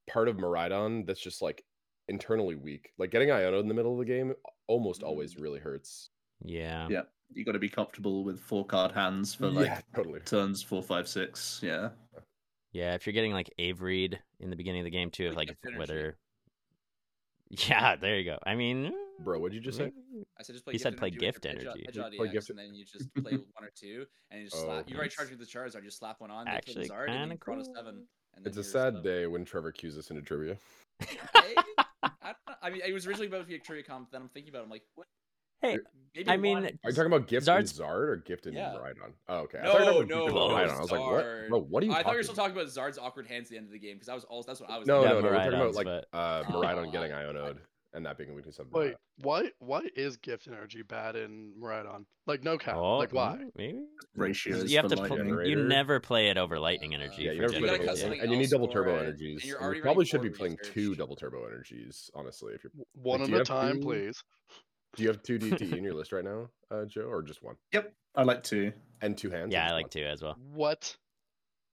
S2: part of Maridon that's just like internally weak. Like getting Iono in the middle of the game almost
S3: Mm.
S2: always really hurts.
S1: yeah.
S5: Yeah. you got to be comfortable with four card hands for like
S2: yeah, totally.
S5: turns four, five, six. Yeah.
S1: Yeah, if you're getting like Avery in the beginning of the game too, if
S3: Wake
S1: like
S3: up
S1: if-
S3: energy.
S1: whether. Yeah, there you go. I mean, mm,
S2: Bro, what'd you
S1: Mm-hmm.
S2: just say?
S1: maybe-
S3: I said just play.
S1: He
S3: gift
S1: said play
S3: energy with
S1: gift
S3: your Hedge-
S1: energy.
S3: Hedgehog
S2: Play
S3: DX,
S2: gift-
S3: and then you just play with one or two, and you just
S2: Oh,
S3: slap. You already
S1: nice.
S3: charged with the Charizard. You just slap one on, then play
S1: Actually,
S3: the Zard, and
S1: kinda
S3: then Chrono
S1: cool.
S3: Seven. And then
S2: It's a
S3: you're
S2: sad
S3: stuffed.
S2: day when Trevor cues us into trivia.
S3: Hey, I, don't know. I mean, it was originally about to be a trivia comp. Then I'm thinking about. it. I'm like, what?
S1: Hey,
S3: Maybe
S1: I
S3: one-
S1: mean,
S2: Are you talking about gifted
S1: Zard's-
S2: Zard or gifted
S3: Yeah.
S2: and Rhydon? Oh, okay.
S3: No,
S2: I thought you were
S3: no,
S2: talking
S1: no,
S2: about Rhydon. I was like, what?
S3: Zard.
S2: Bro, what are you
S3: I
S2: talking
S3: thought we were still talking about Zard's awkward hands at the end of the game because I was also that's what I was.
S2: No,
S1: Yeah,
S2: no, no. We're talking about
S1: Maridon's,
S2: like
S1: but-
S2: uh, Maridon
S3: Oh,
S2: getting
S3: I-
S2: Ionoed and that being a weakness of
S4: Wait,
S2: Maridon.
S4: why why is gift energy bad in Maridon? Like no cap.
S1: oh,
S4: like why?
S1: mm, Maybe
S5: Ratios.
S1: you have
S5: for
S1: to.
S5: lightning.
S1: Pl- you
S2: Generator.
S1: never play it over lightning energy.
S2: Yeah, you
S1: for
S2: never
S3: you
S2: play
S3: gotta
S2: double
S3: cut
S1: generators,
S2: turbo,
S3: something
S2: and you need
S3: else
S2: double
S3: for
S2: turbo
S3: it, and
S2: energies.
S3: you're
S2: and you
S3: already running
S2: probably should be
S3: forward
S2: playing two
S3: research.
S2: double turbo energies, honestly. If you're,
S4: W- One
S2: do
S4: at
S2: you
S4: a
S2: have
S4: time,
S2: two?
S4: please.
S2: do you have two DT in your list right now, uh, Joe, or just one
S5: I like two.
S2: and two hands? or
S1: Yeah, I
S2: just
S1: like
S2: one?
S1: two as well.
S4: What?
S5: I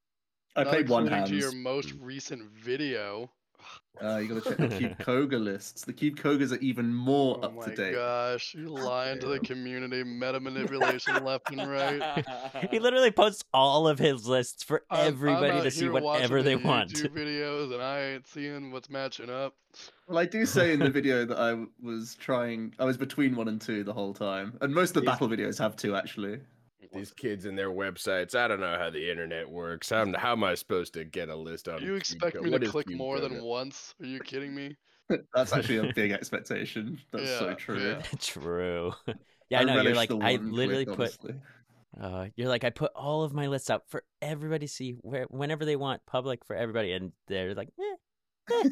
S4: Not
S5: played one
S4: according
S5: hand.
S4: to your most
S2: Mm.
S4: recent video.
S5: Uh, you got to check the Cube Koga lists. The Cube Kogas are even more
S4: oh
S5: up
S4: my
S5: to date.
S4: gosh, you lying to the
S2: Damn.
S4: community, meta manipulation left and right.
S1: He literally posts all of his lists for
S4: I'm- I'm
S1: everybody
S4: out
S1: to see
S4: here
S1: whatever
S4: watching
S1: they
S4: the
S1: want.
S4: YouTube videos, and I ain't seeing what's matching up.
S5: Well, I do say in the video that I was trying. I was between one and two the whole time, and most of the
S2: These-
S5: battle videos have two actually.
S2: These kids and their websites. I don't know how the internet works. I'm, how am I supposed to get a list on?
S4: You
S2: Cube
S4: expect
S2: Co-
S4: me
S2: what
S4: to
S2: is
S4: click
S2: Cube
S4: more
S2: Koga?
S4: than once? Are you kidding me?
S5: That's actually a big expectation. That's so
S4: Yeah,
S5: true.
S4: yeah.
S1: True. Yeah, I know. You're
S5: relish
S1: like,
S5: the
S1: I
S5: one click,
S1: literally put.
S5: honestly.
S1: Uh, you're like, I put all of my lists out for everybody to see where, whenever they want, public for everybody, and they're like, eh.
S4: Hey,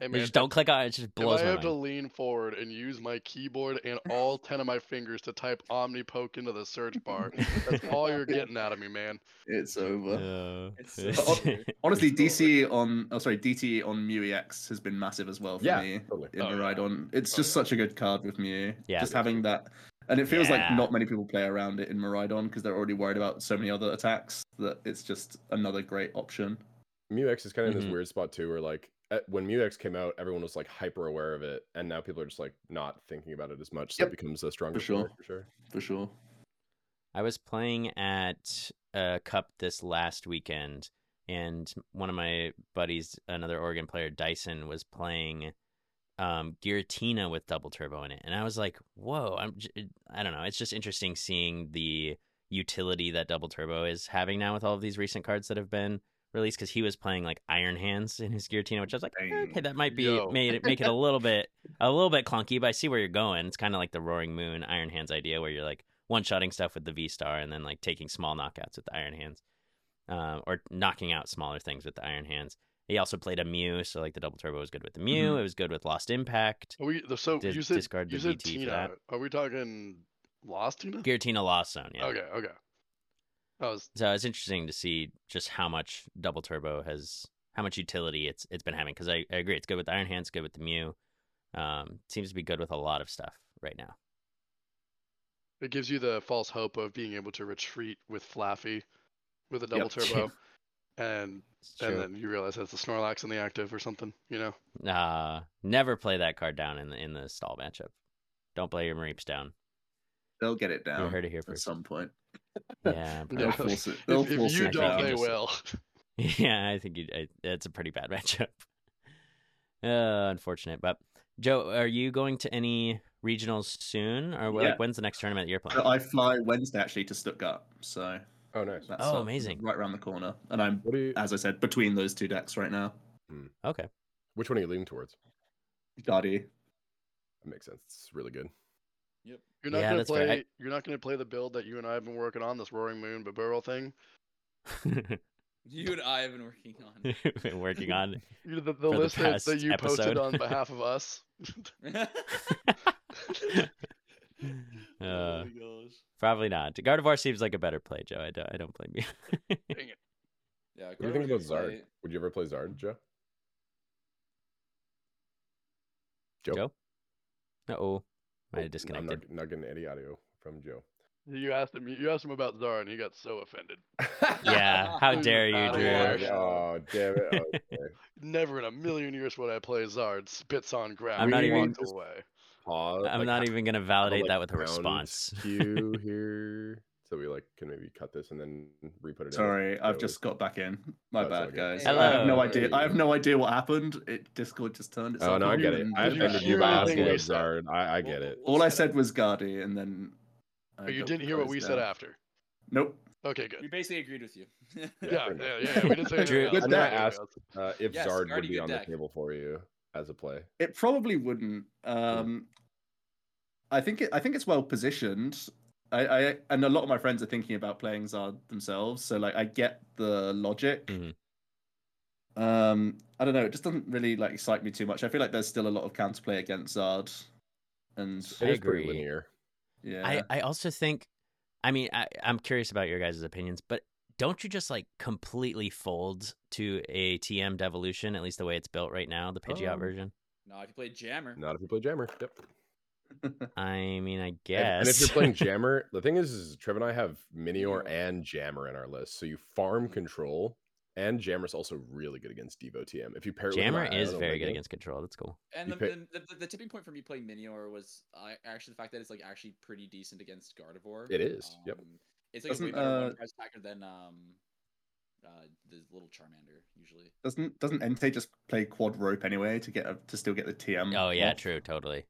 S1: they
S4: man,
S1: just don't click on it. It just
S4: If
S1: blows
S4: I
S1: my
S4: have to
S1: mind.
S4: lean forward and use my keyboard and all 10 of my fingers to type Omnipoke into the search bar, that's all you're getting out of me, man.
S5: it's over.
S1: No.
S3: It's so weird.
S5: Honestly,
S2: It's over.
S5: DC on oh sorry, DT on MuEX has been massive as well for
S2: Yeah,
S5: me.
S2: totally.
S5: In
S4: Oh,
S5: the
S4: yeah.
S5: ride on, it's
S4: Oh,
S5: just
S4: yeah.
S5: such a good card with Mew.
S1: Yeah.
S5: just having that, and it feels
S1: Yeah.
S5: like not many people play around it in Maridon because they're already worried about so many other attacks that it's just another great option.
S2: MuX is kind of in
S1: Mhm.
S2: this
S5: Mm-hmm.
S2: weird spot too, where like at, when MuX came out, everyone was like hyper aware of it, and now people are just like not thinking about it as much. So
S5: Yep.
S2: it becomes a stronger
S5: sure.
S2: player, for sure.
S5: for sure.
S1: I was playing at a cup this last weekend, and one of my buddies, another Oregon player, Dyson, was playing um, Giratina with double turbo in it, and I was like, "Whoa!" I'm j- I don't know. It's just interesting seeing the utility that double turbo is having now with all of these recent cards that have been released. Because he was playing like Iron Hands in his Giratina, which I was like,
S5: Dang.
S1: "Okay, that might be
S4: Yo.
S1: made it make it a little bit a little bit clunky, but I see where you're going. It's kind of like the Roaring Moon Iron Hands idea, where you're like one shotting stuff with the V Star and then like taking small knockouts with the Iron Hands, um, or knocking out smaller things with the Iron Hands. He also played a Mew, so like the double turbo was good with the Mew.
S4: Mm-hmm.
S5: Mhm.
S1: It was good with Lost Impact.
S4: Are we, the- so
S1: Dis-
S4: you said,
S1: discard the
S4: you said
S1: VT for
S4: Tina.
S1: that.
S4: Are we talking Lost Tina?
S1: Giratina Lost Zone, yeah.
S4: Okay, okay. I was,
S1: So it's interesting to see just how much double turbo has, how much utility it's it's been having. Because I, I agree, it's good with Iron Hands, good with the Mew. Um, seems to be good with a lot of stuff right now.
S4: it gives you the false hope of being able to retreat with Flaffy with a double
S5: Yep.
S4: turbo. and
S1: It's
S4: and
S1: true.
S4: then you realize that's the Snorlax in the active or something. You know,
S1: uh, never play that card down in the in the stall matchup. Don't play your Mareeps down.
S5: They'll get it
S1: You
S5: down
S1: heard it here
S5: at
S1: first.
S5: some point.
S1: Yeah,
S4: No.
S5: They'll
S1: probably.
S5: force it. They'll
S4: if, if
S5: force
S4: you
S1: I think
S5: it.
S4: don't,
S1: you
S4: they
S1: just-
S4: will.
S1: Yeah, I think you, I, that's a pretty bad matchup. Uh, unfortunate, but Joe, are you going to any regionals soon, or wh-
S5: Yeah.
S1: like when's the next tournament you're playing?
S5: But I fly Wednesday actually to Stuttgart, so
S2: Oh, nice.
S5: that's
S1: Oh,
S5: uh,
S1: amazing.
S5: right around the corner. And I'm,
S2: What do you?
S5: as I said, between those two decks right now.
S1: Okay,
S2: Which one are you leaning towards?
S5: Guardi,
S2: That makes sense. It's really good.
S4: You're not
S1: Yeah,
S4: gonna
S1: that's fair.
S4: play.
S1: I-
S4: You're not gonna play the build that you and I have been working on, this Roaring Moon Barrel thing.
S3: You and I have been working on.
S1: been working on. it.
S4: You, the the
S1: the
S4: list that, that
S1: past
S4: you
S1: episode.
S4: posted on behalf of us.
S1: Uh,
S3: oh my gosh.
S1: probably not. Gardevoir seems like a better play, Joe. I don't. I don't blame you.
S3: Yeah.
S2: What do you think about Zard? Would you ever play Zard, Joe? Joe,
S1: Joe? Uh oh, might
S2: Oh,
S1: have
S2: I'm not,
S1: disconnected.
S2: not getting any audio from Joe.
S4: You asked him. You asked him about Zara, and he got so offended.
S1: Yeah, how
S4: I'm
S1: dare you,
S4: out of
S1: Drew?
S4: order.
S2: oh, oh, damn it! Okay.
S4: Never in a million years would I play Zard. Spits on ground.
S1: I'm not
S4: He
S1: even-
S4: walked away.
S2: Pause,
S1: I'm
S2: like,
S1: not
S2: have
S1: even gonna
S2: a,
S1: validate
S2: like,
S1: that with a
S2: round
S1: response.
S2: cue here, so we like can maybe cut this and then re-put it. in.
S5: sorry, I've
S2: Joe
S5: just got back in. My
S2: That's
S5: bad,
S2: okay.
S5: guys.
S3: Hello.
S5: I have
S4: Oh,
S5: no idea. I have no idea what happened. It Discord just turned
S2: Oh
S5: itself.
S2: no, I
S5: on
S2: get it.
S5: and-
S2: I
S4: Did you
S2: offended you
S4: hear
S2: by asking
S4: anything we
S2: about
S4: said?
S2: Zard. I, I
S3: Well,
S2: get it.
S5: All
S3: well,
S5: I
S3: we'll
S5: said
S3: set
S5: was Guardi, and then. I
S4: But you
S5: got
S4: didn't hear what we
S5: closed
S4: said
S5: down.
S4: after.
S5: Nope.
S4: Okay,
S3: up. We
S4: good.
S3: basically agreed with you.
S4: Yeah,
S2: fair
S4: yeah,
S2: enough.
S4: yeah. We didn't say anything
S1: Drew-
S4: else.
S5: Good
S4: We didn't say
S2: deck.
S4: anything else.
S2: Uh, if
S3: Yes,
S2: Zard would
S3: already
S2: be
S3: good
S2: on
S3: deck.
S2: the table for you as a play,
S5: It probably wouldn't.
S2: Hmm.
S5: Um, I think it, I think it's well positioned. I, I and a lot of my friends are thinking about playing Zard themselves, so like I get the logic.
S1: Mhm.
S2: Hmm.
S5: Um, I don't know. It just doesn't really like excite me too much. I feel like there's still a lot of counterplay against Zard, and
S1: I
S2: it is pretty
S1: agree.
S2: linear.
S5: yeah,
S1: I, I also think, I mean, I, I'm curious about your guys' opinions, but don't you just like completely fold to a TM devolution, at least the way it's built right now, the Pidgeot
S2: Um,
S1: version?
S3: No, if you play Jammer,
S2: Not if you play Jammer. Yep.
S1: I mean, I
S2: And-
S1: guess.
S2: And if you're playing Jammer, the thing is, is Trev and I have Minior
S3: Minior.
S2: and Jammer in our list. So you farm control, and Jammer's also really good against Devo TM. If you pair it
S1: Jammer
S2: with Rhino
S1: is
S2: and
S1: very good
S2: Omega-
S1: against control. That's cool.
S3: and
S2: You
S3: the,
S2: pick-
S3: the, the, the tipping point for me playing Minior was uh, actually the fact that it's like actually pretty decent against Gardevoir. Um,
S2: It is, yep.
S3: It's like a way
S5: Doesn't,
S3: better
S5: uh,
S3: one price packer than um, uh, the little Charmander usually.
S5: doesn't doesn't Entei just play quad rope anyway to get a, to still get the
S2: Mm-hmm.
S5: TM?
S1: Oh, yeah,
S5: off?
S1: true. Totally.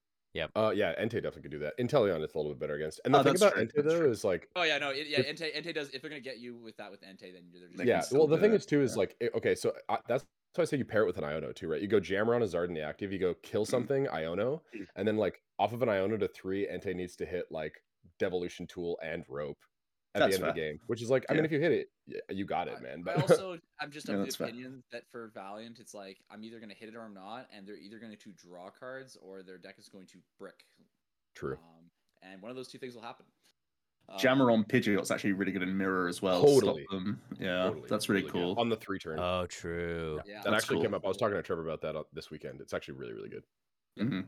S2: Uh, yeah, Entei definitely could do that. Inteleon is a little bit better against. And the
S5: Oh,
S2: thing
S5: that's
S2: about
S5: true,
S2: Entei
S5: that's
S2: though
S5: true.
S2: is like,
S3: Oh yeah, no, it, yeah.
S2: If-
S3: Entei, Entei does. If they're gonna get you with that with Entei, then they're just
S5: They can
S2: yeah.
S5: still
S2: Well, the
S5: do
S2: thing
S5: it,
S2: is too is
S5: yeah.
S2: like, it- okay, so I, that's why I say you pair it with an Iono too, right? You go Jammer on a Zard in the active, you go
S5: Mm-hmm.
S2: kill something Iono,
S5: Mm.
S2: and then like off of an Iono to three, Entei needs to hit like Devolution Tool and Rope. At
S5: That's
S2: the end of the
S5: fair.
S2: game, which is like, I mean,
S5: Yeah.
S2: if you hit it, y- you got it,
S3: I-
S2: man.
S3: I
S2: But
S3: also I'm just
S5: Yeah,
S3: of
S5: that's
S3: the
S5: fair.
S3: opinion that for Valiant, it's like I'm either gonna hit it or I'm not, and they're either going to draw cards or their deck is going to brick.
S2: true.
S3: Um, and one of those two things will happen. Um,
S5: Jammer on Pidgeot's actually really good in mirror as well.
S2: Totally.
S5: To stop them. Yeah,
S2: Totally.
S5: that's really,
S2: good.
S5: cool. Uh,
S2: On the three turn.
S1: Oh, true.
S3: Yeah.
S2: that
S5: that's
S2: actually
S5: cool.
S2: came up. I was talking to Trevor about that uh, this weekend. It's actually really, really good.
S5: Mhm.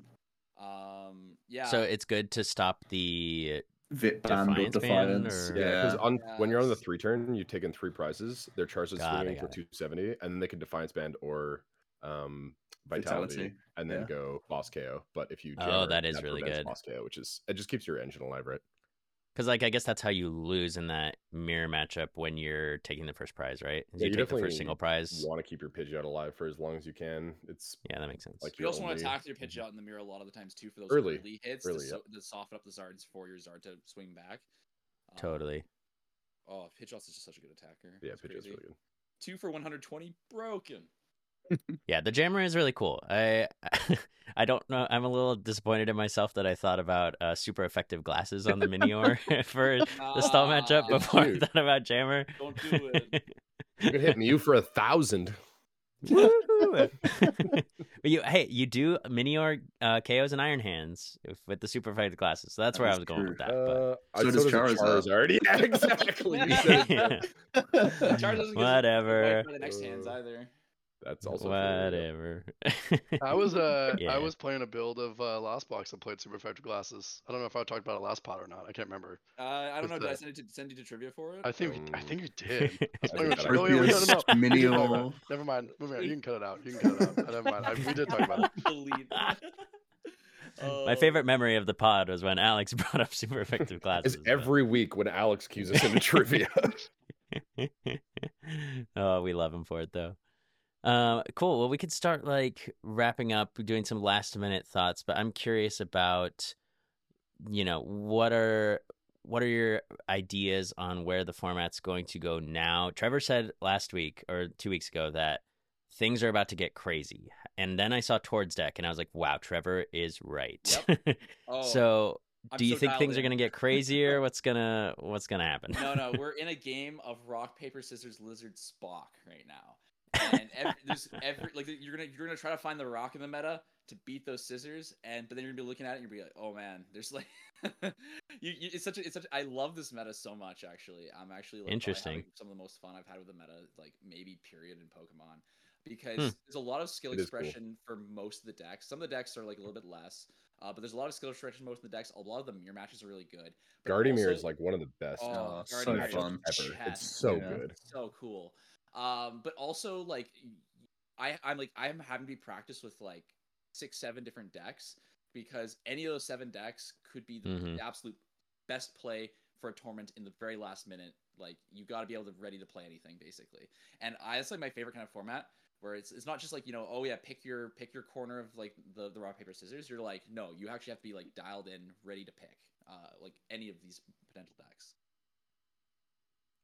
S3: Um, yeah.
S1: So it's good to stop the.
S5: Vit band or
S1: Defiance ban
S5: defiance.
S1: or-
S2: Yeah, because
S5: Yeah,
S2: on when you're on the
S3: Yes.
S2: three turn, you've taken three prizes. Their charges
S1: Got it,
S2: swinging for
S1: got
S2: 270, and then they can defiance band or um vitality,
S5: Vitality,
S2: and then
S5: yeah.
S2: go boss KO. But if you
S1: Oh,
S2: jammer,
S1: that is really
S2: prevents
S1: good.
S2: boss KO, which is it just keeps your engine alive, right?
S1: Because, like, I guess that's how you lose in that mirror matchup when you're taking the first prize, right? Is you,
S2: Yeah, you
S1: take the
S2: definitely
S1: first single prize.
S2: You want to keep your Pidgeot alive for as long as you can. It's
S1: Yeah, that makes sense.
S2: like
S3: you
S2: your
S3: also want
S2: only-
S3: to attack your pitch out in the mirror a lot of the times too for those
S2: Early.
S3: early, hits
S2: Early,
S3: to,
S2: yep.
S3: so- to soften up the Zards for your Zard to swing back. Um,
S1: totally.
S3: Oh, Pidgeot's is just such a good attacker.
S2: Yeah,
S3: It's
S2: Pidgeot's
S3: crazy.
S2: really good.
S3: Two for 120, broken.
S1: Yeah, the jammer is really cool. I I don't know. I'm a little disappointed in myself that I thought about uh, super effective glasses on the Minior for the stall matchup
S3: Nah,
S1: before I
S2: Ah, Dude.
S1: thought about jammer.
S3: Don't do it.
S2: You could hit Mew for a thousand.
S1: Woohoo! but you, hey, you do Minior uh, KOs and Iron Hands if, with the super effective glasses. So that's
S5: That
S1: where I
S5: is
S1: was going
S5: true.
S1: with that. but
S2: Uh, I-
S5: So does
S2: a Charizard.
S5: Charizard.
S2: Yeah, exactly. Uh, You said it.
S1: Whatever.
S3: By the next hands
S2: Uh,
S3: either.
S2: That's also fairly real.
S1: whatever.
S4: I was uh
S1: Yeah.
S4: I was playing a build of uh, Last Box and played Super Effective Glasses. I don't know if I talked about it last pot or not. I can't remember.
S3: Uh, I
S4: What's
S3: don't know. Did I
S4: that?
S3: send it to send you to trivia for it?
S4: I think I
S2: Um,
S4: think you did. I was
S2: I
S4: playing
S2: think
S4: with
S2: that I
S4: oh, yeah, we- no, no, no.
S5: Beerus
S4: We
S5: mini
S4: did talk
S5: oil.
S4: about it. Never mind. Moving on. You can cut it out. You can cut it out. Uh, Never mind. I, we did talk about it.
S3: Believe it.
S1: My favorite memory of the pod was when Alex brought up super effective classes.
S2: Uh, It's
S1: but-
S2: every week when Alex cues us into trivia.
S1: oh, we love him for it though. Um, cool. Well, we could start like wrapping up, doing some last minute thoughts. But I'm curious about, you know, what are what are your ideas on where the format's going to go now? Trevor said last week or two weeks ago that things are about to get crazy, and then I saw Towards Deck, and I was like, wow, Trevor is right.
S3: Oh,
S1: so,
S3: I'm
S1: do you
S3: so
S1: think
S3: dialed
S1: things are
S3: in.
S1: going to get crazier? what's gonna What's gonna happen?
S3: no, no, we're in a game of rock, paper, scissors, lizard, Spock right now, and ev- there's every like you're gonna you're gonna try to find the rock in the meta to beat those scissors, and but then you're gonna be looking at it and you're gonna be like, oh man, there's like, you, you it's such a it's such I love this meta so much actually. I'm actually like, probably
S1: Interesting.
S3: having some of the most fun I've had with the meta like maybe period in Pokemon because there's a lot of skill
S2: Hmm. It is cool.
S3: expression for most of the decks. Some of the decks are like a little bit less. Uh, but there's a lot of skill expression most of the decks. A lot of the mirror matches are really good. But
S2: Gardimir
S3: also-
S2: is like one of the best
S5: Oh,
S3: it's
S5: so
S3: already
S2: matchups
S3: great.
S5: fun.
S2: ever.
S3: Chat.
S2: It's so
S5: Yeah.
S2: good.
S3: so cool. Um, but also like I I'm like I'm having to be practiced with like six seven different decks because any of those seven decks could be the
S1: Mhm.
S3: absolute best play for a tournament in the very last minute. Like you got to be able to ready to play anything basically. And I, that's like my favorite kind of format where it's it's not just like you know oh yeah pick your pick your corner of like the the rock paper scissors. You're like no you actually have to be like dialed in ready to pick uh, like any of these potential decks.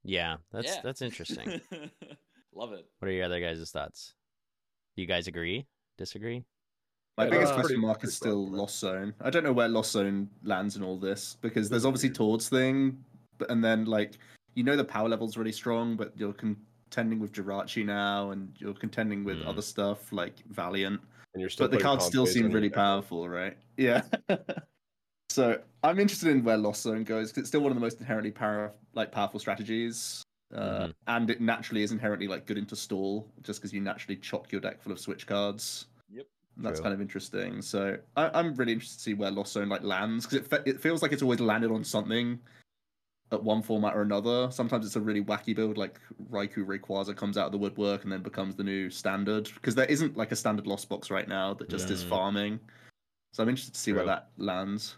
S1: Yeah, that's
S3: Yeah.
S1: that's interesting.
S3: Love it.
S1: What are your other guys' thoughts? You guys agree? Disagree?
S5: My
S2: Yeah,
S5: biggest
S2: that's
S5: question
S2: pretty-
S5: mark
S2: pretty
S5: is still
S2: broad, right?
S5: Lost Zone. I don't know where Lost Zone lands in all this because there's obviously Tords thing, but and then like you know the power level's really strong, but you're contending with Jirachi now, and you're contending with
S1: Hmm.
S5: other stuff like Valiant.
S2: And you're still
S5: But the
S2: playing
S5: cards
S2: comp
S5: still
S2: based on
S5: seem
S2: your
S5: really
S2: deck.
S5: powerful, right? Yeah. so I'm interested in where Lost Zone goes 'cause it's still one of the most inherently power like powerful strategies. Uh,
S1: Mhm.
S5: And it naturally is inherently like good into stall, just because you naturally chock your deck full of switch cards.
S3: Yep.
S5: And that's
S1: True.
S5: kind of interesting. So I, I'm really interested to see where Lost Zone like lands because it fe- it feels like it's always landed on something at one format or another. Sometimes it's a really wacky build like Raikou Rayquaza comes out of the woodwork and then becomes the new standard because there isn't like a standard lost box right now that just is
S1: Mm.
S5: farming. So I'm interested to see where
S2: True.
S5: that lands.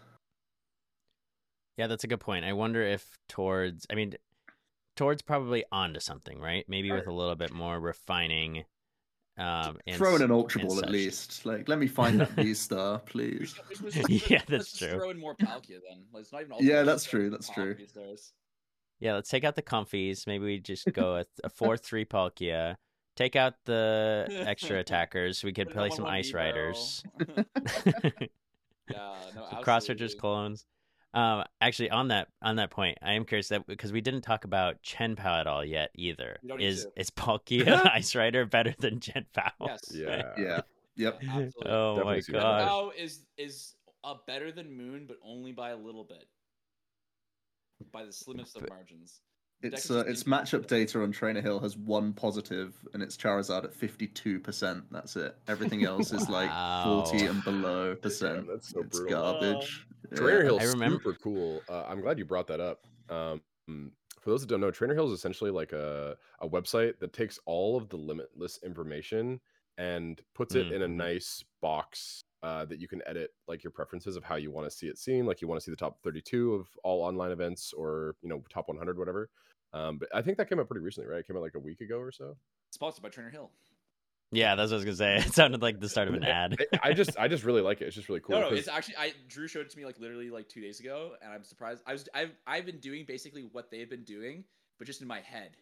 S1: Yeah, that's a good point. I wonder if towards I mean towards probably onto something, right? Maybe with a little bit more refining. Um and
S5: throw
S1: s-
S5: in an ultra
S1: and
S5: ball at
S1: such.
S5: least. Like, let me find that V star,
S3: We
S5: please.
S3: should- we should- let's just-
S1: Yeah,
S3: let's
S1: that's
S3: just
S1: true.
S3: Throw in more Palkia then. Like, it's not even all
S5: Yeah,
S3: Palkia,
S5: that's
S3: it's
S5: true,
S3: like
S5: that's
S3: Palkia
S5: true.
S3: stars.
S1: Yeah, let's take out the comfies. Maybe we just go a, a four three Palkia. Take out the extra attackers. We could
S3: Put it in a
S1: play some
S3: 1-1
S1: ice
S3: B barrel.
S1: riders.
S3: yeah, no,
S1: Some cross stitchers
S3: absolutely.
S1: clones. Um, actually, on that on that point, I am curious that because we didn't talk about Chen Pao at all yet either.
S3: You don't need
S1: Is
S3: to.
S1: is Palkia Ice Rider better than Chen Pao?
S3: Yes.
S2: Yeah.
S5: Yeah. Yep.
S3: Absolutely.
S1: Oh
S2: Definitely
S1: my
S2: see
S3: Red
S2: that.
S1: gosh.
S3: Bow is is uh, better than Moon, but only by a little bit, by the slimmest of
S1: But-
S3: margins. The deck
S5: It's
S3: is
S5: uh,
S3: just
S5: its
S3: in-
S5: matchup data on Trainer Hill has one positive, and it's Charizard at fifty-two percent. That's it. Everything else is like forty
S1: Wow.
S5: and below percent.
S2: that's so
S5: it's
S2: brutal.
S5: garbage. Yeah.
S2: Trainer Hill's
S1: I remember-
S2: super cool. Uh, I'm glad you brought that up. Um, mm, for those that don't know, Trainer Hill is essentially like a, a website that takes all of the limitless information and puts it in a
S1: Mhm.
S2: nice box uh, that you can edit like your preferences of how you want to see it seen. Like you want to see the top 32 of all online events or, you know, top 100, whatever. Um, but I think that came out pretty recently, right? It came out like a week ago or so.
S3: sponsored by Trainer Hill.
S1: Yeah, that's what I was gonna say. It sounded like the start of an ad.
S2: I- I just, I just really like it. It's just really cool.
S3: No, no,
S2: 'cause-
S3: it's actually I Drew showed it to me like literally like two days ago, and I'm surprised. I was I've I've been doing basically what they've been doing, but just in my head.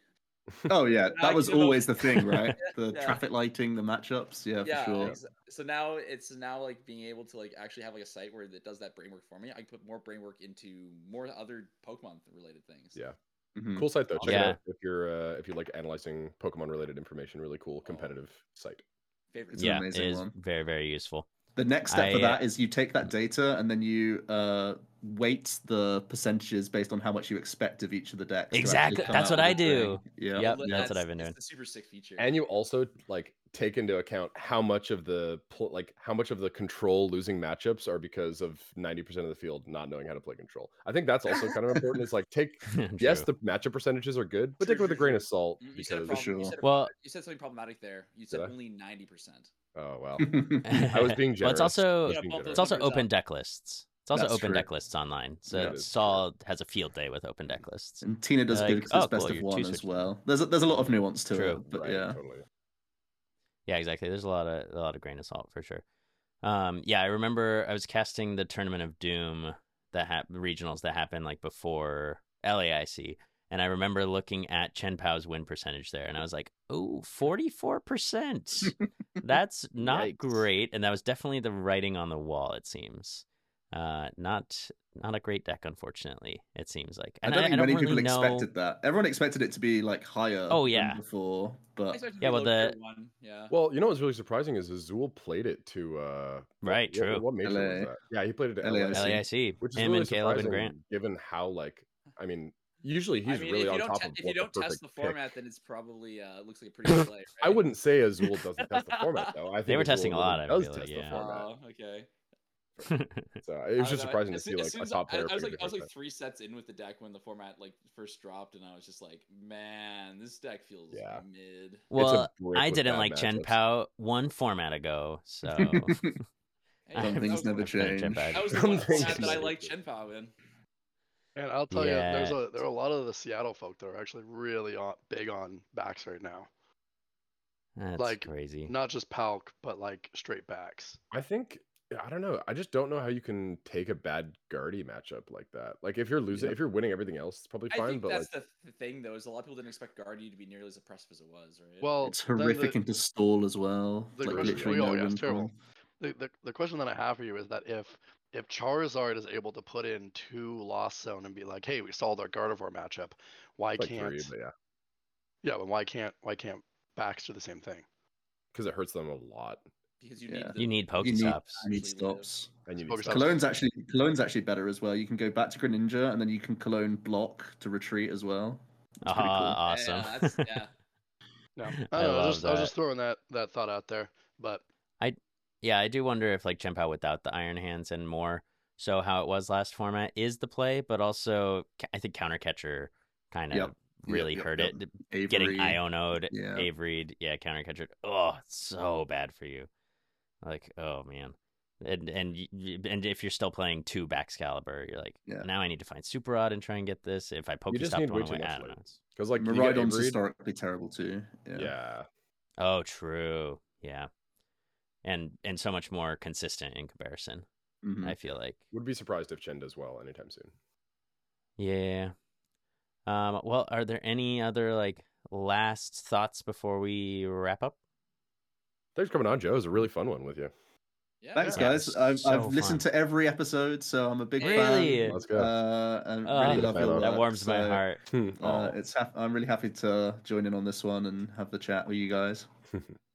S5: Oh yeah,
S3: I
S5: that was
S3: give up.
S5: always the thing, right? The
S3: Yeah.
S5: traffic lighting, the matchups. Yeah,
S3: yeah,
S5: for sure.
S3: exa- so now it's now like being able to like actually have like a site where that does that brain work for me. I can put more brain work into more other Pokemon related things.
S2: Yeah.
S5: Mhm.
S2: cool site though. Check
S1: Yeah.
S2: it out if you're uh, if you like analyzing Pokemon related information. Really cool competitive site.
S3: Favorite.
S5: It's an
S1: yeah, it
S5: amazing
S1: is
S5: one.
S1: very very useful.
S5: The next step for
S1: I- uh,
S5: that is you take that data and then you uh, weight the percentages based on how much you expect of each of the decks. to actually
S1: Exactly.
S5: come
S1: That's
S5: out
S1: what I
S5: with a thing.
S1: do.
S5: Yeah.
S1: Yep,
S3: Well,
S1: that's what I've been
S3: it's
S1: doing.
S3: the super sick feature.
S2: and you also like take into account how much of the pl- like how much of the control losing matchups are because of 90% of the field not knowing how to play control i think that's also kind of important it's like take yes the matchup percentages are good but
S3: True,
S2: take it with a
S3: true, true.
S2: grain of salt
S3: You, you said a
S2: because
S3: problem,
S5: sure.
S3: you, said a-
S1: Well-
S3: you said something problematic there. You said
S2: I?
S3: only ninety percent.
S2: oh well
S1: the.
S2: i was being generous
S1: Well, it's also
S2: I was
S3: Yeah,
S2: being
S3: both of
S2: generous.
S1: It's also
S3: numbers up.
S1: open deck lists. It's also
S5: That's
S1: open
S5: true.
S1: deck lists online. So
S2: Yeah, it is
S1: Saul has a field day with open deck lists.
S5: And Tina does
S1: Like,
S5: good 'cause
S1: oh,
S5: it's best
S1: cool,
S5: of
S1: you're
S5: one
S1: two
S5: as
S1: switching.
S5: well. There's a, there's a lot of nuance to
S1: True.
S5: it, but
S2: Right,
S5: yeah.
S2: totally.
S1: Yeah, exactly. There's a lot of a lot of grain of salt for sure. Um, yeah, I remember I was casting the tournament of doom that hap- regionals that happened like before LAIC, and I remember looking at Chen Pao's win percentage there, and I was like, oh, 44 percent. That's not
S2: Yikes.
S1: great, and that was definitely the writing on the wall. It seems. Uh, not not a great deck, unfortunately. It seems like,
S5: I
S1: and
S5: don't think many
S1: really
S5: people
S1: know-
S5: expected that. Everyone expected it to be like higher.
S1: Oh,
S5: than
S1: yeah.
S5: Before,
S3: I
S5: but
S3: expected to
S1: Yeah,
S3: be
S1: well,
S3: low tier
S1: the-
S3: one. Yeah.
S2: well you know what's really surprising is azul played it to uh
S1: Right,
S2: what-
S1: true.
S2: what, major was
S5: LA.
S2: that? yeah he played it to
S5: LAIC.
S2: LAIC.
S1: LAIC,
S2: which is
S1: him
S2: really
S1: and Caleb and
S2: surprising
S1: Grant.
S2: given how like i mean usually
S3: I
S2: he's
S3: mean,
S2: really
S3: if
S2: on
S3: you don't,
S2: top
S3: te-
S2: of
S3: if
S2: what
S3: you don't
S2: the perfect
S3: test the
S2: pick
S3: format, then it's probably uh, looks like a pretty good play. Right?
S2: I wouldn't say Azul doesn't test the format though. I think
S1: They were
S2: Azul
S1: testing a
S2: really
S1: lot, I
S2: does
S1: feel
S2: test
S1: like, yeah.
S2: the format.
S3: Oh, okay.
S2: So it was just
S3: I don't know,
S2: surprising
S3: as
S2: to
S3: soon-
S2: see
S3: as
S2: like
S3: soon
S2: a
S3: as I-
S2: top player.
S3: I, I was
S2: pick
S3: like, I was
S2: against
S3: like three sets in with the deck when the format like first dropped, and I was just like, man, this deck feels
S2: Yeah.
S3: mid.
S2: that. It's a
S1: Well,
S2: brick
S1: I
S2: with
S1: didn't
S2: bad
S1: like Chen
S2: matchups.
S1: Pao one format ago, so
S3: Hey,
S1: Some
S3: that
S5: things
S3: was-
S5: never
S3: that
S1: Chen
S5: change.
S1: Pao.
S3: was the one
S2: Some things
S3: format that I
S2: never
S3: liked
S2: change.
S3: Chen Pao in.
S4: And I'll tell you, there's
S1: Yeah.
S4: a there are a lot of the Seattle folk that are actually really on, big on backs right now.
S1: That's
S4: Like,
S1: crazy.
S4: Not just Palk, but like straight backs.
S2: I think I don't know. I just don't know how you can take a bad Guardy matchup like that. Like if you're losing,
S5: Yeah.
S2: if you're winning everything else, it's probably
S3: I
S2: fine.
S3: think
S2: But like,
S3: that's the th- thing, though, is a lot of people didn't expect Guardy to be nearly as oppressive as it was, right?
S4: Well,
S5: it's
S4: then the-
S5: horrific and to stall as well.
S4: the
S5: like
S2: question-
S5: literally
S4: oh,
S5: no
S4: yeah,
S5: win
S4: it's terrible.
S5: point.
S4: The, the, the question that I have for you is that if if Charizard is able to put in two Lost Zone and be like, hey, we solved our Gardevoir matchup, why
S2: like
S4: can't
S2: three, but yeah,
S4: yeah, but why can't why can't backs do the same thing?
S2: because it hurts them a lot.
S3: because you
S5: yeah.
S3: need the,
S1: You need
S5: You need,
S1: Pokestops.
S5: you need
S3: Actually live.
S5: stops.
S2: And you need
S4: Focus
S2: stuff.
S4: on-
S5: Cologne's actually Cologne's actually better as well. You can go back to Greninja and then you can Cologne block to retreat as well. It's pretty
S1: Ah,
S5: cool.
S1: awesome.
S3: Yeah, that's, yeah.
S4: No, I,
S1: I
S4: don't know, I
S1: love
S4: was just I was
S1: that.
S4: just throwing that that thought out there, but
S1: Yeah, I do wonder if like Chen Pao without the Iron Hands and more, so how it was last format is the play, but also ca- I think counter catcher kind of
S5: Yep, yep,
S1: really
S5: yep,
S1: hurt
S5: yep.
S1: it. Getting
S5: Avery,
S1: Ionoed,
S5: Yeah.
S1: Avery'd, yeah, counter catcher. Oh, it's so bad for you. Like, oh man. And and y- y- and if you're still playing two Baxcalibur, you're like,
S5: Yeah.
S1: now I need to find Super Odd and try and get this. If I
S2: just
S1: Pokestop
S2: need
S1: one
S2: way too
S1: away,
S2: much
S1: I don't
S2: light.
S1: know. It's-
S2: Because like you get
S5: Maridon's
S2: Avery'd-
S5: historically terrible too. Yeah.
S2: yeah,
S1: Oh, true. Yeah. And and so much more consistent in comparison.
S5: Mhm.
S1: I feel like.
S2: would be surprised if Chen does well anytime soon.
S1: Yeah. Um, well, are there any other like last thoughts before we wrap up?
S2: Thanks for coming on, Joe. It was a really fun one with you.
S3: Yeah,
S5: Thanks,
S1: Yeah, it
S5: guys.
S1: was
S5: I've,
S1: so
S5: I've listened
S1: fun.
S5: to every episode, so I'm a big
S1: Really?
S5: fan.
S2: Let's go.
S5: Uh, and really
S1: Ah,
S5: love your
S2: that
S5: work,
S1: That warms my
S5: so,
S1: heart. Oh.
S2: Hmm.
S5: Uh, it's hap- I'm really happy to join in on this one and have the chat with you guys.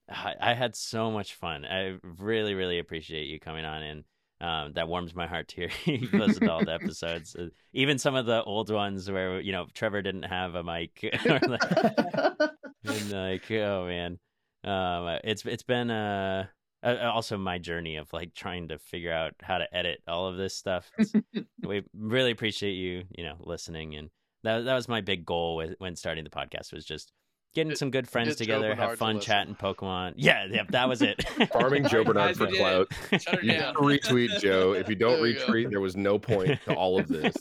S1: I, I had so much fun. I really, really appreciate you coming on, and um, that warms my heart to hear you've listened to all the episodes, Uh, even some of the old ones where you know Trevor didn't have a mic, or like, and like oh man, um, it's it's been uh, uh, also my journey of like trying to figure out how to edit all of this stuff. It's- we really appreciate you, you know, listening, and that that was my big goal with when starting the podcast was just. Getting
S4: Get-
S1: some good friends
S4: get Joe
S1: together,
S4: Bernard
S1: have
S4: to
S1: fun
S4: listen.
S1: chatting Pokemon. Yeah, yeah, that was it.
S2: Farming Joe Bernard
S3: Alright, guys,
S2: for
S3: we did it.
S2: clout.
S3: Shut her
S2: You
S3: down.
S2: gotta retweet Joe. If you don't
S4: There you go.
S2: retweet, there was no point to all of this.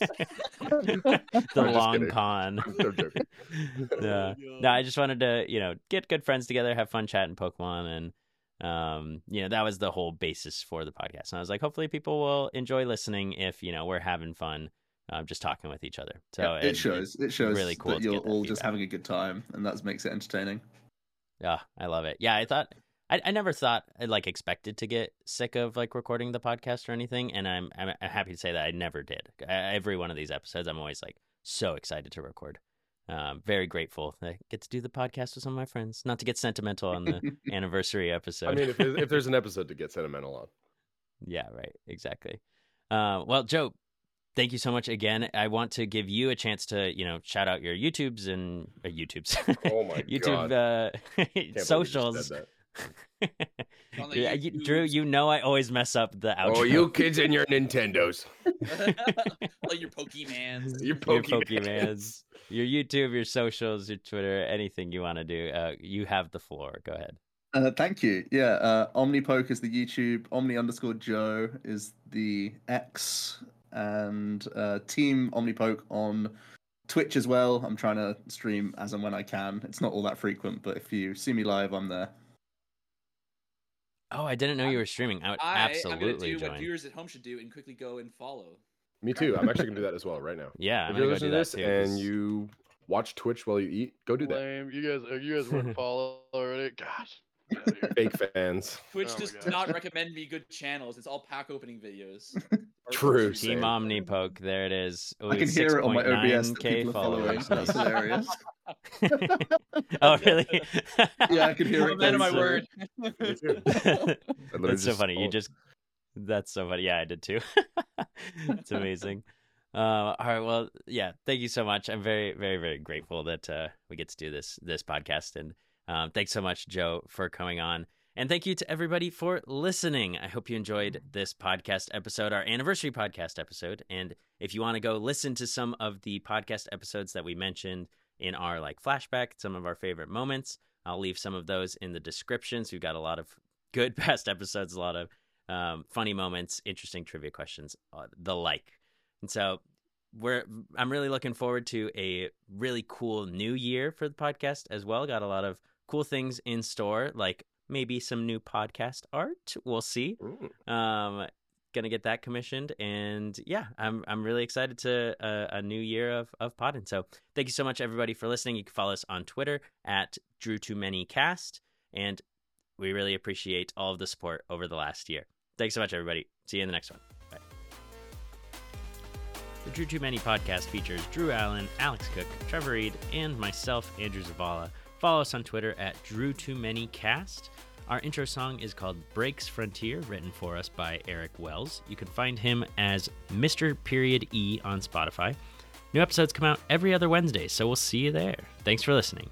S1: the
S2: I'm just
S1: long
S2: kidding.
S1: con.
S2: I'm joking.
S5: Oh
S1: Yeah. No, I just wanted to, you know, get good friends together, have fun chatting Pokemon, and um, you know, that was the whole basis for the podcast. And I was like, hopefully, people will enjoy listening if you know we're having fun, um, just talking with each other. So
S5: Yeah, it shows. It shows
S1: really cool
S5: that
S1: to get
S5: you're
S1: that
S5: all just
S1: feedback.
S5: having a good time, and that makes it entertaining.
S1: Yeah, I love it. Yeah, I thought I, I never thought I like expected to get sick of like recording the podcast or anything, and I'm I'm happy to say that I never did. E- Every one of these episodes, I'm always like so excited to record. Um, very grateful that I get to do the podcast with some of my friends. Not to get sentimental on the anniversary episode.
S2: I mean, if, if there's an episode to get sentimental on,
S1: Yeah, right. Exactly. Uh, well, Joe, thank you so much again. I want to give you a chance to, you know, shout out your YouTubes and uh, YouTubes,
S2: Oh my
S1: YouTube
S2: god.
S1: uh,
S2: Can't believe you just said
S1: socials.
S2: that.
S3: On the
S1: yeah, uh, you, Drew,
S3: YouTubes.
S1: you know I always mess up the outro.
S2: Oh, you kids and your Nintendos.
S3: like your Pokemans.
S2: Your
S1: your
S2: Pokemon.
S1: Pokemans, your YouTube, your socials, your Twitter, anything you want to do. Uh, you have the floor. Go ahead.
S5: Uh, thank you. Yeah, uh, OmniPoke is the YouTube. Omni underscore Joe is the X, and uh, Team OmniPoke on Twitch as well. I'm trying to stream as and when I can. It's not all that frequent, but if you see me live, I'm there.
S1: Oh, I didn't know you were streaming. I would
S3: I am going to
S1: absolutely
S3: do what
S1: join.
S3: viewers at home should do and quickly go and follow.
S2: Me too. I'm actually gonna do that as well right now.
S1: Yeah, I'm
S2: if you're
S1: gonna go do
S2: listening to
S1: that
S2: this
S1: too.
S2: and
S1: 'cause-
S2: you watch Twitch while you eat, go do that.
S4: Lame. You guys, you guys weren't follow already. Gosh. Get outta here.
S2: Fake fans.
S3: Twitch
S4: Oh my
S3: does
S4: gosh.
S3: not recommend me good channels. It's all pack opening videos. Or
S2: True,
S3: grocery
S1: Team
S2: same.
S3: sales.
S1: Omnipoke, there it is. Ooh,
S5: I can hear it on my OBS that
S1: 6.9K
S5: people are following.
S1: followers.
S5: That's hilarious.
S1: oh, really?
S5: Yeah, I can hear
S3: I'm a
S5: it. going
S3: man of my
S5: through.
S3: word.
S2: Me too. literally
S1: that's so
S2: just oh.
S1: funny. You
S2: followed.
S1: just that's so funny. Yeah, I did too. it's amazing. Uh, all right. Well, yeah. Thank you so much. I'm very, very, very grateful that uh, we get to do this this podcast, and um, thanks so much, Joe, for coming on. And thank you to everybody for listening. I hope you enjoyed this podcast episode, our anniversary podcast episode. And if you want to go listen to some of the podcast episodes that we mentioned in our like flashback, some of our favorite moments, I'll leave some of those in the descriptions. We've got a lot of good past episodes, a lot of um, funny moments, interesting trivia questions, uh, the like. And so we're I'm really looking forward to a really cool new year for the podcast as well. Got a lot of cool things in store, like maybe some new podcast art. We'll see.
S2: Mm.
S1: Um, gonna get that commissioned, and yeah, I'm I'm really excited to uh, a new year of of podding. So thank you so much everybody for listening. You can follow us on Twitter at Drew Too Many Cast, and we really appreciate all of the support over the last year. Thanks so much, everybody. See you in the next one. Bye. The Drew Too Many podcast features Drew Allen, Alex Cook, Trevor Reed, and myself, Andrew Zavala. Follow us on Twitter at Drew Too Many Cast. Our intro song is called Breaks Frontier, written for us by Eric Wells. You can find him as Mr. Period E on Spotify. New episodes come out every other Wednesday, so we'll see you there. Thanks for listening.